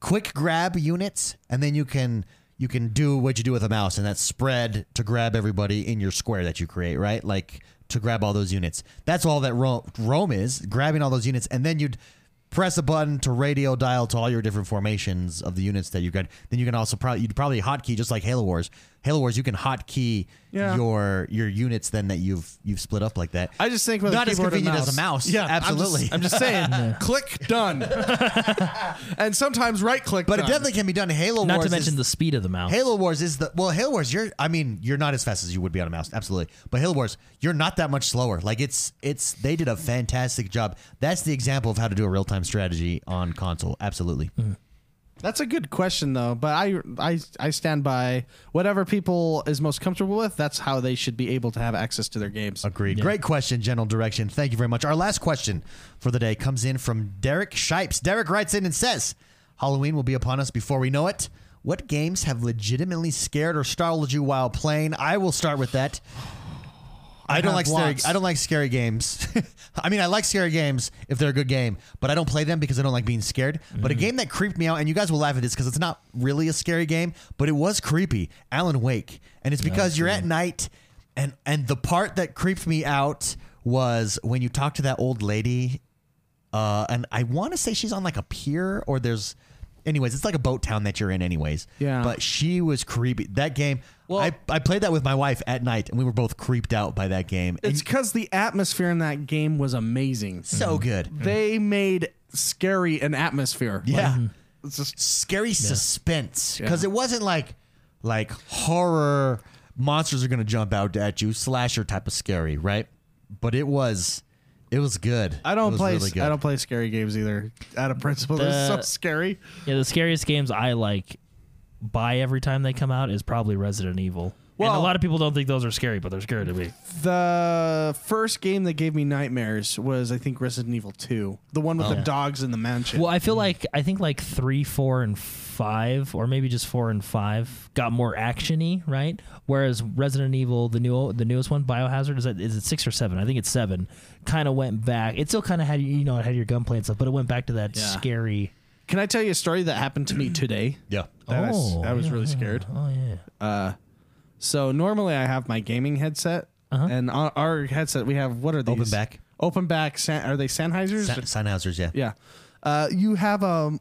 S1: quick grab units, and then you can you can do what you do with a mouse, and that's spread to grab everybody in your square that you create, right? Like to grab all those units. That's all that Rome, Rome is grabbing all those units, and then you'd press a button to radio dial to all your different formations of the units that you got. Then you can also probably you'd probably hotkey just like Halo Wars. Halo Wars, you can hotkey
S2: Yeah.
S1: your your units then that you've you've split up like that.
S2: I just think with
S1: Not
S2: a
S1: as
S2: keyboard and
S1: convenient as a mouse.
S2: Yeah, I'm just-
S1: Absolutely.
S2: I'm just, saying, click done, and sometimes right click.
S1: But it definitely can be done. Halo
S3: Not
S1: Wars.
S3: to mention
S1: is,
S3: the speed of the mouse.
S1: Halo Wars is the well. Halo Wars, you're. I mean, you're not as fast as you would be on a mouse, absolutely. But Halo Wars, you're not that much slower. Like it's it's. They did a fantastic job. That's the example of how to do a real time strategy on console. Absolutely.
S3: Mm-hmm.
S2: that's a good question though. But I I I stand by whatever people is most comfortable with. That's how they should be able to have access to their games.
S1: Agreed. Great question, General Direction. Thank you very much. Our last question for the day comes in from Derek Shipes. Derek writes in and says, Halloween will be upon us before we know it. What games have legitimately scared or startled you while playing? I will start with that. I don't
S2: have
S1: like scary,
S2: lots.
S1: I don't like scary games. I mean, I like scary games if they're a good game, but I don't play them because I don't like being scared. But a
S2: Mm-hmm.
S1: game that creeped me out, and you guys will laugh at this because it's not really a scary game, but it was creepy. Alan Wake, and it's because you're at night, and and the part that creeped me out was when you talk to that old lady uh, and I want to say she's on like a pier or there's, anyways, it's like a boat town that you're in, anyways.
S2: Yeah.
S1: But she was creepy. That game,
S3: Well-
S1: I, I played that with my wife at night, and we were both creeped out by that game.
S2: It's
S1: It's
S2: because the atmosphere in that game was amazing.
S1: so good.
S2: They made scary an atmosphere.
S1: mm.
S2: Like,
S1: Yeah.
S2: it's just
S1: Scary suspense because
S2: Yeah.
S1: it wasn't like like horror monsters are gonna jump out at you, slasher type of scary, right? But it was, it was good.
S2: I
S1: It
S2: don't
S1: was
S2: play.
S1: really good.
S2: I don't play scary games either. Out of principle,
S3: The-
S2: it's so scary.
S3: Yeah, the scariest games I like buy every time they come out is probably Resident Evil. and
S2: Well-
S3: a lot of people don't think those are scary, but they're scary to me.
S2: The first game that gave me nightmares was I think Resident Evil Two, the one with the dogs in the mansion.
S3: Well, I feel like I think like three, four, and five, or maybe just four and five, got more actiony, right? Whereas Resident Evil, the new, the newest one, Biohazard, is that is it six or seven? I think it's seven. Kind of went back. It still kind of had you know it had your gunplay and stuff, but it went back to that
S2: Yeah.
S3: scary.
S2: Can I tell you a story that happened to me today?
S1: yeah.
S2: That I s-
S3: Oh,
S2: I was
S3: yeah,
S2: really
S3: yeah.
S2: scared. Uh,
S3: Oh yeah.
S2: So normally I have my gaming headset, and our, our headset we have what are these?
S1: Open back.
S2: Open back. San, are they Sennheisers?
S1: Sa- Sennheisers, yeah.
S2: yeah. Uh, you have a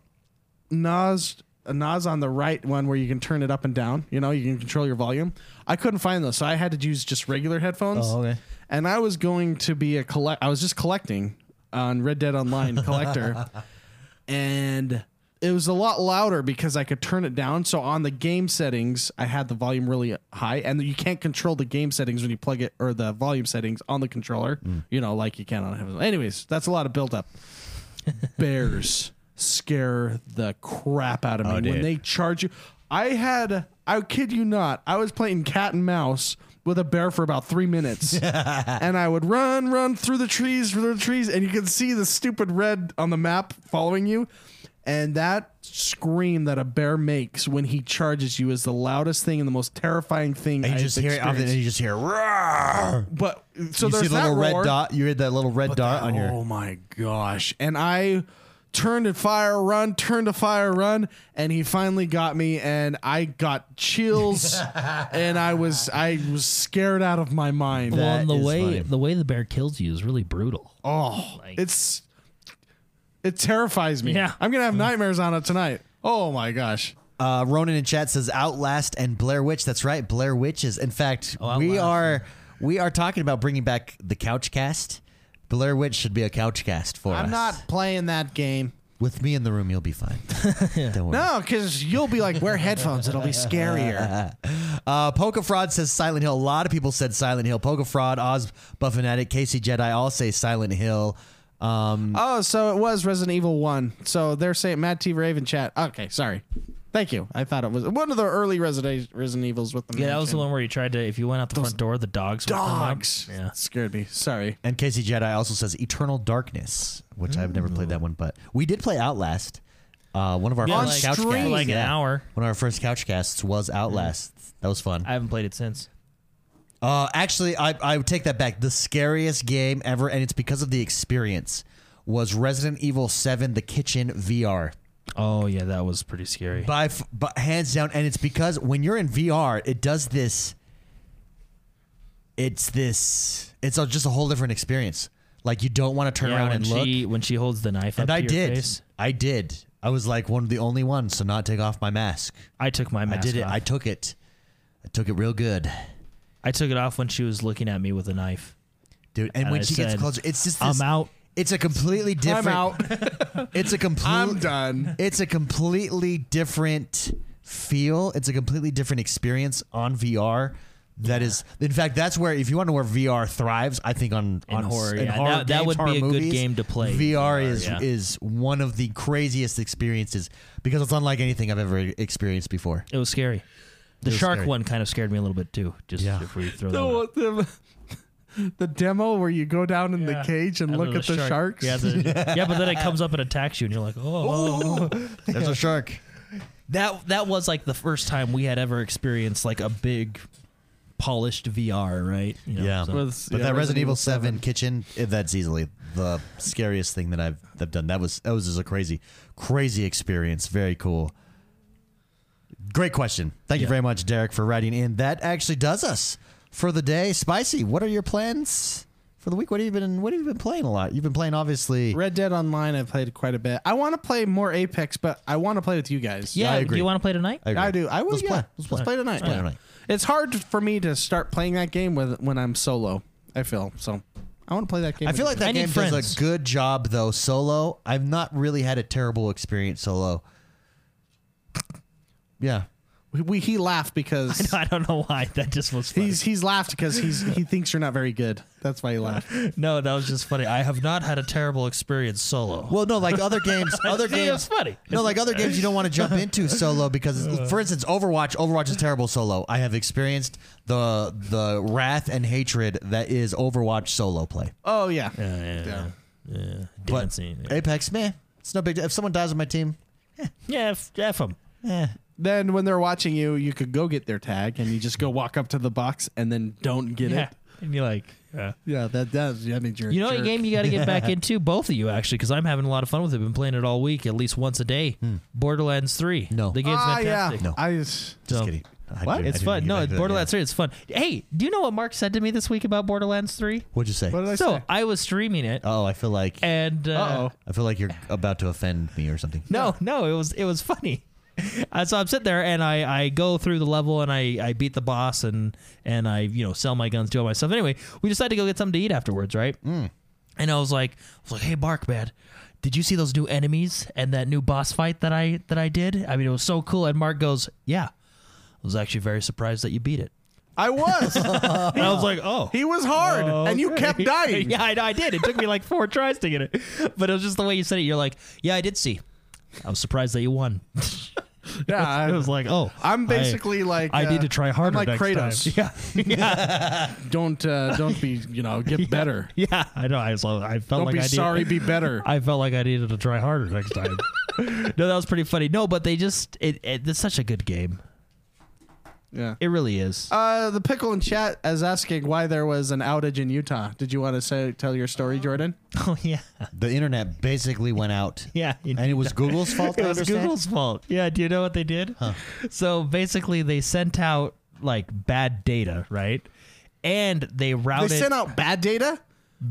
S2: Nas a Nas on the right one where you can turn it up and down. You know, you can control your volume. I couldn't find those, so I had to use just regular headphones.
S1: Oh, okay.
S2: And I was going to be a collect. I was just collecting on Red Dead Online collector, and it was a lot louder because I could turn it down. So on the game settings, I had the volume really high, and you can't control the game settings when you plug it or the volume settings on the controller.
S1: Mm.
S2: You know, like you can on. headphones. Anyways, that's a lot of buildup bears scare the crap out of me when
S1: Oh, dude.
S2: they charge you. I had, I kid you not, I was playing cat and mouse with a bear for about three minutes, and I would run, run through the trees, through the trees, and you could see the stupid red on the map following you. And that scream that a bear makes when he charges you is the loudest thing and the most terrifying thing.
S1: And you
S2: I've
S1: just hear it off, and
S2: experienced.
S1: you just hear. Roar!
S2: But so
S1: you
S2: there's
S1: see the
S2: that
S1: little
S2: roar.
S1: red dot. You had that little red dot on your.
S2: Oh my gosh. And I turned to fire run, turned to fire run, and he finally got me and I got chills and I was I was scared out of my mind.
S3: Well, and the
S1: is
S3: way
S1: funny.
S3: the way the bear kills you is really brutal.
S2: oh,
S3: like-
S2: it's it terrifies me.
S3: Yeah.
S2: I'm going to have nightmares on it tonight. Oh my gosh.
S1: Uh, Ronan in chat says Outlast and Blair Witch. That's right, Blair Witches. In fact, we
S3: Oh, Outlast,
S1: are we are talking about bringing back the couch cast. Blair Witch should be a couch cast for us.
S2: I'm not playing that game.
S1: with me in the room. You'll be fine. Don't worry.
S2: No, cuz you'll be like wear headphones, it'll be scarier.
S1: Uh, Poca Fraud says Silent Hill. A lot of people said Silent Hill. Poca Fraud, Oz Buffinatic, Casey Jedi all say Silent Hill. Um,
S2: Oh, so it was Resident Evil One. So they're saying Matt T Raven chat. Okay, sorry. Thank you. I thought it was one of the early Resident Resident Evils with the
S3: Yeah, that was the
S2: mansion.
S3: one where you tried to if you went out the front door, the dogs would come up.
S2: dogs.
S3: Yeah.
S2: scared me. Sorry.
S1: and Casey Jedi also says Eternal Darkness, which I've never played that one, but we did play Outlast. Uh, one of our
S3: Yeah,
S1: first
S3: like
S1: couch
S3: stream.
S1: casts,
S3: Like an hour.
S1: One of our first couch casts was Outlast. That was fun.
S3: Mm. I haven't played it since.
S1: Uh, actually, I, I would take that back. The scariest game ever, and it's because of the experience, was Resident Evil 7 The Kitchen VR.
S3: Oh yeah, that was pretty scary.
S1: By, f- by hands down, and it's because when you're in VR, it does this. It's this. It's a, just a whole different experience. Like you don't want to turn
S3: Yeah,
S1: around
S3: when
S1: and look.
S3: she when she holds the knife
S1: and
S3: up
S1: I
S3: to
S1: did.
S3: your face.
S1: I did. I was like one of the only ones to not take off my mask.
S3: I took my
S1: I
S3: mask
S1: did it.
S3: off.
S1: I took it. I took it real good,
S3: I took it off when she was looking at me with a knife.
S1: dude. And,
S3: And
S1: when
S3: I
S1: she
S3: said,
S1: gets closer, it's just. This,
S3: I'm out.
S1: It's a completely different.
S2: I'm out.
S1: It's a complete.
S2: I'm done.
S1: It's a completely different feel. It's a completely different experience on VR. That is, in fact, that's where if you want to know where VR thrives, I think on
S3: In
S1: on s-
S3: horror,
S1: in
S3: yeah.
S1: horror
S3: That- that
S1: games,
S3: would be
S1: horror
S3: a good
S1: movies,
S3: game to play,
S1: VR,
S3: VR,
S1: is
S3: yeah.
S1: is one of the craziest experiences because it's unlike anything I've ever experienced before.
S3: It was scary. The
S1: was
S3: shark
S1: scary.
S3: one kind of scared me a little bit too. Just
S1: Yeah.
S3: if we throw that.
S2: The,
S3: out.
S2: one- the, the demo where you go down in the cage and
S3: I
S2: look
S3: know,
S2: at the sharks.
S3: Yeah, the, yeah, but then it comes up and attacks you, and you're like, oh.
S1: There's a shark.
S3: That that was like the first time we had ever experienced like a big, polished VR, right? You know,
S1: Yeah,
S3: so-
S1: but
S2: Was-
S1: that
S2: yeah,
S1: Resident, Evil Seven kitchen, eh, that's easily the scariest thing that I've I've done. That was that was just a crazy, crazy experience. Very cool. Great question. Thank you
S3: Yeah.
S1: very much, Derek, for writing in. That actually does us for the day. Spicy, what are your plans for the week? What have you been What have you been playing a lot? You've been playing obviously.
S2: Red Dead Online, I played quite a bit. I want to play more Apex, but I want to play with you guys.
S3: yeah,
S1: I
S3: do
S1: agree.
S3: you want to play tonight?
S1: agree.
S2: I do. I will.
S1: Let's
S2: yeah.
S1: play.
S2: Let's play, tonight.
S1: play
S2: Yeah.
S1: tonight.
S2: It's hard for me to start playing that game with when I'm solo. I feel so. I want to play that game.
S1: I
S2: with
S1: feel
S2: you
S1: like that
S3: I need
S1: game does
S3: friends.
S1: a good job though solo. I've not really had a terrible experience solo. Yeah.
S2: We he laughed because
S3: I don't know why. That just was funny.
S2: he's he's laughed because he's he thinks you're not very good. That's why he laughed.
S3: no, that was just funny. I have not had a terrible experience solo.
S1: Well, no, like other games, other
S3: See,
S1: games.
S3: it's funny.
S1: No, like other games, you don't want to jump into solo because,
S3: Uh.
S1: for instance, Overwatch. Overwatch is terrible solo. I have experienced the the wrath and hatred that is Overwatch solo play.
S2: Oh yeah.
S3: yeah, yeah, yeah. yeah.
S1: But
S3: Dancing. yeah.
S1: Apex, man, it's no big. deal. If someone dies on my team,
S3: yeah, f, F 'em.
S1: eh.
S2: Then when they're watching you, you could go get their tag and you just go walk up to the box and then don't get
S3: Yeah.
S2: it.
S3: And you're like, yeah.
S2: Yeah, that does. I mean, you're a
S3: You know what
S2: jerk.
S3: game you got to get back into? Both of you, actually, because I'm having a lot of fun with it. Been playing it all week, at least once a day. Borderlands 3.
S1: No.
S3: The game's
S2: Ah, yeah.
S3: fantastic.
S1: No.
S2: I just,
S1: Just
S3: So-
S1: kidding. I
S2: What?
S1: didn't- I
S3: It's
S1: didn't
S3: fun.
S1: get
S3: No,
S1: back to that
S3: Borderlands
S1: yet.
S3: 3, it's fun. Hey, do you know what Mark said to me this week about Borderlands 3?
S1: What'd you say?
S2: what did I
S3: so
S2: say?
S3: I was streaming it,
S1: Oh, I feel like
S3: and uh,
S2: Uh-oh.
S1: I feel like you're about to offend me or something.
S3: no, no, it was it was funny. Uh, so I'm sitting there and I, I go through the level and I, I beat the boss and and I you know sell my guns, do all my stuff. Anyway, we decided to go get something to eat afterwards, right?
S1: Hmm.
S3: And I was like, I was like, hey, Bark, man, did you see those new enemies and that new boss fight that I that I did? I mean, it was so cool. And Mark goes, yeah, I was actually very surprised that you beat it.
S2: I was.
S3: And I was like, oh,
S2: he was hard, and you kept dying.
S3: yeah, I, know, I did. It took me like four tries to get it, but it was just the way you said it. You're like, yeah, I did see. I was surprised that you won.
S2: Yeah,
S3: it was like, oh,
S2: I'm
S3: I-
S2: basically like
S3: I,
S2: uh,
S3: need to try harder.
S2: I'm like
S3: next
S2: Kratos.
S3: time. Yeah,
S2: Don't uh, don't be you know get better.
S3: yeah. I know. I was. like- I felt
S2: Don't
S3: like
S2: be
S3: I did-
S2: sorry, be better.
S3: I felt like I needed to try harder next time. no, that was pretty funny. No, but they just it, it. It's such a good game.
S2: Yeah.
S3: It really is.
S2: Uh, the pickle in chat is asking why there was an outage in Utah. Did you want to say tell your story, Jordan?
S3: oh yeah,
S1: The internet basically went out.
S3: yeah. you
S1: And it was Google's fault.
S3: It
S1: I
S3: was
S1: understand?
S3: Google's fault. Yeah. Do you know what they did? So basically, they sent out like bad data, right? And they
S2: They
S3: routed
S2: sent out bad data.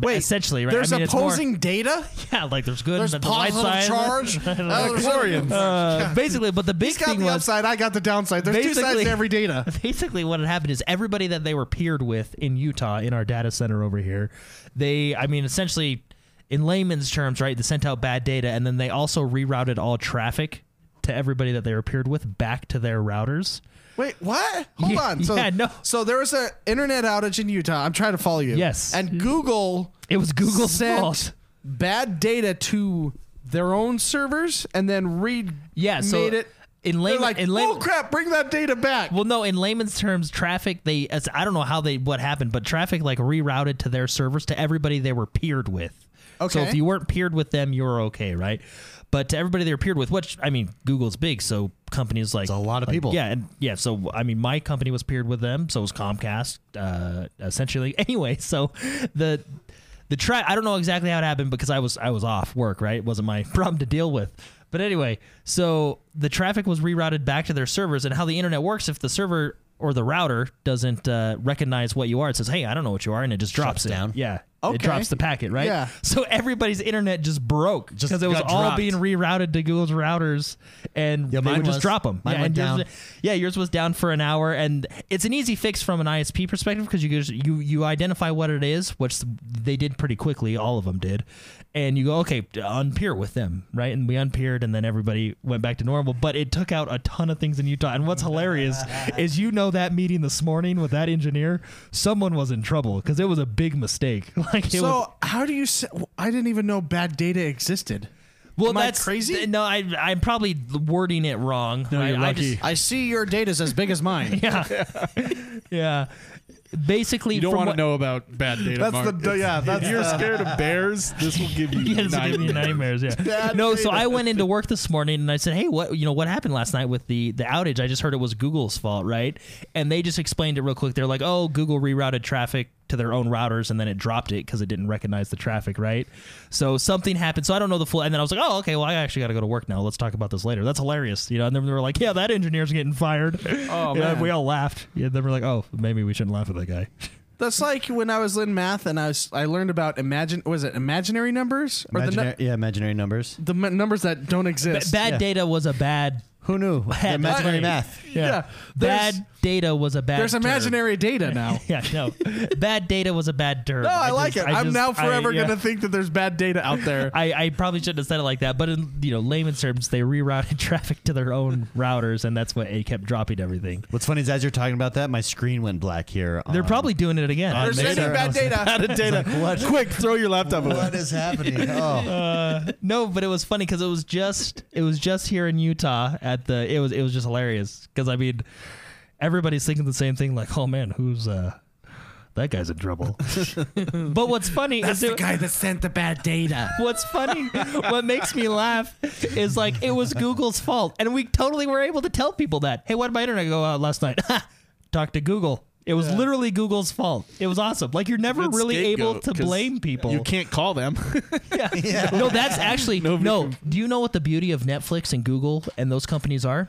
S2: Wait,
S3: essentially, right?
S2: There's
S3: I mean, it's more-
S2: opposing data.
S3: yeah, like there's good.
S2: There's
S3: and the light
S2: positive
S3: side.
S2: charge. Uh, Victorians.
S3: Uh, basically, but the big
S2: He's got
S3: thing
S2: the
S3: was
S2: upside. I got the downside. There's two sides
S3: Basically-
S2: to every data.
S3: basically what had happened is everybody that they were peered with in Utah in our data center over here, they I mean essentially in layman's terms, right, they sent out bad data and then they also rerouted all traffic to everybody that they were peered with back to their routers.
S2: Wait, what? Hold
S3: Yeah,
S2: on. So,
S3: yeah, no.
S2: so there was an internet outage in Utah. I'm trying to follow you.
S3: Yes.
S2: And Google
S3: It was Google's
S2: sent
S3: fault.
S2: bad data to their own servers and then read
S3: Yeah, so
S2: made it
S3: in
S2: They're
S3: layman
S2: like,
S3: in
S2: oh
S3: layman,
S2: crap, bring that data back.
S3: Well, no, in layman's terms, traffic they as I don't know how they what happened, but traffic like rerouted to their servers to everybody they were peered with. So
S2: Okay.
S3: if you weren't peered with them, you were okay, right? But to everybody they were peered with, which I mean, Google's big, so companies like
S1: a lot of
S3: like-
S1: people.
S3: Yeah, and yeah, so I mean, my company was peered with them, so was Comcast, uh, essentially. Anyway, so the the tra- I don't know exactly how it happened because I was I was off work, right? It wasn't my problem to deal with. But anyway, so the traffic was rerouted back to their servers, and how the internet works if the server or the router doesn't uh, recognize what you are, it says, "Hey, I don't know what you are," and it just drops
S1: Shuts
S3: it.
S1: down.
S3: Yeah,
S2: Okay.
S3: it drops the packet, right?
S2: Yeah.
S3: So everybody's internet just broke
S1: Just
S3: because it was
S1: got
S3: all
S1: dropped.
S3: being rerouted to Google's routers, and
S1: Yeah,
S3: they
S1: mine
S3: would just
S1: was.
S3: drop them.
S1: Mine
S3: yeah,
S1: went
S3: and yours-
S1: down.
S3: yeah, yours was down for an hour, and it's an easy fix from an ISP perspective because you just, you you identify what it is, which they did pretty quickly. All of them did, and you go okay, unpeer with them, right? And we unpeered, and then everybody went back to normal. But it took out a ton of things in Utah. And what's hilarious is you know that meeting this morning with that engineer, someone was in trouble because it was a big mistake. Like it
S2: so
S3: was
S2: how do you? s I didn't even know bad data existed.
S3: Well,
S2: Am I
S3: that's
S2: crazy?
S3: th- no, I, I'm probably wording it wrong. No,
S4: you're lucky.
S2: I see your data's as big as mine.
S3: yeah. Basically,
S4: You don't
S3: from
S4: want
S3: what-
S4: to know about bad data.
S2: That's
S4: Mark.
S2: the- yeah,
S4: If
S2: that's
S4: you're
S2: the-
S4: scared of bears. This will give you
S3: Yeah, it's gonna give me
S4: nightmares.
S3: nightmares. Yeah.
S2: Bad
S3: no, so
S2: data.
S3: I went into work this morning and I said, "Hey, what you know what happened last night with the the outage? I just heard it was Google's fault, right?" And they just explained it real quick. They're like, "Oh, Google rerouted traffic to their own routers and then it dropped it because it didn't recognize the traffic, right?" So something happened. So I don't know the full. And then I was like, "Oh, okay. Well, I actually got to go to work now. Let's talk about this later." That's hilarious, you know. And then they were like, "Yeah, that engineer's getting fired." Oh
S2: man.
S3: we all laughed. Yeah, then we're like, "Oh, maybe we shouldn't laugh at that guy."
S2: That's like when I was in math and I was, I learned about imagine was it imaginary numbers or
S1: yeah, imaginary numbers.
S2: the nu- the m- numbers that don't
S3: B-
S2: exist.
S3: bad data was a bad
S1: Who knew? The imaginary math.
S3: Yeah.
S2: there's-
S3: Bad data was a bad.
S2: There's
S3: term.
S2: imaginary data now.
S3: Yeah, no. bad data was a bad term.
S2: No, I, like
S3: just-
S2: it.
S3: I
S2: I'm
S3: just-
S2: now
S3: I-
S2: forever
S3: yeah.
S2: gonna think that there's bad data out there.
S3: I, I probably shouldn't have said it like that, but in you know layman's terms, they rerouted traffic to their own routers, and that's what it kept dropping everything.
S1: What's funny is as you're talking about that, my screen went black here.
S3: They're
S1: on-
S2: Um,
S3: probably doing it again.
S2: There's
S1: Amazing.
S2: sending bad data.
S1: It's like, what?
S4: Quick, throw your laptop away.
S1: What is happening? Oh,
S3: no, but it was funny because it was just it was just here in Utah at the it was it was just hilarious because I mean everybody's thinking the same thing like oh man who's uh that guy's in trouble. but what's funny is it,
S2: that sent the bad data.
S3: What's funny, what makes me laugh is like it was Google's fault. And we totally were able to tell people that. Hey, why did my internet go out last night? Talk to Google. It was literally Google's fault. It was awesome. Like you're never
S4: Good
S3: really able
S4: scapegoat,
S3: to
S4: 'cause
S3: blame people.
S4: You can't call them.
S3: Yeah. No, that's actually no. Do you know what the beauty of Netflix and Google and those companies are?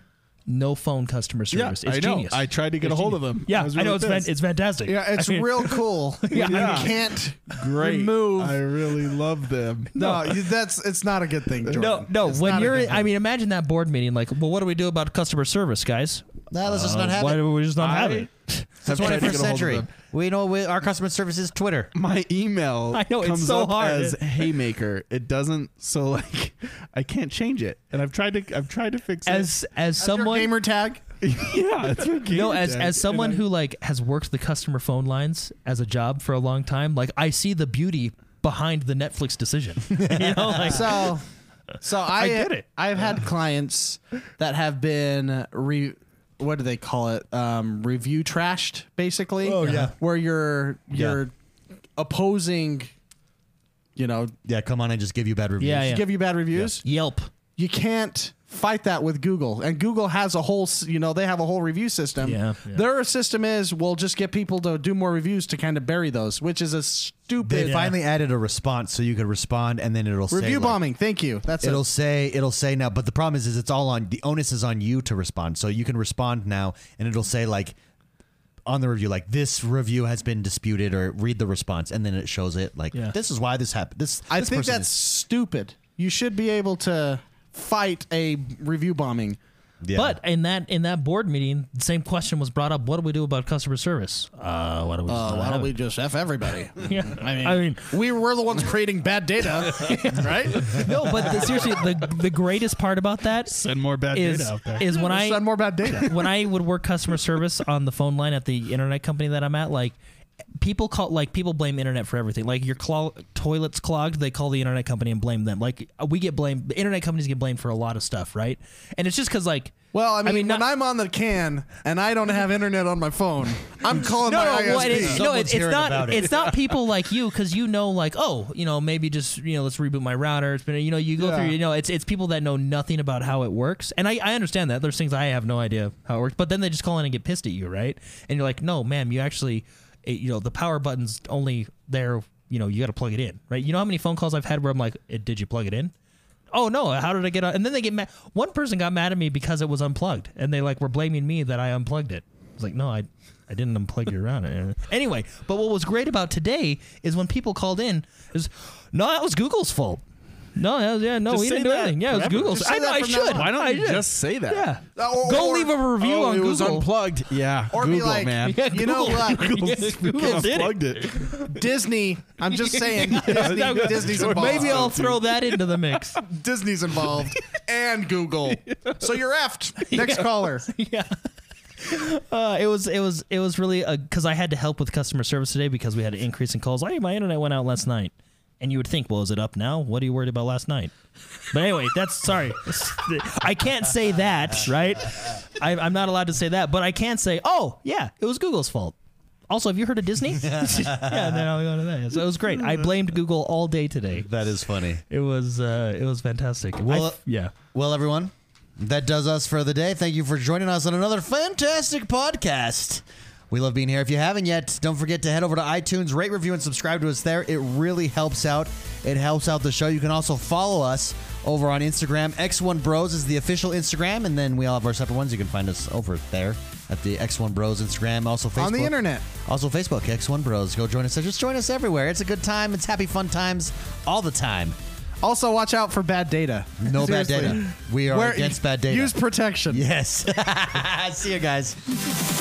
S3: No phone customer service. it's
S4: I know.
S3: genius.
S4: I tried to get a hold of them.
S3: yeah, I,
S4: was really
S3: know it's fan-
S4: pissed.
S3: it's fantastic.
S2: Yeah, it's
S3: I mean,
S2: real cool.
S3: Yeah.
S2: You can't
S4: great.
S2: remove.
S4: I really love them.
S2: no, you, that's it's not a good thing. Jordan.
S3: No, no.
S2: It's
S3: when
S2: not a
S3: you're,
S2: good
S3: in, I
S2: thing.
S3: mean, imagine that board meeting. Like, well, what do we do about customer service, guys?
S1: now let's just not have
S3: Uh, Why
S1: it.
S3: do we just not have
S4: I-
S3: it?
S1: It's the
S4: I've tried to
S1: 21st
S4: get a hold of
S1: century.
S4: them.
S1: We know we, our customer service is Twitter.
S4: My email
S3: I know, it's
S4: comes
S3: so
S4: up
S3: hard.
S4: as haymaker. It doesn't. So like, I can't change it. And I've tried to. I've tried to fix
S3: As as
S2: That's your
S3: someone,
S2: gamer tag.
S4: it. yeah, it's my
S3: no,
S4: gamer
S3: as
S4: tag.
S3: as someone
S4: And I-
S3: who like has worked the customer phone lines as a job for a long time, like I see the beauty behind the Netflix decision. you know, like
S2: So, so I,
S3: get it.
S2: I've had clients that have been re. What do they call it? Um, review trashed, basically. Uh-huh.
S1: Oh, yeah.
S2: Where you're you're opposing, you know,
S1: Yeah, come on and just give you bad reviews.
S3: Yeah, yeah.
S2: give you bad reviews.
S3: Yelp.
S2: you can't fight that with Google. And Google has a whole, s- you know, they have a whole review system.
S3: Yeah, yeah.
S2: Their system is we'll just get people to do more reviews to kind of bury those, which is a
S1: They
S2: stupid
S1: finally added a response so you could respond, and then it'll say
S2: review
S1: like,
S2: bombing. Thank you. That's
S1: It'll
S2: it.
S1: say it'll say now, but the problem is, is it's all on the onus is on you to respond. So you can respond now, and it'll say like on the review, like this review has been disputed, or read the response, and then it shows it like
S3: Yeah.
S1: this is why this happened. This
S2: I
S1: this
S2: think
S1: person
S2: that's
S1: is-
S2: stupid. You should be able to fight a review bombing.
S1: yeah.
S3: But in that in that board meeting, the same question was brought up. What do we do about customer service? Uh, why do we? just not have it?
S2: just F everybody?
S3: Yeah. I mean, I mean,
S2: we were the ones creating bad data, right?
S3: no, but the, seriously, the the greatest part about that
S4: send more bad
S3: is
S4: data out there.
S3: is when I
S2: Send more bad data.
S3: when I would work customer service on the phone line at the internet company that I'm at, like people call like people blame internet for everything. Like your clo- toilets clogged, they call the internet company and blame them. Like we get blamed. The internet companies get blamed for a lot of stuff, right? And it's just because like
S2: Well, I mean,
S3: not-
S2: when I'm on the can and I don't have internet on my phone, I'm calling
S3: no,
S2: my
S3: no,
S2: ISP.
S3: well, it is- no,
S1: Someone's
S3: it- it's
S1: hearing
S3: not.
S1: about it.
S3: It's not people like you because you know, like, oh, you know, maybe just you know, let's reboot my router. It's been, you know, you go
S2: Yeah.
S3: through, you know, it's it's people that know nothing about how it works, and I, I understand that. There's things I have no idea how it works, but then they just call in and get pissed at you, right? And you're like, no, ma'am, you actually, it, you know, the power button's only there. You know, you got to plug it in, right? You know how many phone calls I've had where I'm like, eh, did you plug it in? Oh no! How did I get on? And then they get mad. One person got mad at me because it was unplugged, and they like were blaming me that I unplugged it. I was like, no, I, I didn't unplug your router. anyway, but what was great about today is when people called in is, no, that was Google's fault. No, that was- yeah, no,
S4: Just
S3: we
S4: say
S3: didn't do
S4: that
S3: anything. Yeah, it was
S4: forever.
S3: Google's.
S2: Just say
S3: I know
S2: that
S3: I
S2: from now
S3: should.
S2: on.
S4: Why don't
S3: I
S4: you
S3: should.
S4: just say that?
S3: Yeah.
S2: Or-
S3: Go
S2: or-
S3: leave a review
S4: oh,
S3: on
S4: it
S3: Google.
S4: was unplugged. Yeah,
S2: Or be
S4: Google
S2: like-
S4: man.
S3: Yeah,
S2: You know
S3: Google.
S2: what?
S3: Yeah, Google
S4: Google
S3: did it.
S4: plugged it.
S2: Disney. I'm just saying. Disney, Disney's involved.
S3: Maybe I'll throw that into the mix.
S2: Disney's involved and Google. So you're effed. Next caller.
S3: yeah. Uh, it was it was it was really because I had to help with customer service today because we had an increase in calls. Hey, my internet went out last night, and you would think, well, is it up now? What are you worried about last night? But anyway, that's sorry, I can't say that, right? I, I'm not allowed to say that, but I can say, oh yeah, it was Google's fault. Also, have you heard of Disney? yeah, and then I'll go to that. So it was great. I blamed Google all day today.
S1: that is funny.
S3: It was uh, it was fantastic.
S1: Well,
S3: I-
S1: uh,
S3: yeah.
S1: Well, everyone, that does us for the day. Thank you for joining us on another fantastic podcast. We love being here. If you haven't yet, don't forget to head over to iTunes, rate, review, and subscribe to us there. It really helps out. It helps out the show. You can also follow us over on Instagram. X1 Bros is the official Instagram, and then we all have our separate ones. You can find us over there at the X1 Bros Instagram. Also, Facebook.
S2: On the internet.
S1: Also, Facebook, X1 Bros. Go join us. there. Just join us everywhere. It's a good time. It's happy, fun times all the time.
S2: Also, watch out for bad data.
S1: No bad
S2: Seriously.
S1: data. We are
S2: Wear-
S1: against bad data.
S2: Use protection.
S1: yes. See you guys.